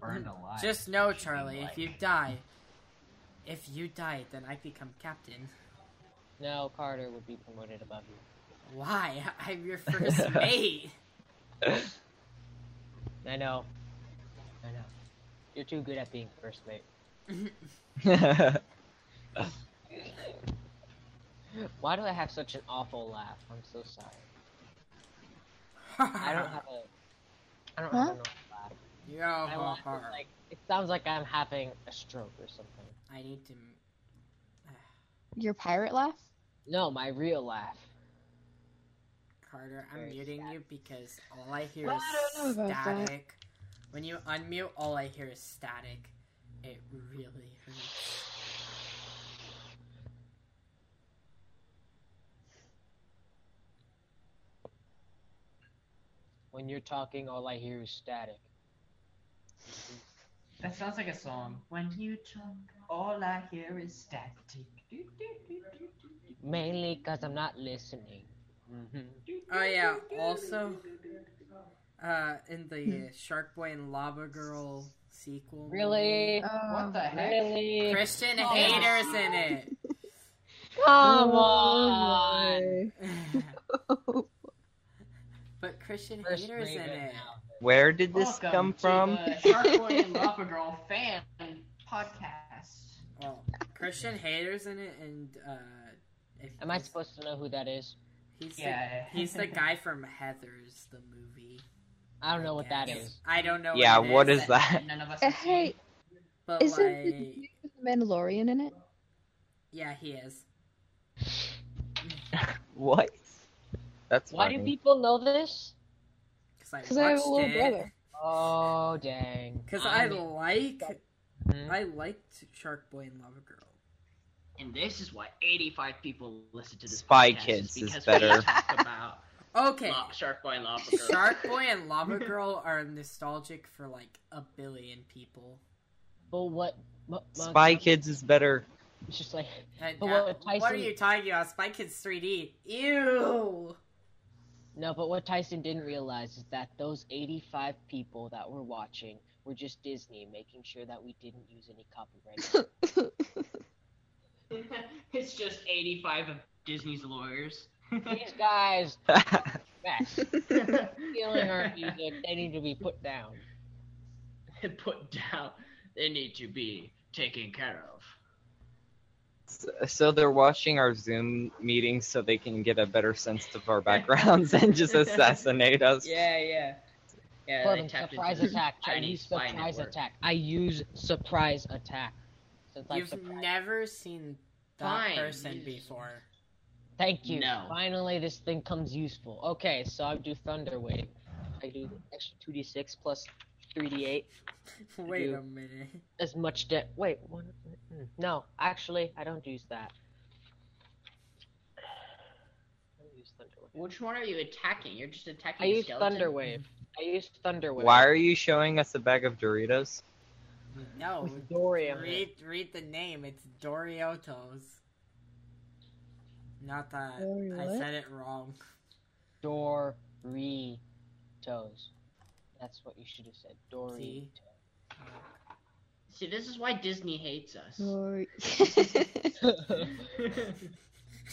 S1: Burned
S2: alive.
S1: Just know, Charlie, if you die, if you die, then I become captain.
S3: No, Carter would be promoted above you.
S1: Why? (laughs) I'm your
S3: (laughs)
S1: first mate.
S3: I know. I know. You're too good at being first mate.
S4: (laughs)
S3: Why do I have such an awful laugh? I'm so sorry.
S1: (laughs)
S3: I don't have a. I don't have
S5: Huh?
S3: a normal laugh.
S1: Yo,
S3: I
S1: ho,
S3: laugh
S1: ho.
S3: it's like it sounds like I'm having a stroke or something.
S1: I need to.
S5: Your pirate laugh?
S3: No, my real laugh.
S1: Carter, I'm
S3: Very
S1: muting
S3: sad.
S1: you because all I hear
S5: Well,
S1: is
S5: I don't know about that.
S1: static. When you unmute, all I hear is static. It really hurts.
S3: When you're talking, all I hear is static.
S2: That sounds like a song. When you talk, all I hear is static.
S3: Mainly because I'm not listening. Mhm.
S1: Oh yeah. Also, uh, in the Shark Boy and Lava Girl sequel,
S3: Really?
S2: What the heck?
S3: Really?
S1: Christian
S2: Oh.
S1: haters in it.
S3: Come on! (laughs)
S1: but Christian
S3: First
S1: haters in
S3: Raven
S1: it.
S3: now.
S4: Where did this
S2: Welcome
S4: come
S2: to
S4: from?
S2: the Shark Boy and Lava Girl fan podcast.
S1: Well, Christian haters in it, and uh, if
S3: Am I supposed to know who that is?
S1: He's the,
S2: Yeah.
S1: he's the guy from Heather's the movie.
S3: I don't know what that
S1: guess.
S3: is.
S1: I don't know.
S4: Yeah,
S1: what
S4: what
S1: it
S4: is that?
S2: None of us.
S5: Uh,
S2: have seen.
S5: hey,
S1: But
S5: isn't the
S1: like,
S5: dude with the Mandalorian in it?
S1: yeah, he is.
S4: (laughs) What? That's
S3: Why
S4: funny.
S3: do people know this?
S1: Because
S5: Because I
S1: I
S5: have a
S1: watched
S5: little
S1: it.
S5: brother.
S3: Oh dang!
S1: Because I
S3: I'm-
S1: like
S3: Mhm.
S1: I liked Shark Boy and Lava Girl.
S2: And this is why 85 people listen to this
S4: Spy
S2: podcast,
S4: Kids is
S2: because
S4: better.
S2: We talk (laughs) about
S1: Okay.
S2: Lo- (laughs) Shark Boy and Lava Girl.
S1: Shark Boy and
S3: (laughs)
S1: Lava Girl are nostalgic for like a billion people.
S3: But what? what what-
S4: Spy Kids is better. (laughs)
S3: It's just like
S1: And
S3: But
S1: now-
S3: what
S1: what, are
S3: Tyson-
S1: you talking about? Spy Kids 3D. Ew.
S3: no. But what Tyson didn't realize is that those 85 people that were watching were just Disney making sure that we didn't use any copyright.
S2: it's just 85 of Disney's (laughs) lawyers.
S3: These guys, mess,
S2: (laughs)
S3: stealing our music. They need to be put down.
S2: Put down. They need to be taken care of.
S4: so they're watching our Zoom meetings so they can get a better sense of our backgrounds and
S2: (laughs)
S4: just assassinate us.
S2: Yeah, yeah. Yeah,
S3: Call
S2: they
S3: them
S2: tapped
S3: surprise
S2: into
S3: attack.
S2: I need
S3: Chinese
S2: Spy
S3: surprise
S2: Network.
S3: attack. I use surprise attack. So it's like
S1: You've
S3: surprise-
S1: never seen that
S2: Fine,
S1: person
S2: you-
S3: (laughs)
S1: before.
S3: Thank you.
S2: No.
S3: Finally, this thing comes useful. Okay, so I do Thunder Wave. I do extra 2d6 plus 3d8.
S1: Wait
S3: You-
S1: a minute.
S3: As much debt. Wait, one. mm, No, actually, I don't use that. I don't use Thunder Wave.
S2: (laughs) Which one are you attacking? You're just attacking.
S3: I use
S2: skeleton?
S3: Thunder Wave. I use Thunder Wave.
S4: Why are you showing us a bag
S2: (laughs)
S4: of Doritos? (laughs)
S1: No.
S3: With Oh, Dory on it.
S1: Read read the name. It's Doriotos. Not that
S5: Dory
S1: I
S5: what?
S1: said it wrong.
S3: Doritos. That's what you should have said. Doritos.
S1: See?
S2: See, this is why Disney hates us.
S3: Mm.
S5: Or- (laughs)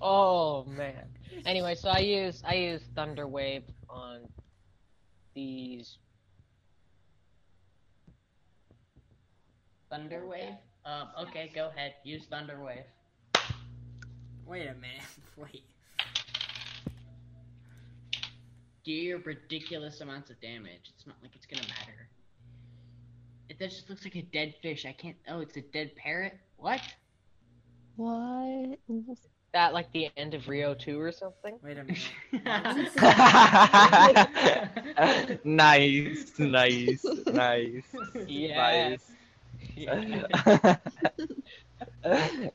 S3: oh man. Anyway, so I use I use Thunder Wave on these.
S2: Thunder Wave? Um, okay, go ahead. Use Thunder Wave.
S1: Wait a minute. (laughs) Wait.
S2: Do your ridiculous amounts of damage. It's not like it's gonna matter. It that just looks like a dead fish. I can't. Oh, it's a dead parrot.
S4: (laughs)
S2: What?
S5: what?
S3: That like the end of Rio Two or something.
S4: (laughs)
S1: Wait a minute.
S4: nice, nice,
S2: (laughs)
S4: nice.
S3: Yeah.
S4: (laughs) Uh, Nice.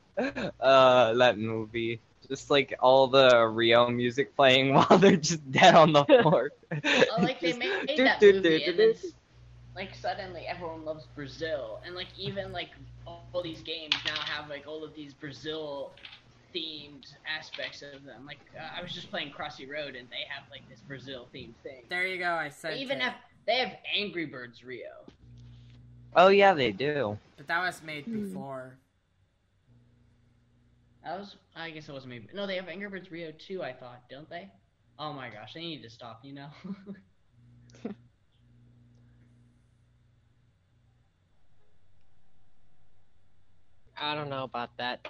S4: uh, that movie. Just like all the Rio
S2: (laughs)
S4: music (laughs) playing while they're just dead on the floor.
S2: Oh, like they made, made that
S4: (laughs) Do, do,
S2: movie
S4: do,
S2: and then
S4: do.
S2: s- like suddenly everyone loves Brazil, and like even like all these games now have like all of these Brazil themed aspects of them. Like uh, I was just playing Crossy Road, and they have like this Brazil themed thing.
S1: There you go. I said
S2: They even
S1: it.
S2: have they have Angry Birds Rio.
S4: Oh yeah, they do.
S1: but that was made
S5: Hmm.
S1: before.
S2: That was I guess it wasn't maybe no they have Angry Birds Rio too. I thought don't they? Oh my gosh, they need to stop. You know. (laughs)
S3: I don't know about that.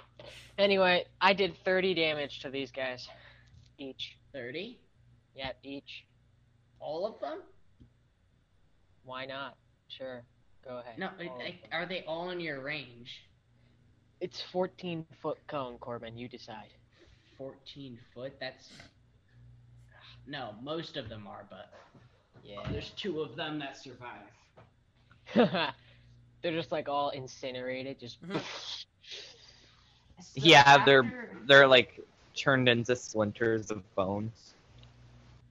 S3: Anyway, I did 30 damage to these guys. Each.
S2: Thirty?
S3: Yeah, each.
S2: All of them?
S3: Why not? Sure. Go ahead.
S2: No,
S3: All of
S2: I,
S3: them.
S2: I, are they all in your range?
S3: It's 14 foot cone, Corbin. You decide. (laughs)
S2: 14 foot. That's (sighs) no, most of them are, but
S3: Yeah.
S2: there's two of them that survive.
S3: They're just like all incinerated. Just.
S2: Mm-hmm.
S6: So
S4: Yeah, they're
S6: after-
S4: they're like turned into splinters of bone.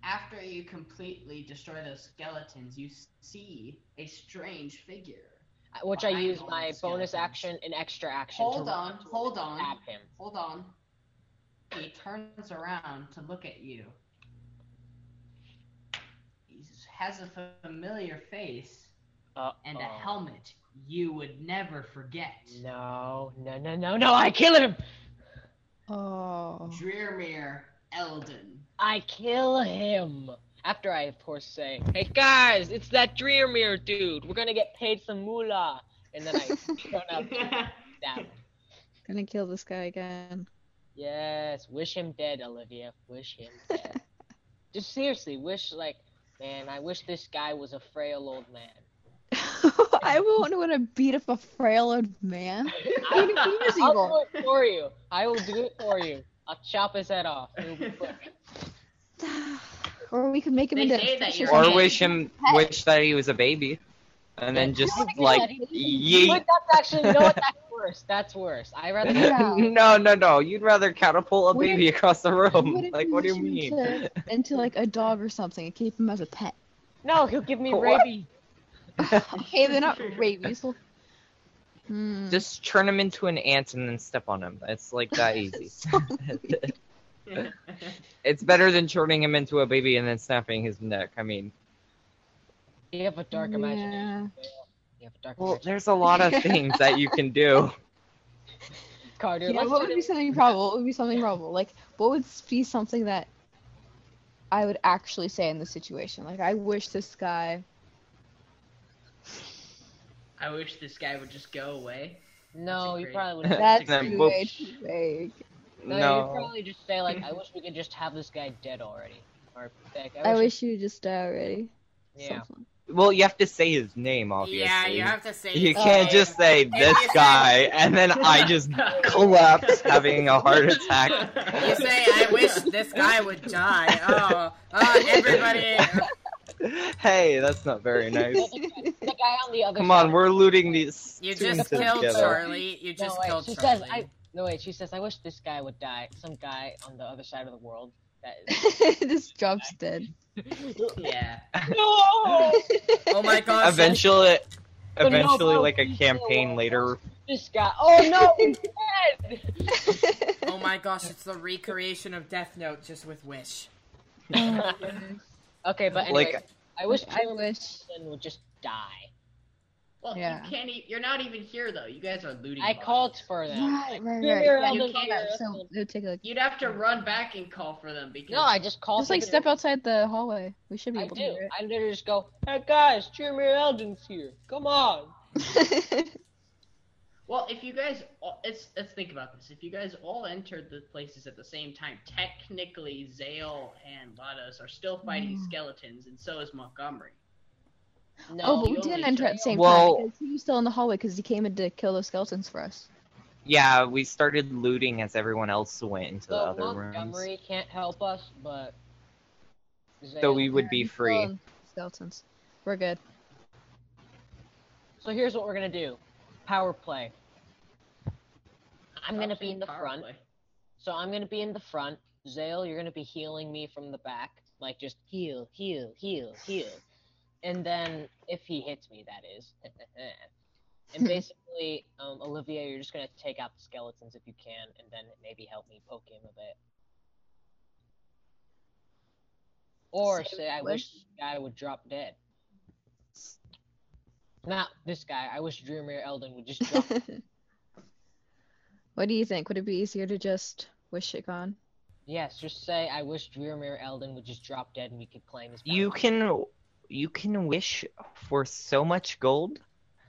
S2: After you completely destroy those skeletons, you s- see a strange figure.
S3: (laughs) Which I
S2: Behind
S3: use
S2: all
S3: my
S2: the
S3: bonus
S2: skeletons.
S3: action and extra action.
S2: Hold
S3: to run
S2: on,
S3: to him
S2: hold
S3: and
S2: on.
S3: Stab him.
S2: Hold on. He turns around to look at you. He s- has a fa- familiar face
S3: Uh,
S2: and a helmet you would never forget.
S3: No, no, no, no, no! I kill him.
S5: Oh.
S2: Drearmere Eldon. (laughs)
S3: I kill him. After I, of course, say, "Hey guys, it's that Dreamir dude. We're gonna get paid some moolah." And
S4: (laughs)
S3: then I run up to stab him.
S5: Gonna kill this guy again. (laughs)
S3: Yes, wish him dead, Olivia. Wish him dead. Just seriously, wish like, man, I wish this guy was a frail old man.
S5: I wouldn't want to beat up a frail old man.
S3: I-
S5: Even he was
S3: I'll
S5: evil.
S3: do it for you. I will do it for you. I'll chop his head off. It'll be
S4: (laughs)
S3: quick.
S5: (laughs) or we could make him
S2: They
S5: into.
S2: say that you're
S4: Or
S2: Okay.
S4: wish
S5: (laughs)
S4: him wish that he was a baby, and then just
S3: No, I get
S4: like
S3: that.
S4: yeet.
S3: Wait, that's actually you know what? That's worse. That's worse. I rather
S5: (laughs) Yeah.
S4: (laughs) no, no, no. You'd rather catapult a
S5: Wouldn't-
S4: baby across the room.
S5: wouldn't
S4: Like,
S5: you
S4: what do you
S5: wish him
S4: mean?
S5: to- into like a dog or something and keep him as
S4: (laughs)
S5: a pet.
S3: no. He'll give me
S4: What?
S3: rabies.
S5: Okay, they're not rabies. Well,
S4: (laughs)
S5: hmm.
S4: Just turn him into an ant and then step on him. It's like that easy. (laughs) it's better than turning him into a baby and then snapping his neck. I mean,
S3: You have a dark imagination.
S5: Yeah.
S3: Bill. You have a dark
S4: well,
S3: imagination.
S4: there's a lot of things that you can do.
S3: Carter,
S5: Yeah,
S3: let's
S5: what
S3: do
S5: would be
S3: this.
S5: something probable? What would be something probable? Like, what would be something that I would actually say in this situation? Like, I wish this guy.
S2: I wish this guy would just go away.
S3: No,
S2: That's
S3: you
S2: great. (laughs)
S3: probably would.
S5: That's
S4: Then
S5: too
S4: whoops.
S5: way too vague.
S3: No,
S4: (laughs) No.
S3: you'd probably just say like, "I wish we could just have this guy dead already," or like,
S5: I wish you just die already. (laughs)
S3: Yeah.
S5: Something.
S4: Well, you have to say his name, obviously.
S1: Yeah, you have to say.
S4: You
S1: his
S4: can't
S1: name.
S4: just say this
S1: you say-
S4: guy and then I just collapse having a heart attack.
S1: You say,
S4: (laughs)
S1: "I wish this guy would die." Oh, oh
S4: (laughs)
S1: everybody.
S4: hey, that's not very (laughs) nice.
S5: (laughs)
S3: The guy on the other.
S4: Come on,
S3: side-
S4: we're looting these.
S1: You
S4: students
S1: just killed
S4: together.
S1: Charlie. You just
S3: no, wait,
S1: killed
S3: she
S1: Charlie.
S3: says, I, no, wait, she says, I wish this guy would die. Some guy on the other side of the world. That
S5: (laughs)
S3: is... (laughs)
S5: just drops dead.
S2: Yeah.
S3: no!
S1: Oh
S3: (laughs)
S5: (laughs)
S1: my god.
S4: Eventually,
S3: But no,
S4: eventually,
S3: bro,
S4: like a
S3: he's
S4: campaign
S3: still-
S4: later.
S3: This guy. Oh
S5: (laughs)
S3: no, he's dead!
S1: so- oh my gosh, it's the recreation of Death Note just with Wish.
S3: (laughs) okay, but anyway,
S4: Like-
S3: I wish
S5: I
S3: Tyler
S5: wish.
S3: Wilson would just die.
S2: Well,
S5: Yeah.
S2: you can't. E- you're not even here though. You guys are looting.
S3: I
S2: bodies.
S3: called for them.
S5: Right, right,
S3: Give
S5: right.
S3: me your
S5: Yeah,
S2: own
S5: you
S2: card.
S5: can't. So it would take like.
S2: You'd have to run back and call for them because
S3: No, I just called.
S5: Just like
S3: for
S5: step
S3: them.
S5: outside the hallway. We should be
S3: I
S5: able
S3: do.
S5: to
S3: I literally just go, hey guys, Jeremy Eldon's here. Come on.
S5: (laughs) do it.
S2: Well, if you guys, all, it's let's think about this. If you guys all entered the places at the same time, technically Zale and Lados are still fighting
S5: Mm.
S2: skeletons, and so is Montgomery.
S3: No,
S5: oh, but
S2: you
S5: we
S2: only
S5: didn't enter at the
S2: failed.
S5: same
S4: Well-
S5: time because he was still in the hallway because he came in to kill those skeletons for us.
S4: Yeah, we started looting as everyone else went into the
S3: so
S4: other
S3: Montgomery
S4: rooms.
S3: can't help us, but
S4: So we
S5: Yeah,
S4: would be
S5: (laughs) he's still
S4: free.
S5: in Skeletons. We're good.
S3: So here's what we're gonna do: power play. I'm gonna
S2: Stop
S3: be in
S2: saying
S3: the
S2: power
S3: front.
S2: play.
S3: So I'm gonna be in the front. Zale, you're gonna be healing me from the back, like just heal, heal, heal, heal. and then if he hits me, that is. (laughs) and basically, um, Olivia, you're just gonna take out the skeletons if you can, and then maybe help me poke him a bit. Or
S5: Say
S3: say, I
S5: what?
S3: wish this guy would drop dead. Not this guy. I wish Dreamer Elden would just drop.
S5: (laughs) What do you think? Would it be easier to just wish it gone?
S3: yes, just say I wish Dreamer Elden would just drop dead, and we could claim his.
S4: You
S3: bounty."
S4: can you can wish for so much gold.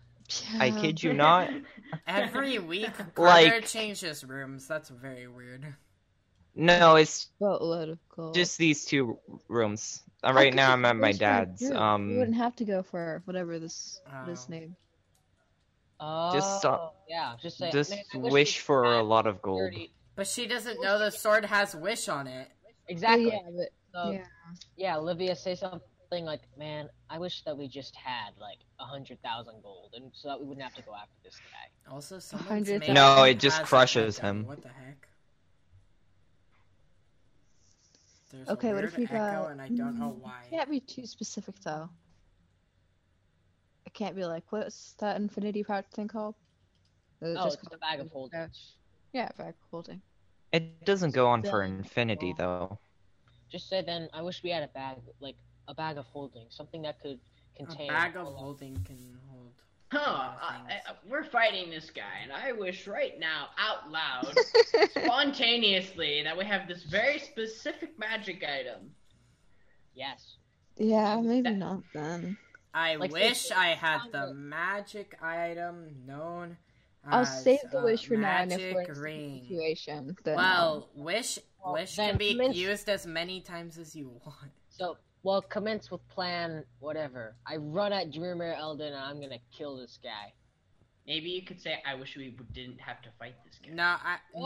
S3: (laughs)
S4: I
S5: Yeah.
S4: kid you not.
S5: (laughs)
S1: Every week,
S4: Like-
S1: Carter changes rooms. That's very weird.
S4: No, it's
S5: Boatload of gold.
S4: just these two rooms. Uh,
S5: How
S4: Right
S5: could
S4: now
S5: you
S4: I'm at my
S5: wish for a
S4: dad's.
S5: group? You
S4: Um
S5: wouldn't have to go for whatever this this
S1: Oh.
S5: name.
S3: Oh,
S4: Just stop-
S3: Yeah, just say.
S4: just
S3: "Man, I wish,
S4: wish
S3: we
S4: for a
S3: had
S4: lot of gold.
S3: 30
S1: But she doesn't know the sword has wish on it.
S5: Well,
S3: Exactly.
S5: yeah, but
S4: Oh,
S3: So, yeah.
S5: yeah.
S3: Olivia say something like, "Man, I wish that we just had like a hundred thousand gold, and so that we wouldn't have to go after this guy."
S1: Also, someone's
S5: hundred
S1: making
S4: No, it just
S1: has a
S4: crushes
S1: breakdown.
S4: him.
S1: What the heck? There's
S5: Okay,
S1: a
S5: what
S1: weird
S5: if we
S1: echo,
S5: got-
S1: and I don't
S5: (laughs)
S1: know why.
S5: I can't be too specific though. I can't be like, what's that infinity pouch thing called? Is it
S3: Oh,
S5: just
S3: it's
S5: called
S3: the bag of
S5: infinity
S3: holding.
S5: pouch? Yeah, bag of holding.
S4: it doesn't go on for
S5: Billion
S4: infinity though.
S3: Just say then, "I wish we had a bag, like a bag of holding, something that could
S1: A
S3: contain."
S1: bag of
S3: all
S1: holding can hold.
S2: Huh,
S1: lot of
S2: I,
S1: things.
S2: I, we're fighting this guy, and I wish right now, out
S3: (laughs)
S2: loud, spontaneously, that we have this very specific magic item.
S3: Yes.
S5: yeah, maybe
S2: That-
S5: not then.
S1: I
S3: Like,
S1: wish
S3: if-
S1: I had
S3: found
S1: the
S3: it.
S1: magic item known
S5: I'll
S1: as
S5: save the
S1: a
S5: wish for now and if we're
S1: magic
S5: in a
S1: ring.
S5: situation. Then um,
S1: Well, wish
S3: Well,
S1: wish
S3: then
S1: can be
S3: commence-
S1: used as many times as you want.
S3: So, well, commence with plan whatever. I run at Dreamer Elden, and I'm gonna kill this guy.
S2: Maybe you could say, I wish we didn't have to fight this guy.
S1: No, I
S3: Oh,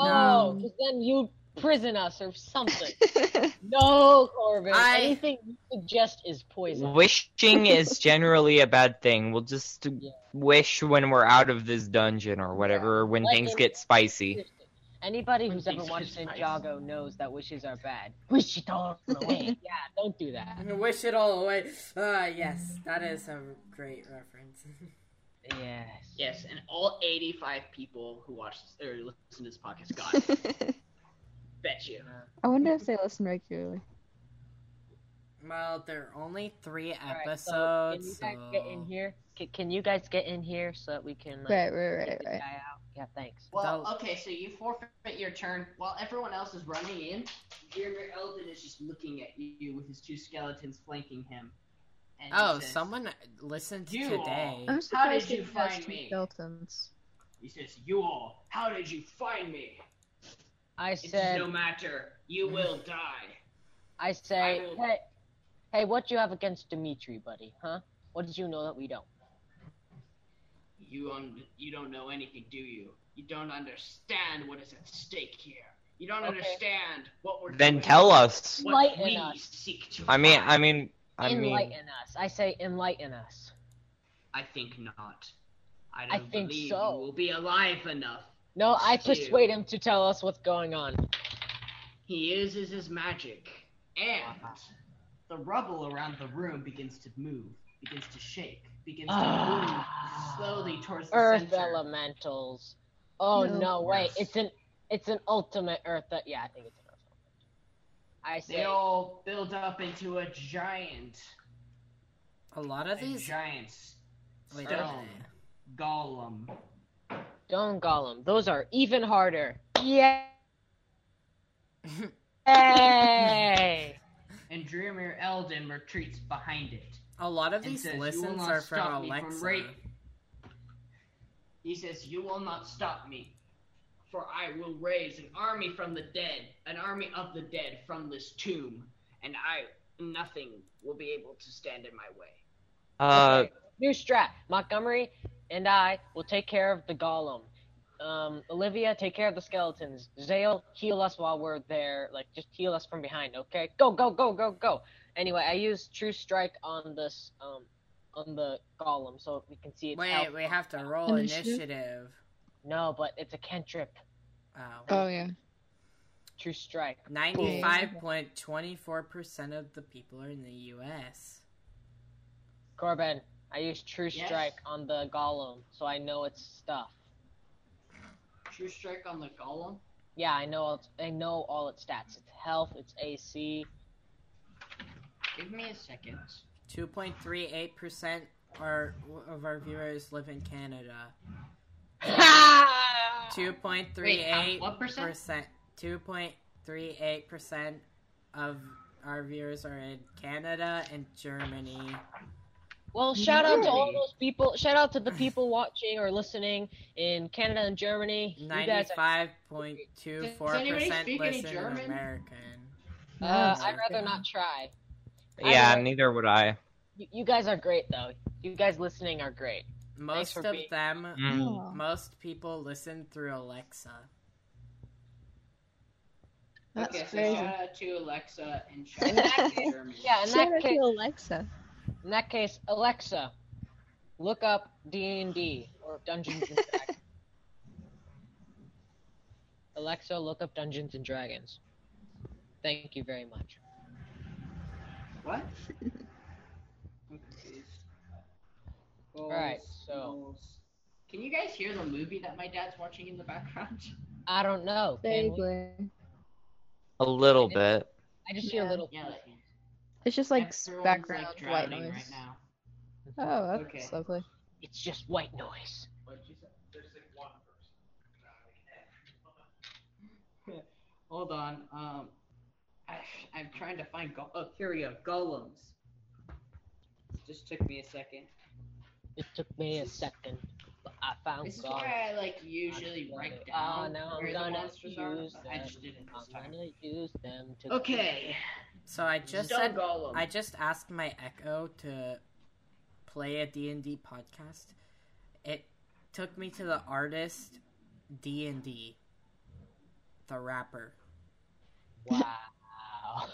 S1: no.
S3: 'cause then you prison us or something. (laughs) no, Corbin.
S1: I-
S3: Anything you suggest is poison. (laughs)
S4: Wishing is generally a bad thing. We'll just
S3: Yeah.
S4: wish when we're out of this dungeon or whatever, or when
S3: Like
S4: things
S3: in-
S4: get spicy.
S3: Anybody
S2: When
S3: who's ever
S2: things
S3: watched
S2: get spicy.
S3: Ninjago knows that wishes are bad. (laughs) Wish it all away. yeah, don't do that.
S1: (laughs) Wish it all away. Ah, yes, that is a great reference. (laughs)
S3: Yes.
S2: Yes, and all 85 people who watch this, or listen to this podcast got
S3: (laughs)
S2: it. Bet you.
S5: (laughs) I wonder if they listen regularly.
S1: well, there are only three
S3: Alright,
S1: episodes.
S3: so can you guys get
S1: so-
S3: in here? Can, can you guys get in here so that we can like,
S5: Right, right,
S3: get
S5: right,
S3: this
S5: right.
S3: guy out? Yeah, thanks.
S2: Well,
S1: So-
S2: okay, so you forfeit your turn while everyone else is running in. Jeremy Elden is just looking at you with his two skeletons flanking him. And he
S1: Oh,
S2: says-
S1: someone listened
S2: You
S1: today.
S5: I'm
S2: did
S5: surprised
S2: you
S5: it has
S2: find
S5: two
S2: me?
S5: skeletons.
S2: He says, "You all, how did you find me?
S3: I
S2: It
S3: said,
S2: no matter. You
S3: (laughs)
S2: will die."
S3: I say,
S2: I will-
S3: hey, hey, what you have against Dimitri, buddy? Huh? What did you know that we don't?
S2: You un- you don't know anything, do you? You don't understand what is at stake here. You don't
S3: Okay.
S2: understand what we're
S4: Then
S2: doing,
S4: tell us.
S2: what
S3: Enlighten
S2: we
S3: us.
S2: seek to.
S4: I mean,
S2: find."
S4: I mean, I
S3: enlighten
S4: mean,
S3: us. I say, enlighten us.
S2: I think not. I
S3: I
S2: don't
S3: think
S2: believe
S3: so.
S2: you will be alive enough.
S3: No, I
S2: Phew.
S3: persuade him to tell us what's going on.
S2: He uses his magic, and the rubble around the room begins to move, begins to shake, begins to
S3: Ah.
S2: move slowly towards the
S3: Earth
S2: center.
S3: elementals. Oh no,
S5: No.
S3: wait,
S2: Yes.
S3: it's an it's an ultimate Earth. that- yeah, I think it's an Earth. Elemental. I
S2: They
S3: say
S2: all build up into a giant,
S1: A lot of
S2: a
S1: these.
S2: giant
S1: Wait,
S2: stone
S1: don't-
S2: golem.
S3: Stone Golem. Those are even harder. (laughs) Yeah. Hey.
S2: And Dreamer Elden retreats behind it.
S1: A lot of
S2: and
S1: these
S2: says, "You will
S1: listens
S2: not
S1: are from
S2: stop me
S1: Alexa.
S2: ra- He says, You will not stop me, for I will raise an army from the dead, an army of the dead from this tomb, and I nothing will be able to stand in my way.
S4: uh,
S3: Okay, New strat. Montgomery and I will take care of the golem. Um, Olivia, take care of the skeletons. Zale, heal us while we're there. Like, just heal us from behind, okay? Go, go, go, go, go. Anyway, I use True Strike on this, um, on the golem, so we can see it.
S1: Wait, we have to roll
S5: Initiative?
S1: initiative.
S3: No, but it's a cantrip.
S1: Oh.
S5: Oh yeah.
S3: True Strike.
S1: Ninety-five point twenty-four percent of the people are in the U.S.
S3: Corbin, I used True
S2: Yes?
S3: Strike on the Golem, so I know it's stuff.
S2: True strike on the golem.
S3: Yeah, I know. It's, I know all its stats. Its health, its AC.
S2: Give me a second.
S1: 2.38% are, of our viewers live in Canada. (laughs) Two point three
S2: Wait,
S1: eight
S2: uh, what percent?
S1: percent. Two point three eight percent of our viewers are in Canada and Germany.
S3: Well, shout out to all
S2: Really?
S3: those people. Shout out to the people watching or listening in Canada and Germany. You guys are-
S1: Ninety-five point two four
S2: Does anybody
S1: percent
S2: speak any
S1: listen in
S2: German?
S1: American.
S3: uh,
S5: Nice.
S3: I'd rather not try. I
S4: Yeah,
S3: don't-
S4: neither would I.
S3: You, you guys are great, though. You guys listening are great.
S1: Most
S3: for
S1: of
S3: being-
S1: them,
S4: Mm.
S5: Oh,
S1: most people listen through Alexa.
S5: that's
S2: okay, so
S5: crazy.
S2: shout out to Alexa and shout
S5: And (laughs)
S2: out
S5: that
S2: to
S5: is-
S2: Germany.
S3: Yeah, in
S5: Shout
S3: that
S5: out to
S3: case,
S5: Alexa.
S3: in that case, Alexa, look up D and D or Dungeons and Dragons. (laughs) Alexa, look up Dungeons and Dragons. Thank you very much.
S2: What? I'm confused. Goals,
S3: Alright, so-
S2: goals. Can you guys hear the movie that my dad's watching in the background? (laughs)
S3: I don't know. Can we-
S5: Vaguely.
S3: Oh.
S4: A little bit.
S3: I just hear a
S5: Yeah.
S3: little.
S2: Yeah, that's me.
S5: It's just like s-
S2: Everyone's,
S5: background
S2: like,
S5: white
S2: drowning
S5: noise.
S2: right now.
S5: Oh, that's
S2: Okay.
S5: lovely.
S3: It's just white noise.
S2: What'd you say?
S7: There's like one person.
S2: Hold on. Um, I, I'm trying to find. Go- oh, here we go. Golems. Just took me a second.
S3: It took me a second, but I found
S2: This is
S3: God.
S2: where I like usually write
S3: Ah,
S2: down
S3: now
S2: where
S3: I'm
S2: the
S3: gonna
S2: monsters are,
S3: use
S2: but
S3: them.
S2: I just didn't this
S3: I'm
S2: time.
S3: gonna use them to.
S2: Okay.
S1: So I just
S2: Stone
S1: said
S2: Golem.
S1: I just asked my Echo to play a D&D podcast. It took me to the artist D&D, the rapper.
S2: (laughs)
S3: Wow.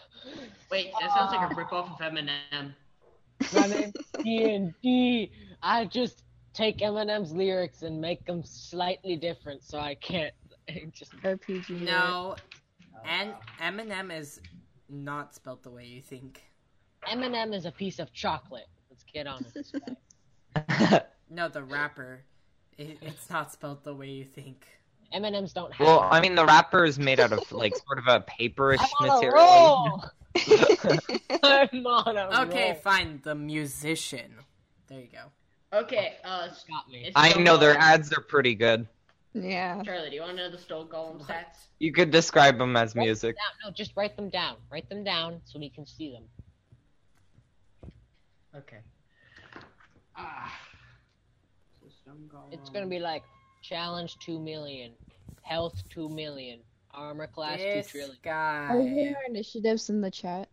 S2: Wait, that sounds like a ripoff of Eminem.
S3: My name's
S2: (laughs)
S3: D and D. I just take Eminem's lyrics and make them slightly different, so I can't. (laughs) it just
S5: RPG.
S1: No, and Eminem is not spelt the way you think.
S3: Eminem is a piece of chocolate. Let's get on it.
S1: No, the rapper, it, it's not spelt the way you think.
S3: Eminems don't have.
S4: (laughs) well, I mean, the wrapper is made out of like sort of a paperish
S3: I'm on a
S4: material.
S2: (laughs)
S3: roll. (laughs) I'm on a roll.
S1: Okay, fine. The musician. There you go.
S2: Okay, uh, s-
S3: Got me.
S2: it's
S4: I
S2: Stone
S4: know their
S2: Golem.
S4: ads are pretty good.
S5: Yeah.
S2: Charlie, do you want to know the Stone Golem
S1: What?
S2: stats?
S4: You could describe them as music.
S3: No, no, just write them down. Write them down so we can see them.
S2: Okay. Ah. So Stone Golem.
S3: It's gonna be like challenge two million, health two million, armor class
S1: this
S3: two trillion.
S5: Are
S1: guy.
S5: there initiatives in the chat?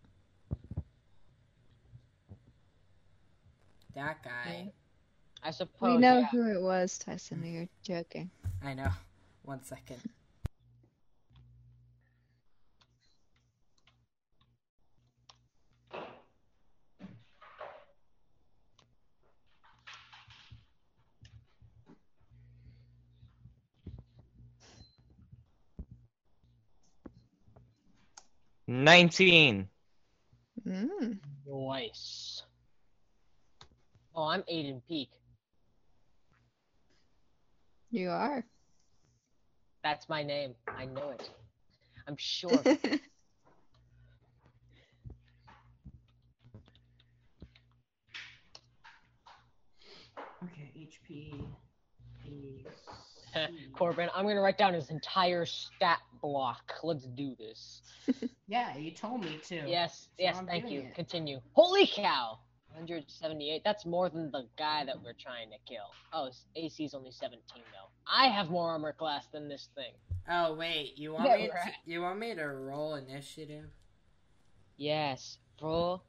S1: That guy.
S3: I
S5: we
S3: suppose.
S5: know
S3: Oh, yeah.
S5: who it was, Tyson. You're joking.
S1: I know. One second.
S4: Nineteen.
S5: Mm.
S3: Nice. Oh, I'm Aiden Peak.
S5: You are.
S3: That's my name. I know it. I'm
S5: (laughs)
S3: sure. of it.
S5: That's
S2: Okay, (laughs) HP.
S3: Corbin, I'm gonna write down his entire stat block. Let's do this.
S2: yeah, you told me to.
S3: Yes,
S2: So
S3: yes,
S2: I'm
S3: thank
S2: doing
S3: you.
S2: it.
S3: Continue. Holy cow! 178. That's more than the guy that we're trying to kill. Oh, his AC's only 17 though. I have more armor class than this thing.
S1: Oh wait, you want
S3: Yeah,
S1: me? To,
S3: right.
S1: you want me to roll initiative?
S3: Yes, bro.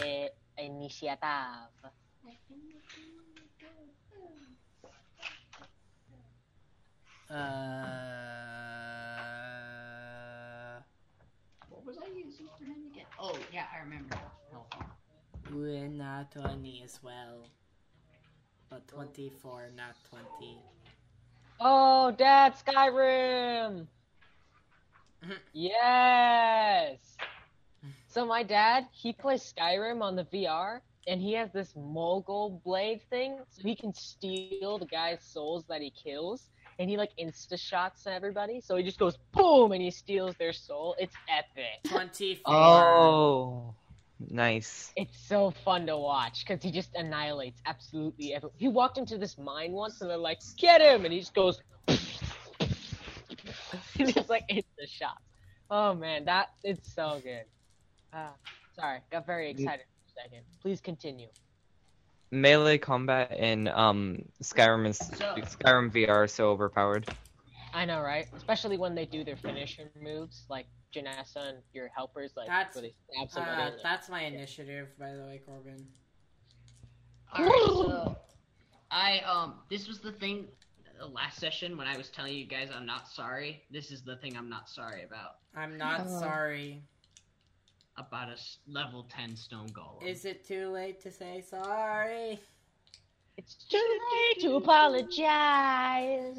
S3: Le initiative.
S1: Uh,
S2: What was I using for him again? Oh, yeah, I remember. Hold on.
S1: we're not twenty as well, but twenty-four, not twenty.
S3: Oh, Dad, Skyrim! yes! So, my dad, he plays Skyrim on the VR, and he has this mogul blade thing, so he can steal the guy's souls that he kills, and he like insta shots everybody. So he just goes boom, and he steals their soul. It's epic.
S1: 24.
S4: Oh, nice.
S3: It's so fun to watch because he just annihilates absolutely everyone. He walked into this mine once, and they're like, "Get him!" and he just goes, (laughs) and it's like insta shot. Oh man, that it's so good. Uh, sorry, got very excited for a second. Please continue.
S4: Melee combat in um Skyrim is
S2: So-
S4: Skyrim VR is so
S3: (laughs)
S4: overpowered.
S3: I know, right? Especially when they do their finisher moves, like Janessa and your helpers, like
S1: That's-
S3: where they stab somebody.
S1: Uh,
S3: and, like-
S1: that's my initiative, by the way, Corbin.
S2: Alright, (laughs) so I um this was the thing the last session when I was telling you guys I'm not sorry. This is the thing I'm not sorry about.
S1: I'm not
S5: Oh.
S1: sorry.
S2: About a s- level ten stone golem.
S1: Is it too late to say sorry? (laughs)
S3: It's too late to apologize.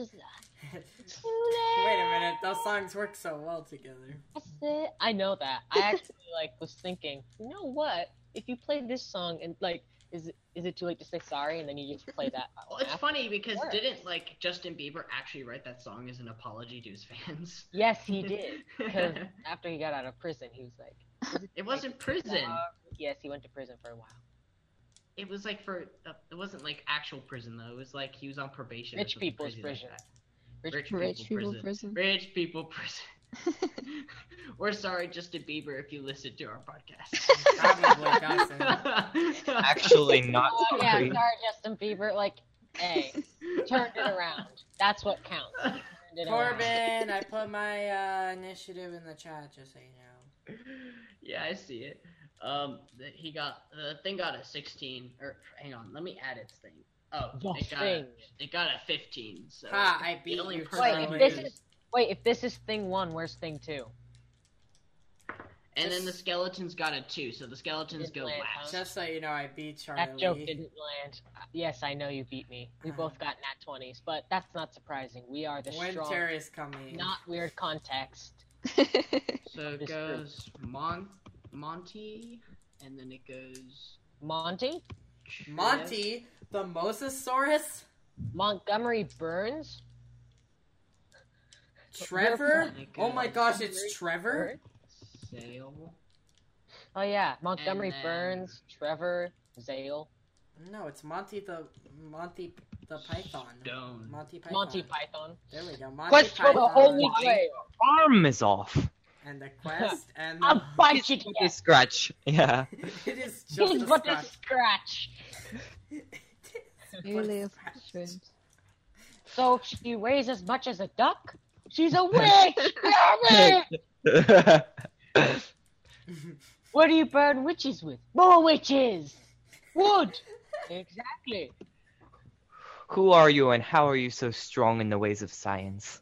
S1: Wait
S3: Too
S1: a
S3: late.
S1: minute, those songs work so well together.
S3: That's it. I know that. I actually
S2: (laughs)
S3: like was thinking, you know what? If you played this song and like, is it, is it too late to say sorry? And then you just play that.
S2: (laughs) Well, it's funny because
S3: Sure.
S2: didn't like Justin Bieber actually write that song as an apology to his fans?
S3: Yes,
S2: (laughs)
S3: he did. Because after he got out of prison, he was like, "Uh,
S2: it wasn't prison.
S1: uh,
S3: Yes, he went to prison for a while.
S2: It was like for uh, it wasn't like actual prison though. It was like he was on probation. or
S3: Rich
S2: something
S3: people's
S2: crazy like
S3: prison.
S2: that. Rich,
S3: Rich
S5: (laughs) Rich people
S2: prison.
S5: prison.
S2: Rich people prison.
S3: (laughs)
S2: (laughs) We're sorry, Justin Bieber, if you listen to our podcast. (laughs)
S3: (laughs)
S1: Probably doesn't.
S4: Actually,
S2: Uh,
S4: not
S3: Oh yeah,
S4: sorry.
S3: sorry, Justin Bieber. Like, hey, you turned it around. That's what counts. You turned it around.
S1: Corbin, I put my uh, initiative in the chat just so you know.
S2: yeah, I see it. Um, that he got the thing got a 16. Or hang on, let me add its thing. Oh,
S3: The
S2: it got
S3: thing.
S2: A, it got a 15. So
S1: Ha, I
S2: the
S1: beat
S2: only
S1: you.
S2: person
S3: Wait,
S1: Corbin.
S3: if this is wait, if this is thing one, where's thing two?
S2: and then the
S1: this-
S2: skeletons got a two, so the skeletons
S3: Didn't
S2: go
S3: land,
S2: last.
S1: Just so you know, I beat Charlie. Uh-huh.
S3: That joke didn't land. Uh, Yes, I know you beat me. We both got nat twenties, but that's not surprising. We are the
S1: Winter
S3: strong,
S1: is coming.
S3: not weird context.
S5: (laughs)
S2: So it
S3: This
S2: goes Mon- Monty, and then it goes
S3: Monty,
S1: Monty, the Mosasaurus,
S3: Montgomery Burns.
S1: Trevor.
S2: Like,
S1: Oh my
S2: uh,
S1: gosh, it's Trevor.
S2: Sale.
S3: Oh yeah, Montgomery
S2: And then-
S3: Burns, Trevor Zale,
S1: No, it's Monty the Monty the Python.
S2: Stone.
S1: Monty Python.
S3: Monty Python.
S1: There we go. Monty
S4: Quest for
S1: Python.
S4: the Holy Arm is off.
S1: And
S3: (laughs)
S1: the quest and
S3: I'll
S1: the...
S3: bite you to
S4: You scratch.
S3: (laughs)
S4: Yeah.
S1: (laughs) it is just
S3: He's
S1: a
S3: but a
S1: scratch.
S3: scratch.
S5: Really
S1: It's
S5: a
S1: scratch.
S5: prison.
S3: So if she weighs as much as a duck.
S1: (laughs)
S3: She's a witch. Damn it! What do you burn witches with? More witches. Wood. Exactly.
S4: Who are you and how are you so strong in the ways of science?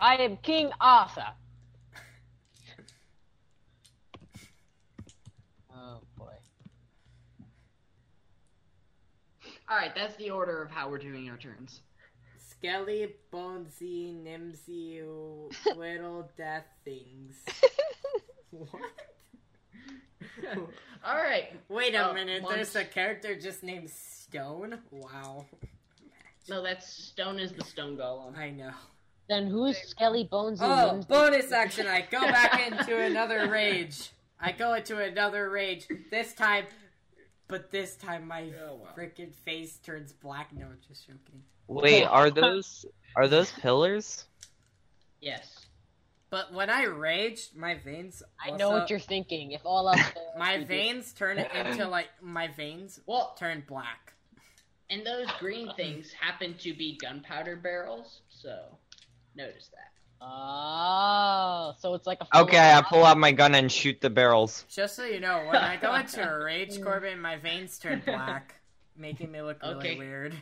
S3: I am King Arthur. Oh boy.
S2: All right, that's the order of how we're doing our
S1: (laughs)
S2: turns.
S1: Skelly, Bonesy, Nimsy, little (laughs) death things. what?
S2: All right,
S1: Wait a
S2: Oh,
S1: minute,
S2: Monty-
S1: there's a character just named Stone? Wow.
S2: no, that's stone is the stone golem.
S1: I
S3: (laughs)
S1: know.
S3: Then who's Skelly Bones and
S1: Oh,
S3: Limbs?
S1: bonus action. I go back into another rage. I go into another rage. This time, but this time my
S2: Oh, wow.
S1: freaking face turns black. No, just joking.
S4: Wait, are those are those pillars?
S2: Yes.
S1: But when I rage, my veins.
S3: I
S1: Also,
S3: know what you're thinking. If all
S1: (laughs)
S3: else fails,
S1: My
S3: (laughs) you do-
S1: veins turn
S3: (clears throat)
S1: into like my veins
S2: Well,
S1: turn black.
S2: and those green things happen to be gunpowder barrels, so notice that.
S3: Oh, so it's like a. full
S4: Okay, I
S3: on-
S4: pull out my gun and shoot the barrels.
S1: Just so you know, when
S3: (laughs)
S1: I go into a rage, Corbin, my veins turn black, making me look really
S2: Okay.
S1: weird.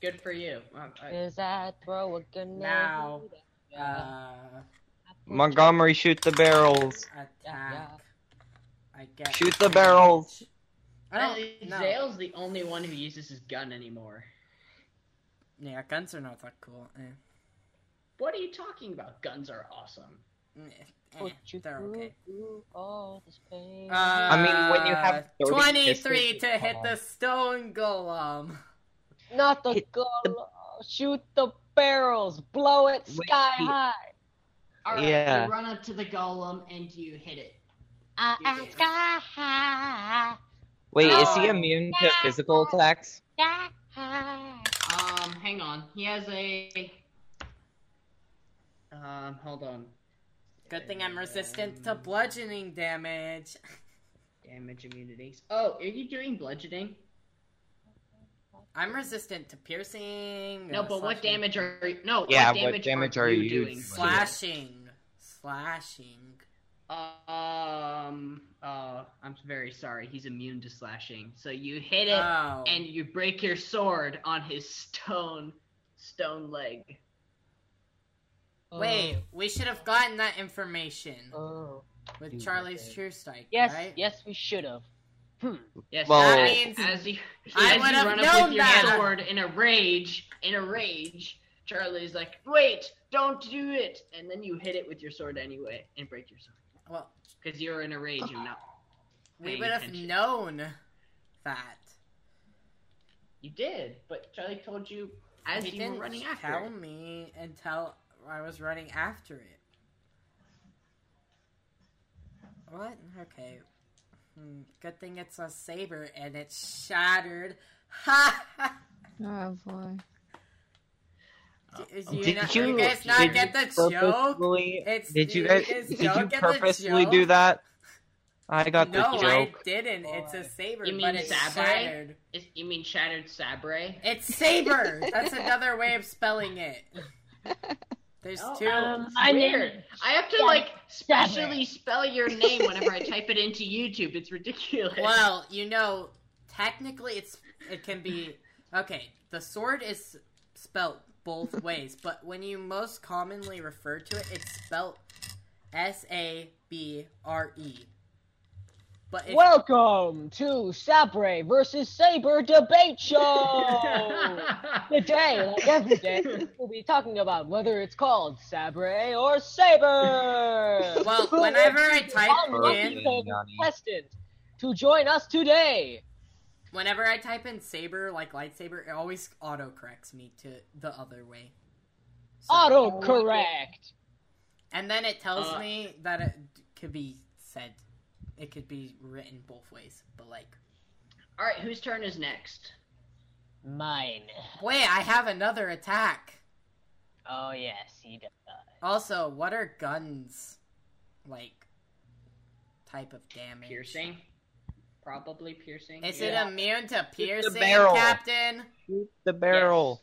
S2: Good for you. Um, I-
S3: Is that throw a grenade?
S1: Now,
S3: Yeah.
S1: Uh,
S4: Montgomery, shoot the barrels.
S1: attack.
S3: Yeah.
S1: I get
S4: Shoot the barrels.
S1: I don't know.
S2: Zale's the only one who uses his gun anymore.
S1: Yeah, guns are not that cool. Eh.
S2: What are you talking about? Guns are awesome.
S1: Eh,
S3: Put you
S1: they're
S3: through,
S1: okay.
S3: through all this pain.
S1: Uh,
S4: I mean, when you have 30
S1: twenty-three
S4: distance,
S1: to hit
S4: come
S1: the
S4: on.
S1: stone golem.
S3: Not the
S4: Hit
S3: gull. Shoot the barrels. Blow it
S4: Wait.
S3: sky high.
S2: All right,
S4: Yeah.
S2: you run up to the golem and you hit it.
S3: Uh,
S2: You
S3: uh,
S2: do.
S3: sky high.
S4: Wait, is he
S1: Oh.
S4: immune to physical attacks?
S3: Sky high.
S2: Um, hang on. He has a. Um, hold on. Um,
S1: Good thing
S3: Um,
S1: I'm resistant to bludgeoning damage.
S2: Damage immunities. Oh, are you doing bludgeoning?
S1: I'm resistant to piercing.
S2: No,
S1: uh,
S2: but what
S1: slashing.
S2: damage are you, no?
S4: Yeah,
S2: what damage, are, you doing?
S1: Slashing, slashing.
S2: Um. Uh, I'm very sorry. He's immune to slashing. So you hit it
S1: Oh,
S2: and you break your sword on his stone stone leg.
S4: Oh.
S1: wait, we should have gotten that information
S3: Oh.
S1: with
S4: dude,
S1: Charlie's
S4: okay.
S1: True Strike,
S3: Yes,
S1: right?
S3: yes, we should have. Hmm.
S2: Yes.
S4: Well-
S2: as-
S1: That means-
S2: as you,
S1: I
S2: as you
S1: would have
S2: run up
S1: known
S2: with your
S1: that.
S2: sword in a rage, in a rage, Charlie's like, "Wait, don't do it!" And then you hit it with your sword anyway and break your sword
S1: Well,
S2: because you're in a rage and not.
S1: we
S2: Paying
S1: would have
S2: attention.
S1: known that.
S2: You did, but Charlie told you as
S1: he
S2: you
S1: didn't
S2: were running after.
S1: tell
S2: it.
S1: me until I was running after it. What? Okay. Hmm, Good thing it's a saber and it's shattered. (laughs) Ha! ha.
S5: (laughs) Oh boy.
S1: Do- do
S4: Did
S1: not-
S4: you,
S1: you guys not
S4: did
S1: get
S4: you
S1: the joke?
S4: purposefully-
S1: It's-
S4: Did you
S1: you
S4: guys?
S1: guys
S4: Did
S1: don't
S4: you
S1: get the
S4: purposely
S1: joke?
S4: do that? I got
S1: no,
S4: the
S1: I
S4: joke.
S1: didn't. It's a saber,
S2: You mean
S1: but it's
S2: sabre?
S1: shattered.
S2: Is- You mean shattered sabre?
S1: It's (laughs) saber. That's another way of spelling (laughs) it. There's
S2: Oh,
S1: two.
S2: um,
S3: My name
S2: Weird.
S3: is
S2: I have to
S3: Stab-
S2: like
S3: Stabber.
S2: specially spell your name whenever I type it into YouTube. It's ridiculous.
S1: Well, you know, technically it's it can be okay, the sword is spelt both ways, but when you most commonly refer to it, it's spelt S A B R E. But if,
S3: Welcome to Sabre versus Saber debate show. Today, like every
S1: (laughs)
S3: day, we'll be talking about whether it's called Sabre or Saber.
S1: (laughs) well,
S3: Who
S1: whenever
S3: is
S1: I type
S3: unlucky
S1: in
S3: contestant to join us today?
S1: whenever I type in saber like lightsaber, it always autocorrects me to the other way. So-
S3: Autocorrect.
S1: And then it tells
S2: Uh,
S1: me that it could be said. It could be written both ways, but like
S2: (laughs) All right, whose turn is next?
S3: Mine.
S1: Wait, I have another attack.
S3: Oh yes, he does.
S1: Also, what are guns like type of damage?
S2: Piercing. Probably piercing.
S1: Is
S2: Yeah.
S1: it um, immune to piercing,
S4: barrel.
S1: Captain?
S4: Shoot the barrel.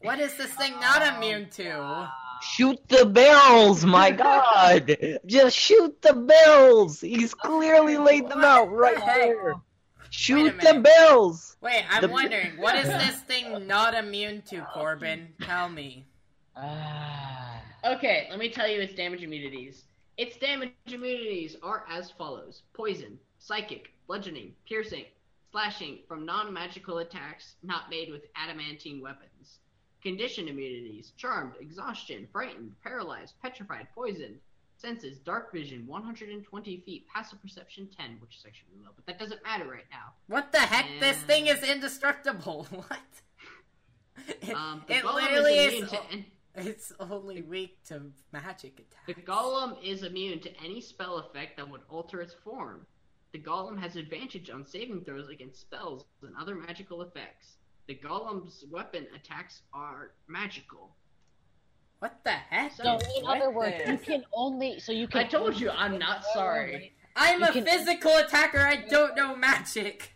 S1: What is this thing not
S3: Oh,
S1: immune to?
S4: Shoot the barrels,
S1: (laughs)
S4: my god! Just shoot the barrels! He's clearly laid them out right
S1: What the heck?
S4: there! Shoot the
S1: minute.
S4: barrels!
S1: Wait, I'm
S4: The-
S1: wondering, what is this thing not immune to, Corbin? Tell me.
S3: Ah.
S2: Okay, let me tell you its damage immunities. Its damage immunities are as follows poison, psychic, bludgeoning, piercing, slashing from non magical attacks not made with adamantine weapons. Condition immunities charmed, exhaustion, frightened, paralyzed, petrified, poisoned. Senses, dark vision, 120 feet, passive perception 10, which is actually really low, but that doesn't matter right now.
S1: What the heck? This
S2: Yeah.
S1: thing is indestructible. (laughs) What? It,
S2: Um, the
S1: it
S2: golem
S1: literally
S2: is
S1: is.
S2: immune to an-
S1: It's only weak to magic attacks.
S2: The golem is immune to any spell effect that would alter its form. The golem has advantage on saving throws against spells and other magical effects. The golem's weapon attacks are magical.
S1: What the heck?
S3: So
S1: is
S3: in other
S1: with
S3: words, you
S1: this?
S3: can only so you can.
S2: I told you, I'm not sorry.
S1: I'm
S3: You
S1: a
S3: can-
S1: physical attacker. I don't know magic.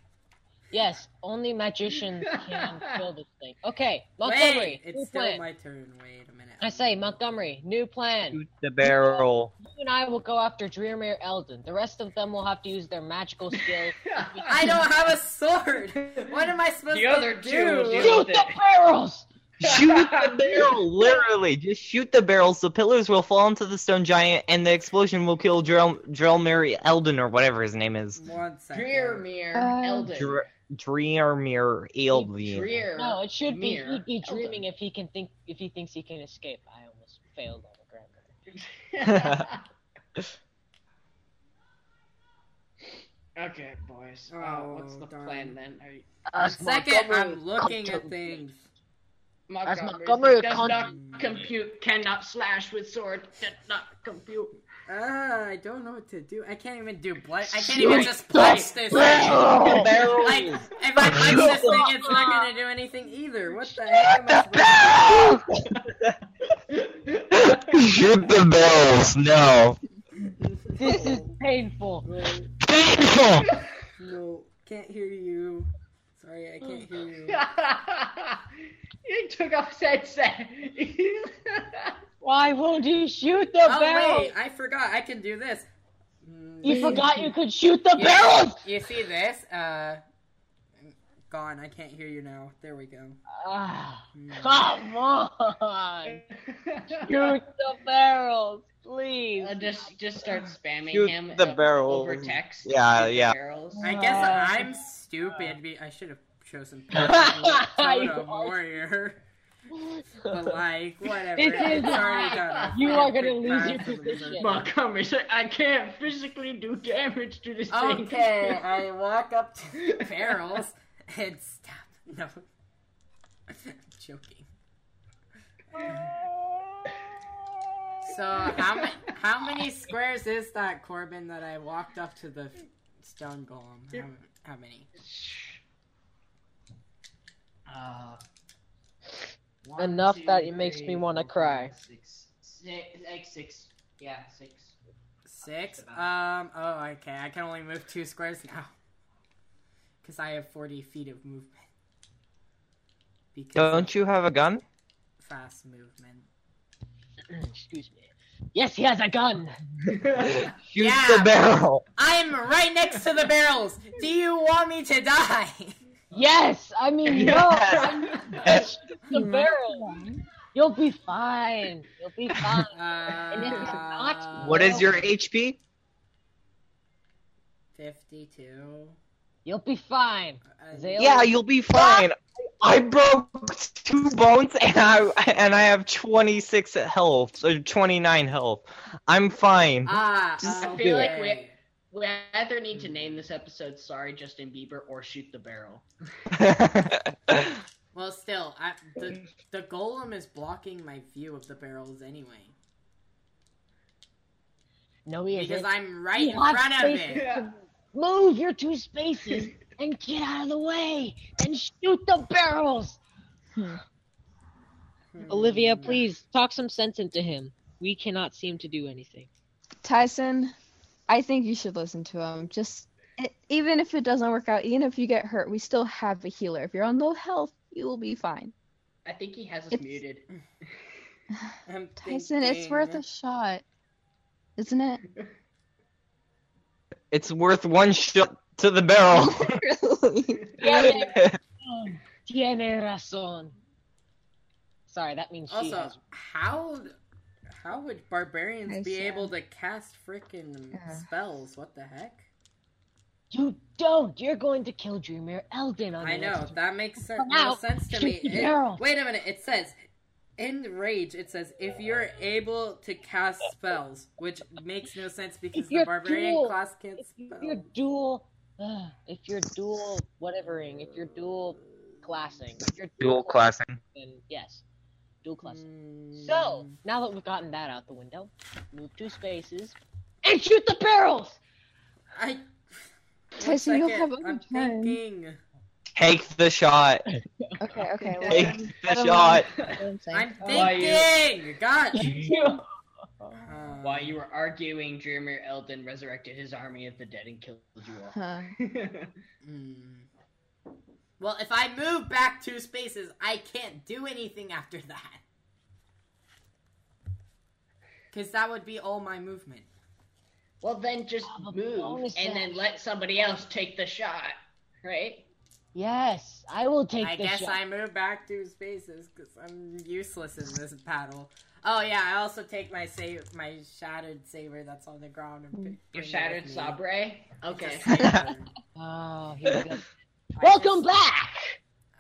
S3: Yes, only magicians can kill this thing. Okay,
S1: Wait,
S3: Montgomery, new
S1: it's still
S3: plan.
S1: my turn. Wait a minute.
S3: I say Montgomery, new plan.
S4: Shoot the barrel.
S3: You and I will go after Drearmere Eldon. The rest of them will have to use their magical skill.
S1: I don't have a sword. (laughs) What am I supposed
S2: (laughs) The other
S1: to
S2: two
S1: do?
S2: will
S3: Shoot the barrels!
S4: Shoot the barrel! Literally, just shoot the barrels. The pillars will fall into the stone giant, and the explosion will kill Drell, Drellmere Eldon or whatever his name is.
S1: One second.
S2: Drearmere
S5: Uh,
S2: Eldon.
S4: Dr- Drearmere Eldon.
S2: Drear.
S3: No, it should be
S2: Mere
S3: he'd be
S2: Eldon.
S3: dreaming if he can think if he thinks he can escape. I almost failed on the grammar.
S2: (laughs) okay, boys. Uh,
S1: Oh,
S2: what's the
S1: darn.
S2: plan then? Are you...
S1: A
S3: Ask
S1: second,
S3: Montgomery.
S1: I'm looking
S3: Come
S1: at
S3: to-
S1: things.
S3: That's
S2: Montgomery
S3: Montgomery,
S2: does
S3: con-
S2: not compute, cannot slash with sword, does not compute. (laughs)
S1: Ah, I don't know what to do. I can't even do blood. I can't
S3: Shoot.
S1: even just punch this. thing.
S4: Barrel.
S1: Like, if I punch this thing, it's not gonna do anything either. What the heck? am I supposed to-
S8: Shoot the barrels now.
S3: This is (laughs) painful.
S8: Painful.
S1: (laughs) No, can't hear you. Sorry, I can't hear
S3: (laughs)
S1: you.
S2: he took off headset.
S3: Why won't you shoot the
S1: Oh
S3: barrel?
S1: wait, I forgot. I can do this. Mm,
S3: You forgot you could shoot the
S1: you-
S3: barrels.
S1: You see this? Uh, gone. I can't hear you now. There we go.
S3: Ah,
S1: Mm.
S3: come on. Shoot the barrels, please.
S2: (laughs)
S3: (laughs)
S2: Uh, just just start spamming
S4: Shoot
S2: him
S4: the
S2: uh,
S4: barrels.
S2: over text.
S4: Yeah,
S2: Shoot the
S4: yeah.
S2: barrels.
S1: I guess
S3: Uh,
S1: I'm stupid. be- I should have
S3: (laughs)
S1: chosen Totem
S3: are- (laughs)
S1: Warrior. But like, whatever.
S3: This is
S1: It's already done.
S3: You are gonna
S1: Freaking
S3: lose your
S1: bastard.
S3: position.
S2: Montgomery's like, I can't physically do damage to this thing.
S1: Okay,
S2: (laughs)
S1: I walk up to (laughs) the barrels and stop. No, I'm joking. So how many how many squares is that, Corbin? That I walked up to the stone golem. How, how many?
S2: (laughs) Uh,
S3: Enough that it makes me wanna cry.
S2: Six, six, six, six. Yeah, six.
S1: Six. Um. Oh, okay. I can only move two squares now. Because I have forty feet of movement. Because
S4: Don't you have a (laughs) gun?
S1: fast movement.
S3: Excuse me. Yes, he has a gun.
S4: Shoot
S1: Yeah.
S4: the barrel.
S1: I'm right next to the barrels. Do you want me to die?
S3: Yes, I mean no. I mean,
S4: Yes.
S3: shoot the barrel. You'll be fine. You'll be fine.
S1: Uh,
S3: this is not-
S4: What is your HP?
S1: fifty-two?
S3: You'll be fine.
S1: Uh,
S3: Zale-
S4: Yeah, you'll be fine. Ah, I broke two bones and I and I have 26 health or 29 health. I'm fine.
S1: Ah,
S4: Just
S1: okay.
S2: feel like we- We either need to
S1: Mm.
S2: name this episode "Sorry, Justin Bieber" or "Shoot the Barrel."
S1: Well, still, I, the the golem is blocking my view of the barrels anyway
S3: No, he
S1: because
S3: isn't.
S1: I'm right
S3: You
S1: in
S3: have
S1: front of
S3: space.
S1: it.
S2: Yeah.
S3: Move your two spaces and get out of the way and shoot the barrels. Hmm. Olivia,
S1: Hmm.
S3: please talk some sense into him. We cannot seem to do anything.
S5: Tyson, I think you should listen to him. Just e- even if it doesn't work out, even if you get hurt, we still have a healer. If you're on low health, you will be fine.
S2: I think he has us
S5: It's-
S2: muted.
S3: (laughs)
S1: I'm
S5: Tyson, it's
S1: thinking-
S5: worth a shot, isn't it?
S4: (laughs) it's worth one shot to the barrel.
S5: Oh. (laughs) really?
S3: Tiene razón. Oh, Tiene razón. Sorry, that means she
S1: Also,
S3: has.
S1: how how would barbarians
S5: I
S1: be
S5: see.
S1: able to cast freaking
S5: Yeah.
S1: spells? What the heck?
S3: You don't. You're going to kill Dreamer Elden on
S1: I
S3: the
S1: know
S3: next-
S1: that makes cer-
S3: Come
S1: no
S3: out,
S1: sense to
S3: shoot
S1: me.
S3: the
S1: It-
S3: barrel.
S1: wait a minute. It says in rage. It says if you're able to cast spells, which makes no sense because the
S3: you're
S1: barbarian
S3: dual-
S1: class can't
S3: If
S1: spell.
S3: you're dual, uh, if you're dual, whatevering, if you're dual classing, if you're
S4: (laughs) Dual classing.
S3: then yes, dual classing.
S1: Mm.
S3: So, now that we've gotten that out the window, move two spaces and shoot the barrels!
S1: I. one
S5: Tyson, you'll
S1: second,
S5: have
S1: I'm
S5: other time.
S1: thinking.
S4: Take the shot.
S5: Okay, okay. let
S4: Take
S5: him-
S4: the
S5: let him-
S4: shot.
S1: (laughs)
S5: let him think.
S1: I'm
S2: Why you-
S1: thinking. God. Um,
S2: (laughs) While you were arguing, Dreamer Elden resurrected his army of the dead and killed you all.
S5: Huh.
S1: (laughs) Mm. Well, if I move back two spaces, I can't do anything after that. Because that would be all my movement.
S2: well, then just
S3: Oh, the
S2: move
S3: bonus
S2: and then
S3: action. Oh.
S2: let somebody else take the shot, right?
S3: Yes, I will take
S1: I
S3: this
S1: guess
S3: shot.
S1: I move back two spaces because I'm useless in this battle. Oh yeah, I also take my sa- my shattered saber that's on the ground and pick-
S2: Mm.
S1: bring
S2: Your
S1: it
S2: shattered
S1: with me.
S2: sabre.
S1: It's a
S3: (laughs)
S2: Okay.
S1: saber.
S3: Oh, here we go.
S1: (laughs) I
S3: Welcome
S1: just-
S3: back!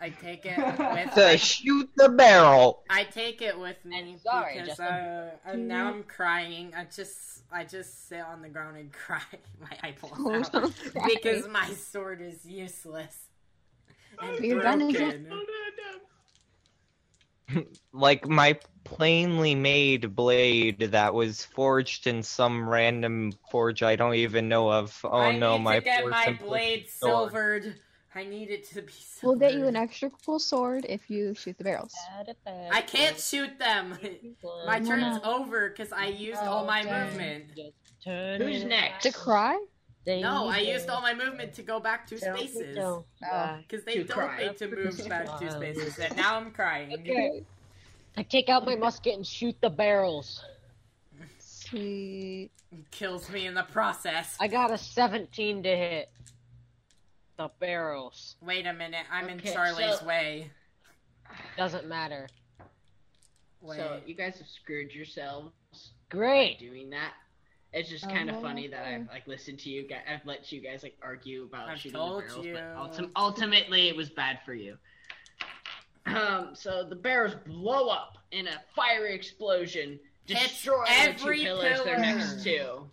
S1: I I take
S2: (laughs)
S1: it with
S4: To
S1: me.
S4: shoot the barrel.
S1: I take it with me
S3: I'm sorry,
S1: because
S3: Justin.
S1: uh, I'm, now I'm crying. I just I just sit on the ground and (laughs) cry my
S5: Oh,
S1: eyeballs (laughs) out
S5: don't cry.
S1: because my sword is useless. And
S5: You're running.
S1: broken.
S4: Like my plainly made blade that was forged in some random forge I don't even know of. Oh
S1: I
S4: no,
S1: need
S4: my
S1: to get
S4: poor
S1: my
S4: simple
S1: blade
S4: sword.
S1: silvered. I need it to be. Silvered.
S5: We'll get you an extra cool sword if you shoot the barrels.
S1: I can't shoot
S3: (laughs)
S1: them. My
S5: Why
S1: turn's
S5: not?
S1: over because I used
S3: Oh,
S1: all my
S5: dang.
S1: movement.
S3: Turn
S2: Who's
S3: it
S2: next?
S5: To cry?
S3: They
S1: No, I
S3: need
S1: used
S3: to-
S1: all my movement to go back two
S3: Tell me
S1: spaces.
S3: don't lie.
S1: Because they
S2: To
S1: told
S2: cry.
S1: me to move back
S3: (laughs)
S1: two
S3: Wow.
S1: spaces, and now I'm crying.
S3: Okay. I take out my musket and shoot the barrels.
S5: Sweet.
S1: Kills me in the process.
S3: I got a 17 to hit. The barrels.
S1: Wait a minute, I'm in
S2: Okay,
S1: Charlie's
S2: so-
S1: way.
S3: Doesn't matter.
S1: Wait.
S2: So you guys have screwed yourselves by
S3: Great.
S2: doing that. It's just kind of
S5: Oh.
S2: funny that I've like listened to you guys. I've let you guys like argue about
S1: I've
S2: shooting
S1: told
S2: the barrels,
S1: you.
S2: but ultim- ultimately it was bad for you. Um, so the barrels blow up in a fiery explosion,
S1: Hits
S2: destroying the two
S1: every
S2: pillars they're
S1: pillar.
S2: next to,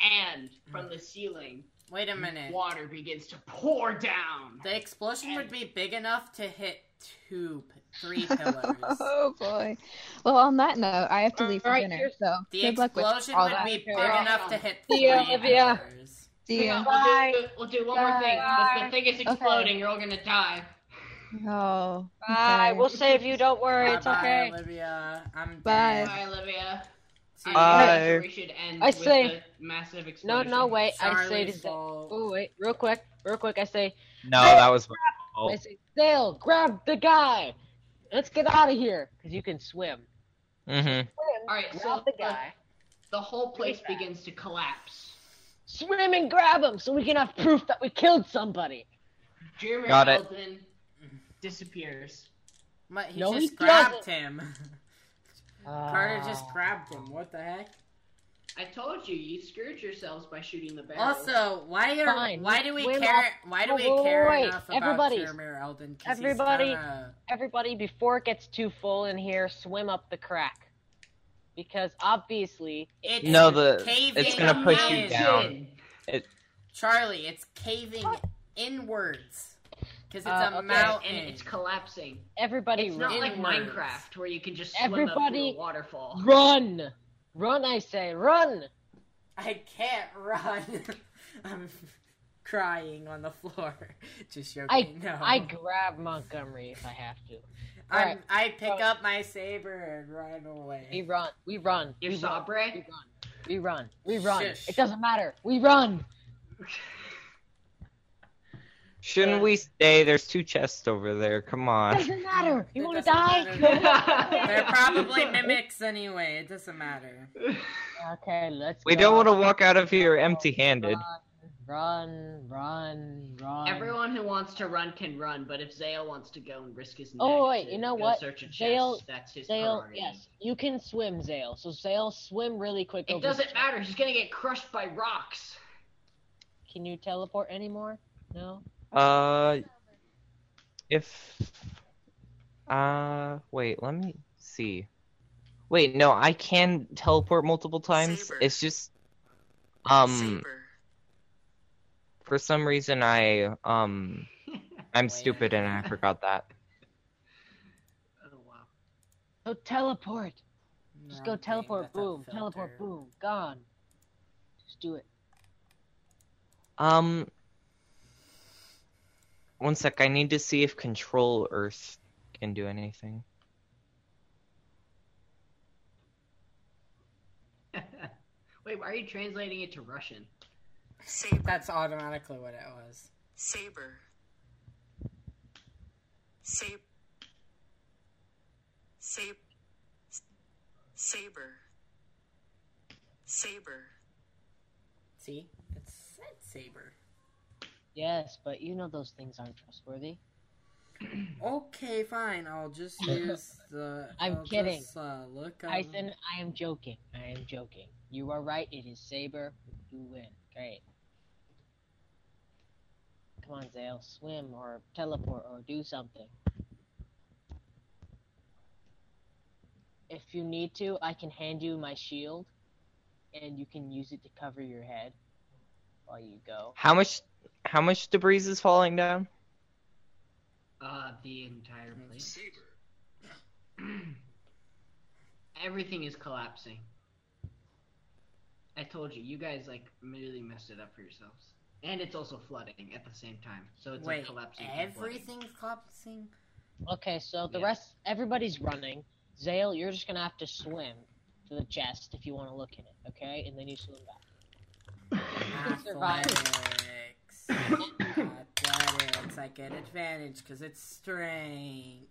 S2: and from the ceiling,
S1: Wait a minute.
S2: water begins to pour down.
S1: The explosion would be big enough to hit two, p- three pillars.
S5: (laughs) Oh boy. Well, on that note, I have to leave for
S3: Alright,
S5: dinner.
S3: here's-
S5: So
S1: The
S5: good luck with
S1: explosion
S5: all
S1: would
S5: that.
S1: be big
S2: Alright.
S1: enough to hit
S3: See
S1: three
S3: ya, Olivia.
S1: pillars.
S5: See
S2: Hang
S5: ya.
S2: on, We'll, do, we'll do one more thing.
S3: Bye.
S2: Once the thing is exploding, you're all gonna die.
S5: Oh.
S3: Bye.
S5: okay.
S3: We'll save you. Don't worry. It's
S1: Bye-bye,
S3: okay.
S1: Olivia. I'm
S5: Bye.
S1: dead.
S2: Bye, Olivia.
S1: See
S4: Bye.
S2: I think we should end
S3: I
S2: with
S3: say-
S2: the massive
S3: No,
S2: explosion.
S3: no, wait. I say
S1: Charlie's
S3: to say.
S1: fault.
S3: Oh, wait. Real quick. Real quick. I say,
S4: No, that was my
S3: I
S4: fault.
S3: say, Dale, grab the guy. Let's get out of here. Because you can swim.
S4: hmm
S2: All right, so uh,
S3: Grab the guy.
S2: the whole place begins to collapse.
S3: Swim and grab him so we can have proof that we killed somebody.
S2: Jeremy
S4: Got it.
S2: Elden disappears.
S1: But he
S3: No, he
S1: just grabbed
S3: doesn't.
S1: him. (laughs) Carter just grabbed him. What the heck?
S2: I told you, you screwed yourselves by shooting the barrel.
S1: Also, why are
S3: Fine,
S1: why do we
S3: we're
S1: care? Why do we
S3: wait,
S1: care
S3: wait,
S1: enough
S3: everybody.
S1: about Jeremy Elden? 'Cause he's
S3: Everybody.
S1: kinda-
S3: Everybody, before it gets too full in here, swim up the crack. Because obviously,
S1: it's
S4: No, the-
S1: caving
S4: it's gonna push you
S1: in.
S4: down.
S1: Charlie. It's caving inwards because it's
S3: Uh,
S1: a
S3: okay,
S1: mountain.
S2: And it's collapsing.
S3: everybody
S2: It's not
S3: run.
S2: like
S1: Inwards.
S2: Minecraft where you can just swim up through
S3: Everybody-
S2: a
S3: (laughs)
S2: waterfall.
S3: Run! Run, I say, run!
S1: I can't run. (laughs) I'm crying on the floor. (laughs) Just joking. no,
S3: I grab Montgomery if I have to.
S1: I'm-
S3: alright.
S1: I pick
S3: So-
S1: up my saber and run
S3: We
S1: away.
S3: run, we run.
S2: Your
S3: we run, we
S2: sabre?
S3: run, we run, we run.
S1: Shush.
S3: It doesn't matter. We
S4: (laughs)
S3: run!
S4: Shouldn't we stay? There's two chests over there. Come
S1: (laughs)
S3: It
S4: on.
S3: doesn't matter! You
S1: It
S3: wanna
S1: doesn't matter. (laughs)
S2: (laughs)
S3: die?
S1: They're
S3: (laughs)
S1: probably mimics anyway. It doesn't matter.
S3: okay, let's
S4: We
S3: go.
S4: don't want to walk out of here empty-handed.
S3: Run, run, run.
S2: Everyone who wants to run can run, but if Zale wants to go and risk his neck
S3: Oh, wait,
S2: to
S3: you know
S2: go
S3: what?
S2: search a chest,
S3: Zale-
S2: that's his
S3: Zale,
S2: prerogative.
S3: yes, you can swim, Zale. So Zale, swim really quick.
S2: It
S3: over
S2: doesn't
S3: here.
S2: matter. He's gonna get crushed by rocks.
S3: Can you teleport anymore? No.
S4: Uh, if uh, wait, let me see. Wait, no, I can teleport multiple times.
S9: Saber.
S4: It's just um
S9: Saber.
S4: for some reason I
S9: (laughs)
S4: um I'm stupid and I forgot that.
S2: Oh wow. (laughs)
S3: So teleport. Just go
S1: Wrong game,
S3: teleport.
S1: that's a
S3: Boom. Teleport.
S1: filter.
S3: Boom. Gone. Just do it.
S4: Um, one sec. I need to see if Control Earth can do anything.
S2: Wait, why are you translating it to Russian?
S9: Saber.
S1: That's automatically what it was.
S9: Saber. Saber. Saber. Saber. Saber.
S1: See, it said saber.
S3: Yes, but you know those things aren't trustworthy.
S1: Okay, fine. I'll just use the.
S3: I'm
S1: I'll
S3: kidding.
S1: Just, uh, look up.
S3: Tyson, I am joking. I am joking. You are right. It is Saber. You win. Great. Come on, Zale, swim or teleport or do something. If you need to, I can hand you my shield, and you can use it to cover your head while you go.
S4: How much? How much debris is falling down?
S2: Uh, the entire place. (clears throat) Everything is collapsing. I told you, you guys like really messed it up for yourselves. And it's also flooding at the same time, so it's
S1: Wait,
S2: like collapsing. and flooding.
S1: everything's collapsing?
S3: Okay, so the
S2: Yeah.
S3: rest, everybody's running. Zale, you're just gonna have to swim to the chest if you want to look in it, okay? And then you swim back. survive.
S1: Athletics. Athletics. I get advantage because it's strength.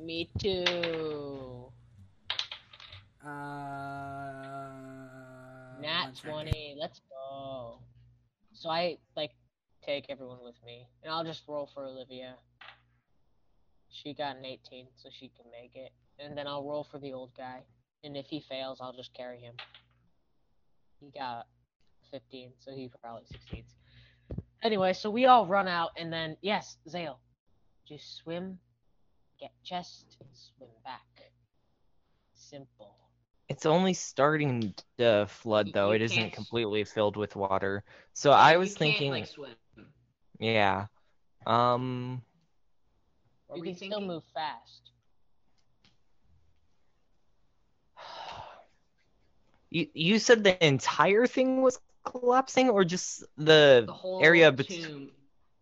S3: Me
S1: Oh,
S3: too.
S1: Uh,
S3: Nat
S1: one second.
S3: 20. Let's go. So I like take everyone with me, and I'll just roll for Olivia. She got an 18, so she can make it. And then I'll roll for the old guy, and if he fails, I'll just carry him. He got 15, so he probably succeeds. Anyway, so we all run out, and then yes, Zale, just swim, get chest, and swim back. Simple.
S4: It's only starting to flood
S2: You-
S4: though.
S2: you
S4: It isn't
S2: can't-
S4: completely filled with water. So I
S2: You
S4: was
S2: can't,
S4: thinking,
S2: like swim.
S4: yeah. Um,
S2: What
S3: you
S2: were you
S3: can still
S2: thinking?
S3: move fast.
S4: you you said the entire thing was collapsing, or just the
S2: The whole
S4: area bet-
S2: tomb.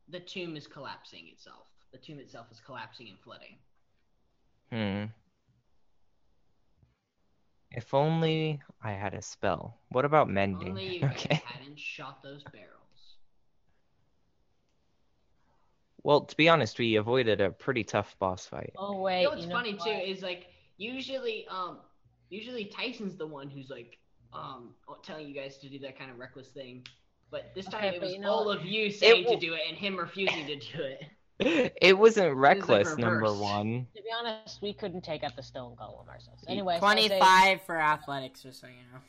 S2: The tomb is collapsing itself. The tomb itself is collapsing and flooding.
S4: hmm. If only I had a spell. What about mending?
S2: Only you guys
S4: (laughs) okay.
S2: hadn't shot those barrels.
S4: Well, to be honest, we avoided a pretty tough boss fight. (laughs)
S3: Oh wait,
S2: you know what's
S3: you know
S2: funny
S3: what?
S2: too is like usually um usually Tyson's the one who's like um telling you guys to do that kind of reckless thing. But this time
S3: Okay,
S2: it
S3: but
S2: was
S3: you know
S2: all of you saying
S4: will-
S2: to do it and him refusing to do
S3: (laughs)
S2: it.
S4: It wasn't reckless, number
S2: reversed.
S4: one.
S3: To be honest, we couldn't take out the stone golem ourselves. Anyway, so I say-
S1: 25 for athletics, just so you know.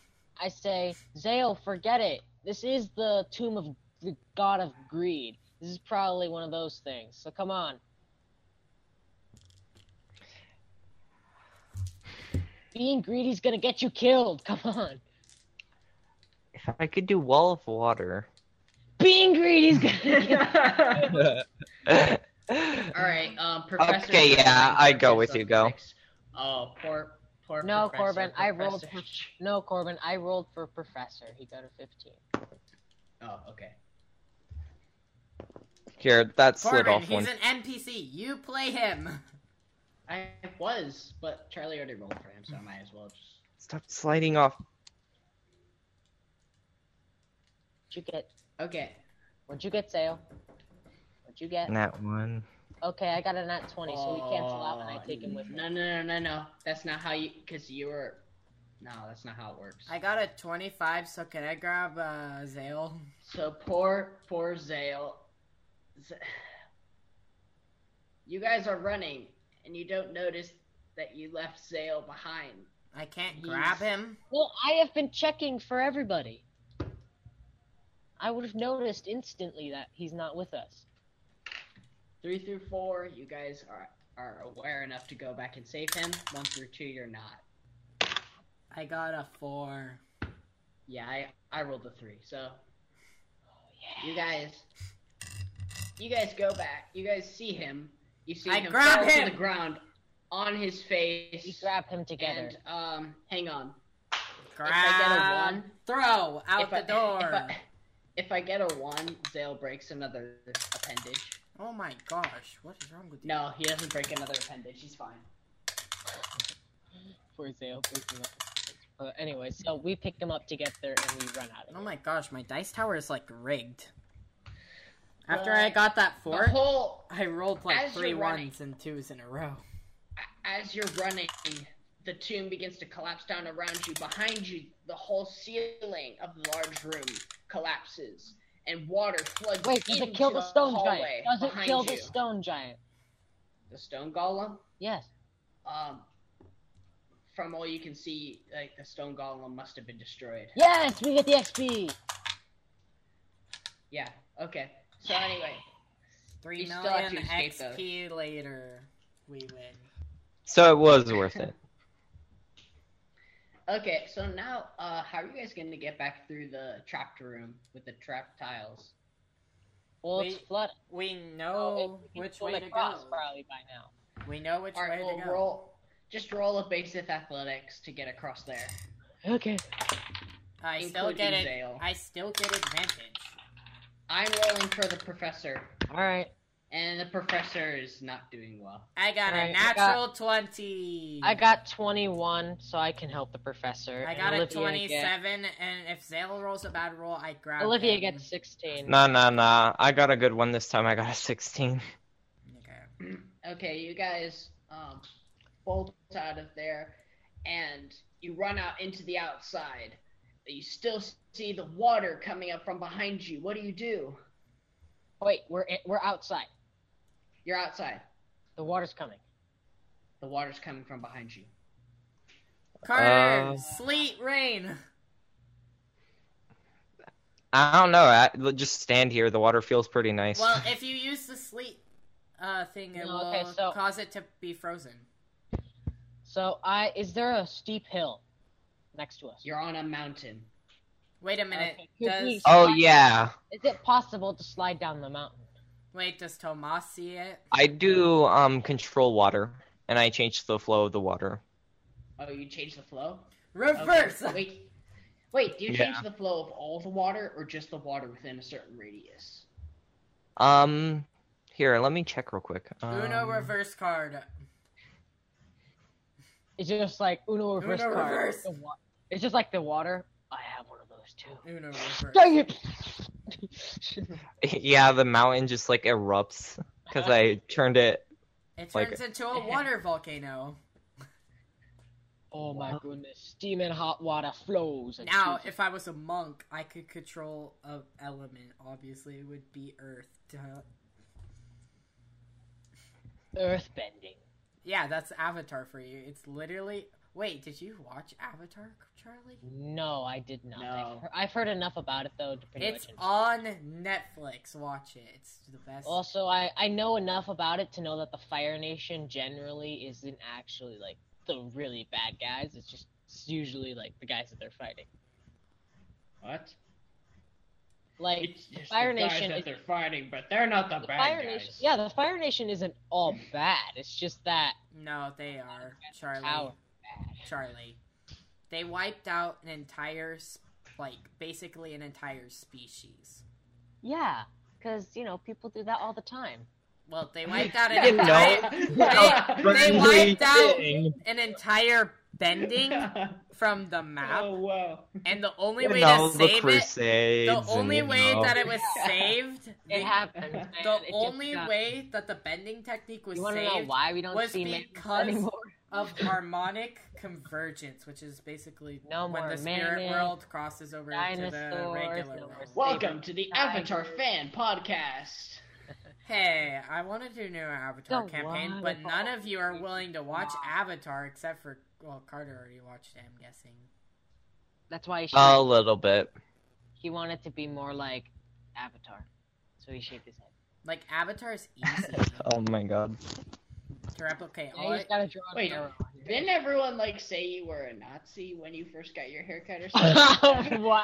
S3: I say, Zale, forget it. This is the tomb of the god of greed. This is probably one of those things. So come on. Being greedy's gonna get you killed. Come on.
S4: If I could do wall of water.
S3: Being greedy's gonna. (laughs)
S2: All right, um, Professor.
S4: Okay, yeah, I go with you, go.
S2: Fix. Oh, poor, poor.
S3: No,
S2: professor,
S3: Corbin, I rolled
S2: Professor.
S3: no, Corbin. I rolled for professor. He got a fifteen.
S2: Oh, okay.
S4: (laughs) Here, that slid
S1: Corbin,
S4: off one.
S1: he's an NPC. You play him.
S2: I was, but Charlie already rolled for him, so I might as well just.
S4: Stop sliding off.
S3: What'd you get?
S2: Okay.
S3: What'd you get, Zale? What'd you get?
S4: That one.
S3: Okay, I got a nat twenty, so we cancel out, and I take him with me.
S2: No, no, no, no, no. That's not how you. Because you were. No, that's not how it works.
S1: I got a 25, so can I grab uh, Zale?
S2: So poor, poor Zale. Z- You guys are running, and you don't notice that you left Zale behind.
S1: I can't
S2: He's-
S1: grab him.
S3: Well, I have been checking for everybody. I would have noticed instantly that he's not with us.
S2: Three through four, you guys are are aware enough to go back and save him. One through two, you're not.
S1: I got a 4.
S2: Yeah, I, I rolled a three. So
S1: Oh,
S3: Yeah.
S2: you guys, you guys go back. You guys see him. You see
S1: I
S2: him
S1: grab
S2: fall
S1: him!
S2: to the ground, on his face.
S3: You grab him together.
S2: and um, hang on.
S1: Grab.
S2: I get a one-
S1: Throw out
S2: if
S1: the
S2: I,
S1: door.
S2: If I, (laughs) if I get a one, Zale breaks another appendage.
S1: Oh my gosh, what is wrong with you?
S2: No, he doesn't break another appendage. He's fine.
S3: For Zale. picking up his- But anyway, so we pick him up together and we run out of
S1: Oh
S3: here.
S1: my gosh, my dice tower is like rigged. After
S2: Well,
S1: I got that four,
S2: The whole
S1: I rolled like
S2: as
S1: three
S2: you're running-
S1: ones and twos in a row.
S2: as you're running, the tomb begins to collapse down around you. Behind you, the whole ceiling of the large room collapses, and water floods.
S3: Wait, does it
S2: into
S3: kill the stone
S2: hallway
S3: giant? Does it
S2: behind
S3: kill
S2: you.
S3: the stone giant?
S2: the stone golem?
S3: Yes.
S2: Um, from all you can see, like the stone golem must have been destroyed.
S3: Yes, we get the XP!
S2: Yeah. Okay.
S3: So anyway,
S1: Three
S3: You still have
S1: million
S3: to escape, though.
S1: XP later, we win.
S4: So it was
S1: (laughs)
S4: worth it.
S2: Okay, so now, uh, how are you guys going to get back through the trapped room with the trapped tiles?
S3: well,
S1: We-
S3: it's flooded.
S1: We
S3: so
S1: know
S3: it- we
S1: which
S3: can
S1: way
S3: Oh, pull
S1: to go.
S3: across probably by now.
S1: We know which
S2: All right,
S1: way
S2: well,
S1: to go.
S2: roll. Just roll a basic athletics to get across there.
S3: Okay.
S1: I still
S2: including
S1: get it.
S2: Zale.
S1: I still get advantage.
S2: I'm rolling for the professor,
S3: All right.
S2: and the professor is not doing well.
S1: I got a
S3: Alright, I got-
S1: natural twenty.
S3: I got 21, so I can help the professor.
S1: I
S3: and
S1: got a
S3: Olivia Get,
S1: twenty-seven, and if Zale rolls a bad roll, I grab.
S3: Olivia
S1: him.
S3: gets 16.
S4: Nah, nah, nah. I got a good one this time. I got a 16.
S1: Okay.
S2: Okay, you guys um, bolt out of there, and you run out into the outside. You still see the water coming up from behind you. What do you do?
S3: Oh, Wait, we're in, we're outside.
S2: You're outside.
S3: The water's coming.
S2: The water's coming from behind you.
S1: Carter,
S4: Uh,
S1: sleet, rain.
S4: I don't know. I, just stand here. The water feels pretty nice.
S1: Well, if you use the sleet uh, thing, it
S3: No,
S1: will
S3: Oh, okay, so-
S1: cause it to be frozen.
S3: So I is there a steep hill next to us?
S2: You're on a mountain.
S1: Wait a minute.
S3: Okay, could
S1: Does
S3: we-
S4: oh, yeah.
S3: Is it possible to slide down the mountain?
S1: wait? Does Tomas see it?
S4: I do um control water, and I change the flow of the water.
S2: Oh, you change the flow? Okay,
S1: Reverse. (laughs)
S2: Wait. Wait, do you
S4: Yeah.
S2: change the flow of all the water or just the water within a certain radius?
S4: Um, here, let me check real quick. Um,
S1: Uno reverse card.
S3: It's just like Uno reverse
S1: Uno
S3: card.
S1: reverse.
S3: The wa- it's just like the water. I have one of those too.
S1: Uno reverse.
S3: Dang it!
S4: (laughs) yeah, the mountain just like erupts because I turned it.
S1: It
S4: Like-
S1: turns into a water
S3: (laughs)
S1: volcano.
S3: (laughs) oh my goodness! Steaming hot water flows. And
S1: Now, if I was a monk, I could control a element. Obviously, it would be earth. Duh.
S3: earth bending.
S1: Yeah, that's Avatar for you. It's literally. Wait, did you watch Avatar, Charlie?
S3: No, I did not.
S2: No.
S3: I've, heard, I've heard enough about it though to pretty
S1: It's
S3: much.
S1: on Netflix. Watch it. It's the best.
S3: Also, I I know enough about it to know that the Fire Nation generally isn't actually like the really bad guys. It's just it's usually like the guys that they're fighting.
S2: What?
S3: Like
S2: It's just
S3: Fire
S2: the guys
S3: Nation
S2: that
S3: is-
S2: they're fighting, but they're not the,
S3: the
S2: bad
S3: Fire
S2: guys.
S3: Nation,
S2: (laughs)
S3: yeah, the Fire Nation isn't all bad. It's just that
S1: no, they are Charlie.
S3: power.
S1: Charlie. They wiped out an entire, s- like basically an entire species.
S3: Yeah, because you know people do that all the time.
S1: Well, they wiped out an
S4: (laughs) You
S1: entire, they
S4: Friendly
S1: wiped out-
S4: thing.
S1: an entire bending
S4: (laughs)
S2: (laughs)
S1: from the map,
S2: oh wow.
S1: and the only
S4: And
S1: way
S4: all
S1: to
S4: the
S1: save it,
S4: crusades.
S1: the only
S4: and, you
S1: way
S4: know.
S1: that
S4: (laughs)
S1: it was saved,
S3: It
S1: the-
S3: happens. man.
S1: the
S3: It just
S1: only
S3: sucks.
S1: way that the bending technique was
S3: You want to know
S1: saved
S3: why we don't
S1: was
S3: see man
S1: because-
S3: anymore? (laughs)
S1: of harmonic convergence, which is basically
S3: No
S1: when
S3: more
S1: the spirit
S3: mammoth,
S1: world crosses over into the
S3: dinosaurs,
S1: regular
S3: no more
S1: world.
S2: Welcome to the
S3: Tiger.
S2: Avatar Fan Podcast.
S1: Hey, I want to do a new Avatar
S3: Don't
S1: campaign,
S3: lie
S1: but
S3: about
S1: none of you are willing to
S3: (laughs)
S1: watch
S3: Wow.
S1: Avatar except for well, Carter already watched it. I'm guessing.
S3: That's why he, shook-
S4: A little bit.
S3: he wanted to be more like Avatar, so he shook his head.
S1: Like Avatar is easy
S4: Oh my god.
S1: to
S3: (laughs)
S1: replicate.
S3: Now
S1: All
S3: he's
S1: it,
S3: got to draw an
S2: Wait.
S3: arrow. on your
S2: Didn't everyone like say you were a Nazi when you first got your haircut
S3: (laughs)
S2: or
S3: head.
S2: something?
S4: (laughs)
S3: wow.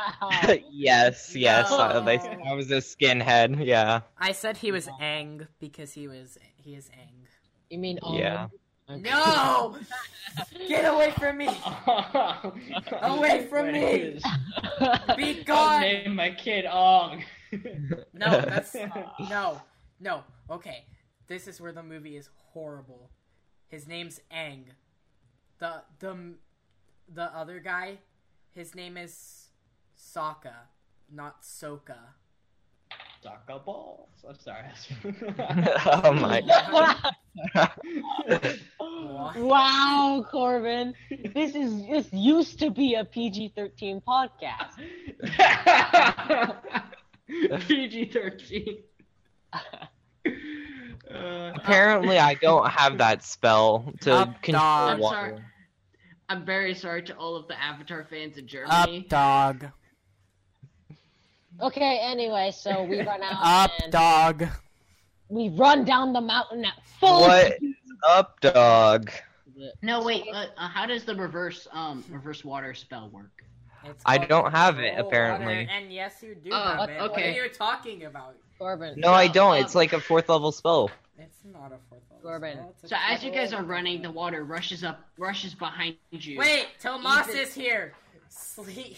S4: yes, yes. I, they,
S1: No.
S4: I was a skinhead. Yeah. (laughs)
S1: I said he was Ang because he was he is Ang.
S3: You mean all
S4: Yeah.
S3: (laughs)
S1: No, get away from me!
S3: Oh.
S1: Away
S2: (laughs)
S1: from me!
S3: (laughs)
S1: Be
S2: I'll
S1: gone!
S2: name my
S1: (laughs)
S2: kid Ong.
S1: No, that's no, no. Okay, this is where the movie is horrible. His name's Ang. The the the other guy, his name is Sokka, not Soka.
S2: Soccer balls. I'm sorry.
S1: (laughs)
S4: oh my.
S3: wow, Corbin. This is this used to be a PG-13 podcast.
S2: (laughs) PG thirteen. Uh,
S4: Apparently, I don't have that spell to
S1: Up
S4: control
S1: dog.
S2: I'm
S4: water.
S2: sorry. I'm very sorry to all of the Avatar fans in Germany.
S1: Up dog.
S3: Okay, anyway, so we run out.
S1: Up,
S3: and
S1: dog.
S3: We run down the mountain at full.
S4: What is up, dog?
S2: No, wait. Uh, uh, how does the reverse um reverse water spell work?
S1: It's
S4: I
S1: called
S4: don't have it,
S1: control
S4: apparently.
S1: water, and yes, you do
S2: Oh,
S1: have it. What are
S2: okay.
S1: you talking about?
S3: Corbin.
S4: No, I
S2: No,
S4: don't.
S2: um,
S4: It's like a fourth level spell.
S1: It's not a fourth level.
S3: Corbin.
S1: spell, it's a
S2: So as you
S1: spell.
S2: guys are running, the water rushes up, rushes behind you.
S1: Wait, Tomas
S2: Ethan-
S1: is here. Sleep.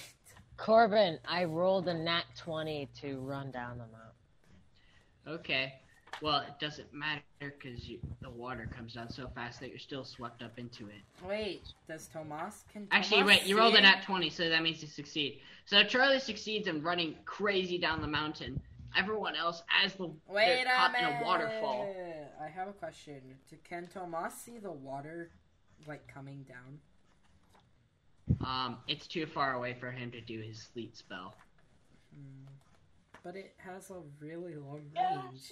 S3: Corbin, I rolled a nat 20 to run down the mountain.
S2: Okay. Well, it doesn't matter because the water comes down so fast that you're still swept up into it.
S1: Wait, does Tomas can?
S2: Actually,
S1: Tomas
S2: wait, you rolled
S1: see
S2: a nat 20, so that means you succeed. So Charlie succeeds in running crazy down the mountain. Everyone else, as the
S1: Wait a
S2: they're caught
S1: minute.
S2: in a waterfall.
S1: I have a question. Do- Can Tomas see the water, like coming down?
S2: Um, it's too far away for him to do his sleep spell.
S1: Hmm. But it has a really long range.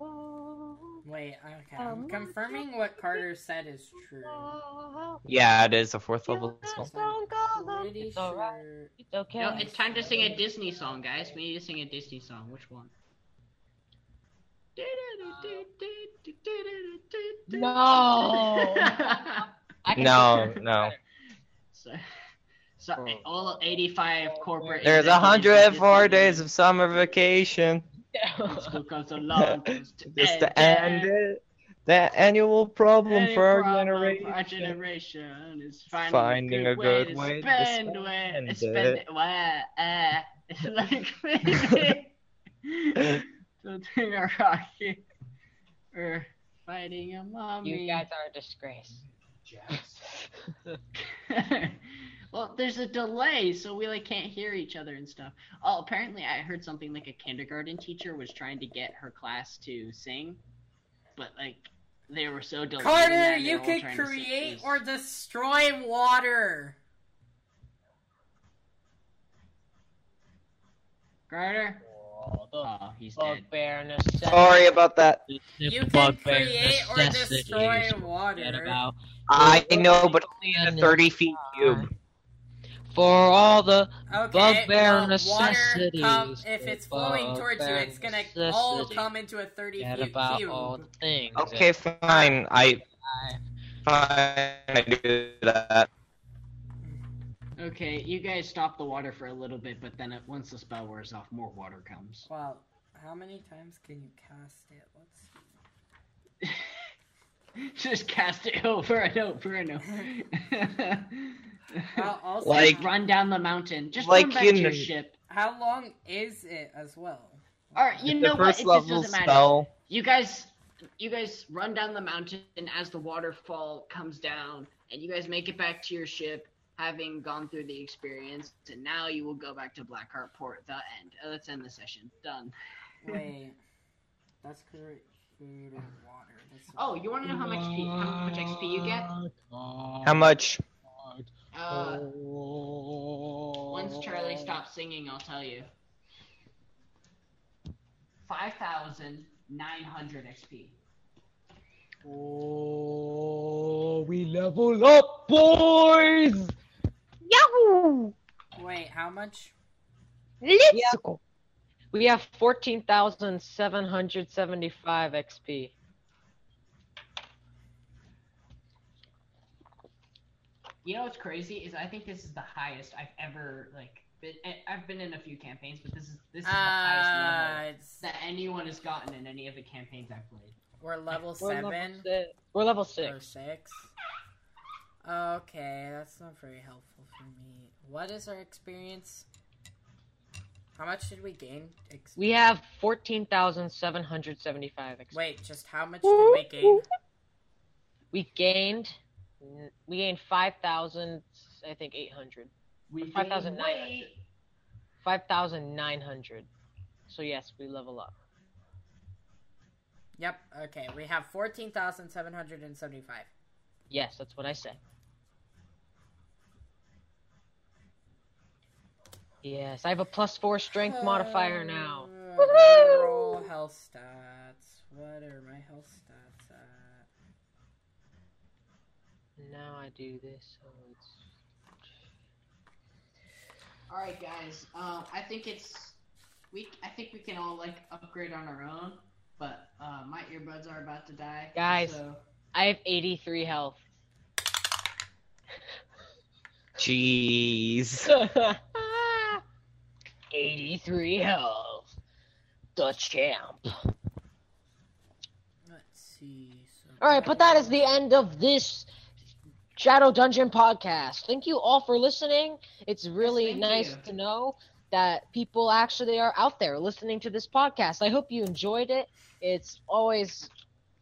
S1: Wait, okay. I'm confirming what Carter said is true.
S4: Yeah, it is a fourth level spell.
S1: Pretty
S3: It's alright.
S1: sure.
S3: It's okay.
S2: No, it's time to sing a Disney song, guys. We need to sing a Disney song. Which one?
S3: No. I can
S4: No,
S3: picture-
S4: no.
S2: (laughs) so, so all 85 corporate.
S4: There's a
S2: executives
S4: hundred
S2: at
S4: four
S2: Disney
S4: days of summer vacation.
S2: (laughs)
S3: (laughs)
S2: School comes along just to
S4: Just to
S2: end
S4: end it. That annual problem
S2: Any
S4: for our
S2: problem for our
S4: generation.
S2: generation is
S4: Finding
S2: finding, a good, way, to spend,
S4: spend
S2: where,
S4: it.
S2: spend it where, (laughs) uh, it's like something a rocket or fighting a mommy.
S3: You guys are a disgrace.
S2: (laughs) well, there's a delay, so we like can't hear each other and stuff. Oh, apparently I heard something like a kindergarten teacher was trying to get her class to sing, but like they were so delayed. in that
S1: Carter,
S2: they
S1: you
S2: were all
S1: can
S2: trying to sing.
S1: create
S2: It
S1: or
S2: was-
S1: destroy water.
S2: Carter.
S3: Oh, the
S2: Oh, he's dead.
S3: bugbear necessity.
S4: Sorry about that.
S1: You can create or destroy water.
S3: about.
S4: I
S2: Oh
S4: know, but only a 30 feet cube.
S3: For all the
S1: Okay,
S3: Bugbear
S1: well, water
S3: necessities,
S1: come, if it's
S3: bugbear
S1: flowing towards you, it's gonna all
S3: necessity.
S1: come into a 30
S3: forget
S1: feet
S3: about
S1: cube.
S3: all the things.
S4: Okay, fine. I. Fine, I do that.
S2: Okay, you guys stop the water for a little bit, but then it, once the spell wears off, more water comes. (laughs)
S1: Wow, how many times can you cast it? Let's (laughs) see.
S2: Just cast it over and over and over.
S1: Well, also,
S4: Like-
S2: run down the mountain. Just
S4: Like
S2: run back
S4: you
S2: to your
S4: kn-
S2: ship.
S1: how long is it as well?
S2: All right, you
S4: It's
S2: know
S4: the
S2: what?
S4: first
S2: It just
S4: level
S2: doesn't matter.
S4: spell.
S2: You guys, you guys run down the mountain as the waterfall comes down, and you guys make it back to your ship, having gone through the experience. And now you will go back to Blackheart Port. The end. Uh, let's end the session. Done.
S1: Wait, that's correct. Food or water. That's
S2: Oh, you want to know how much XP? How much XP you get?
S4: How much?
S2: Uh,
S3: Oh.
S2: once Charlie stops singing, I'll tell you. Five thousand nine hundred XP.
S3: Oh, we level up, boys! Yahoo!
S1: Wait, how much?
S3: Let's go. We have 14,775 XP.
S2: You know what's crazy is I think this is the highest I've ever like. Been, I- I've been in a few campaigns, but this is this is the highest
S1: Uh,
S2: level
S1: it's,
S2: that anyone has gotten in any of the campaigns I've played.
S1: we're level
S3: We're
S1: seven Oh,
S3: Level six. We're level
S1: or
S3: six.
S1: six. Okay, that's not very helpful for me. What is our experience? How much did we gain? Ex-
S3: We have 14,775 XP.
S1: Wait, just how much did we gain?
S3: We gained, we gained 5,000, I think 800.
S2: We gained
S3: 5,900.
S2: weight.
S3: 5,900. So yes, we level up.
S1: Yep. Okay, we have fourteen thousand seven hundred and seventy-five.
S3: Yes, that's what I said. Yes, I have a plus four strength modifier now.
S1: Uh, Roll health stats. What are my health stats at? Um,
S3: Now I do this, so it's
S2: All right, guys. Um, I think it's we. I think we can all like upgrade on our own, but uh, my earbuds are about to die.
S3: Guys.
S2: so
S3: I have 83 health. (laughs)
S4: Jeez.
S3: Ah. 83 health. The champ.
S1: Let's see. So
S3: All right, but that is the end of this Shadow Dungeon podcast. Thank you all for listening. It's really
S2: Yes, thank
S3: nice
S2: you.
S3: to know that people actually are out there listening to this podcast. I hope you enjoyed it. It's always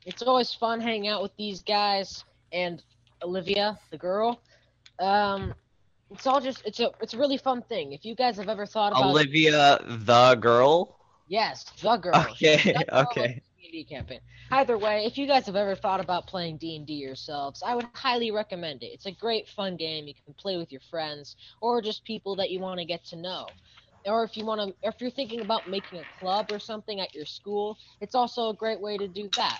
S3: it's always fun hanging out with these guys and Olivia, the girl. Um it's all just it's a it's a really fun thing. If you guys have ever thought about
S4: Olivia the girl?
S3: yes, the
S4: (laughs)
S3: girl.
S4: Okay,
S3: (laughs) That's all
S4: okay.
S3: D&D campaign. Either way, if you guys have ever thought about playing D&D yourselves, I would highly recommend it. It's a great fun game. You can play with your friends or just people that you want to get to know. Or if you want to if you're thinking about making a club or something at your school, it's also a great way to do that.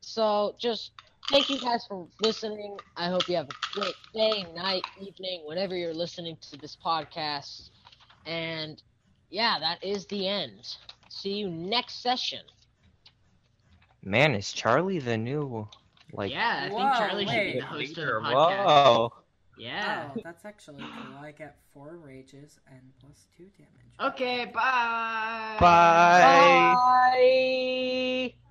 S3: So, just thank you guys for listening. I hope you have a great day, night, evening, whenever you're listening to this podcast. And yeah, that is the end. See you next session.
S4: Man, is Charlie the new like
S2: yeah, I
S1: Whoa,
S2: think Charlie should be
S1: wait.
S2: the host of the
S4: leader?
S2: podcast.
S4: Whoa.
S2: Yeah.
S1: Oh, that's actually cool. I get four rages and plus two damage.
S2: Okay. Bye.
S4: Bye.
S3: Bye.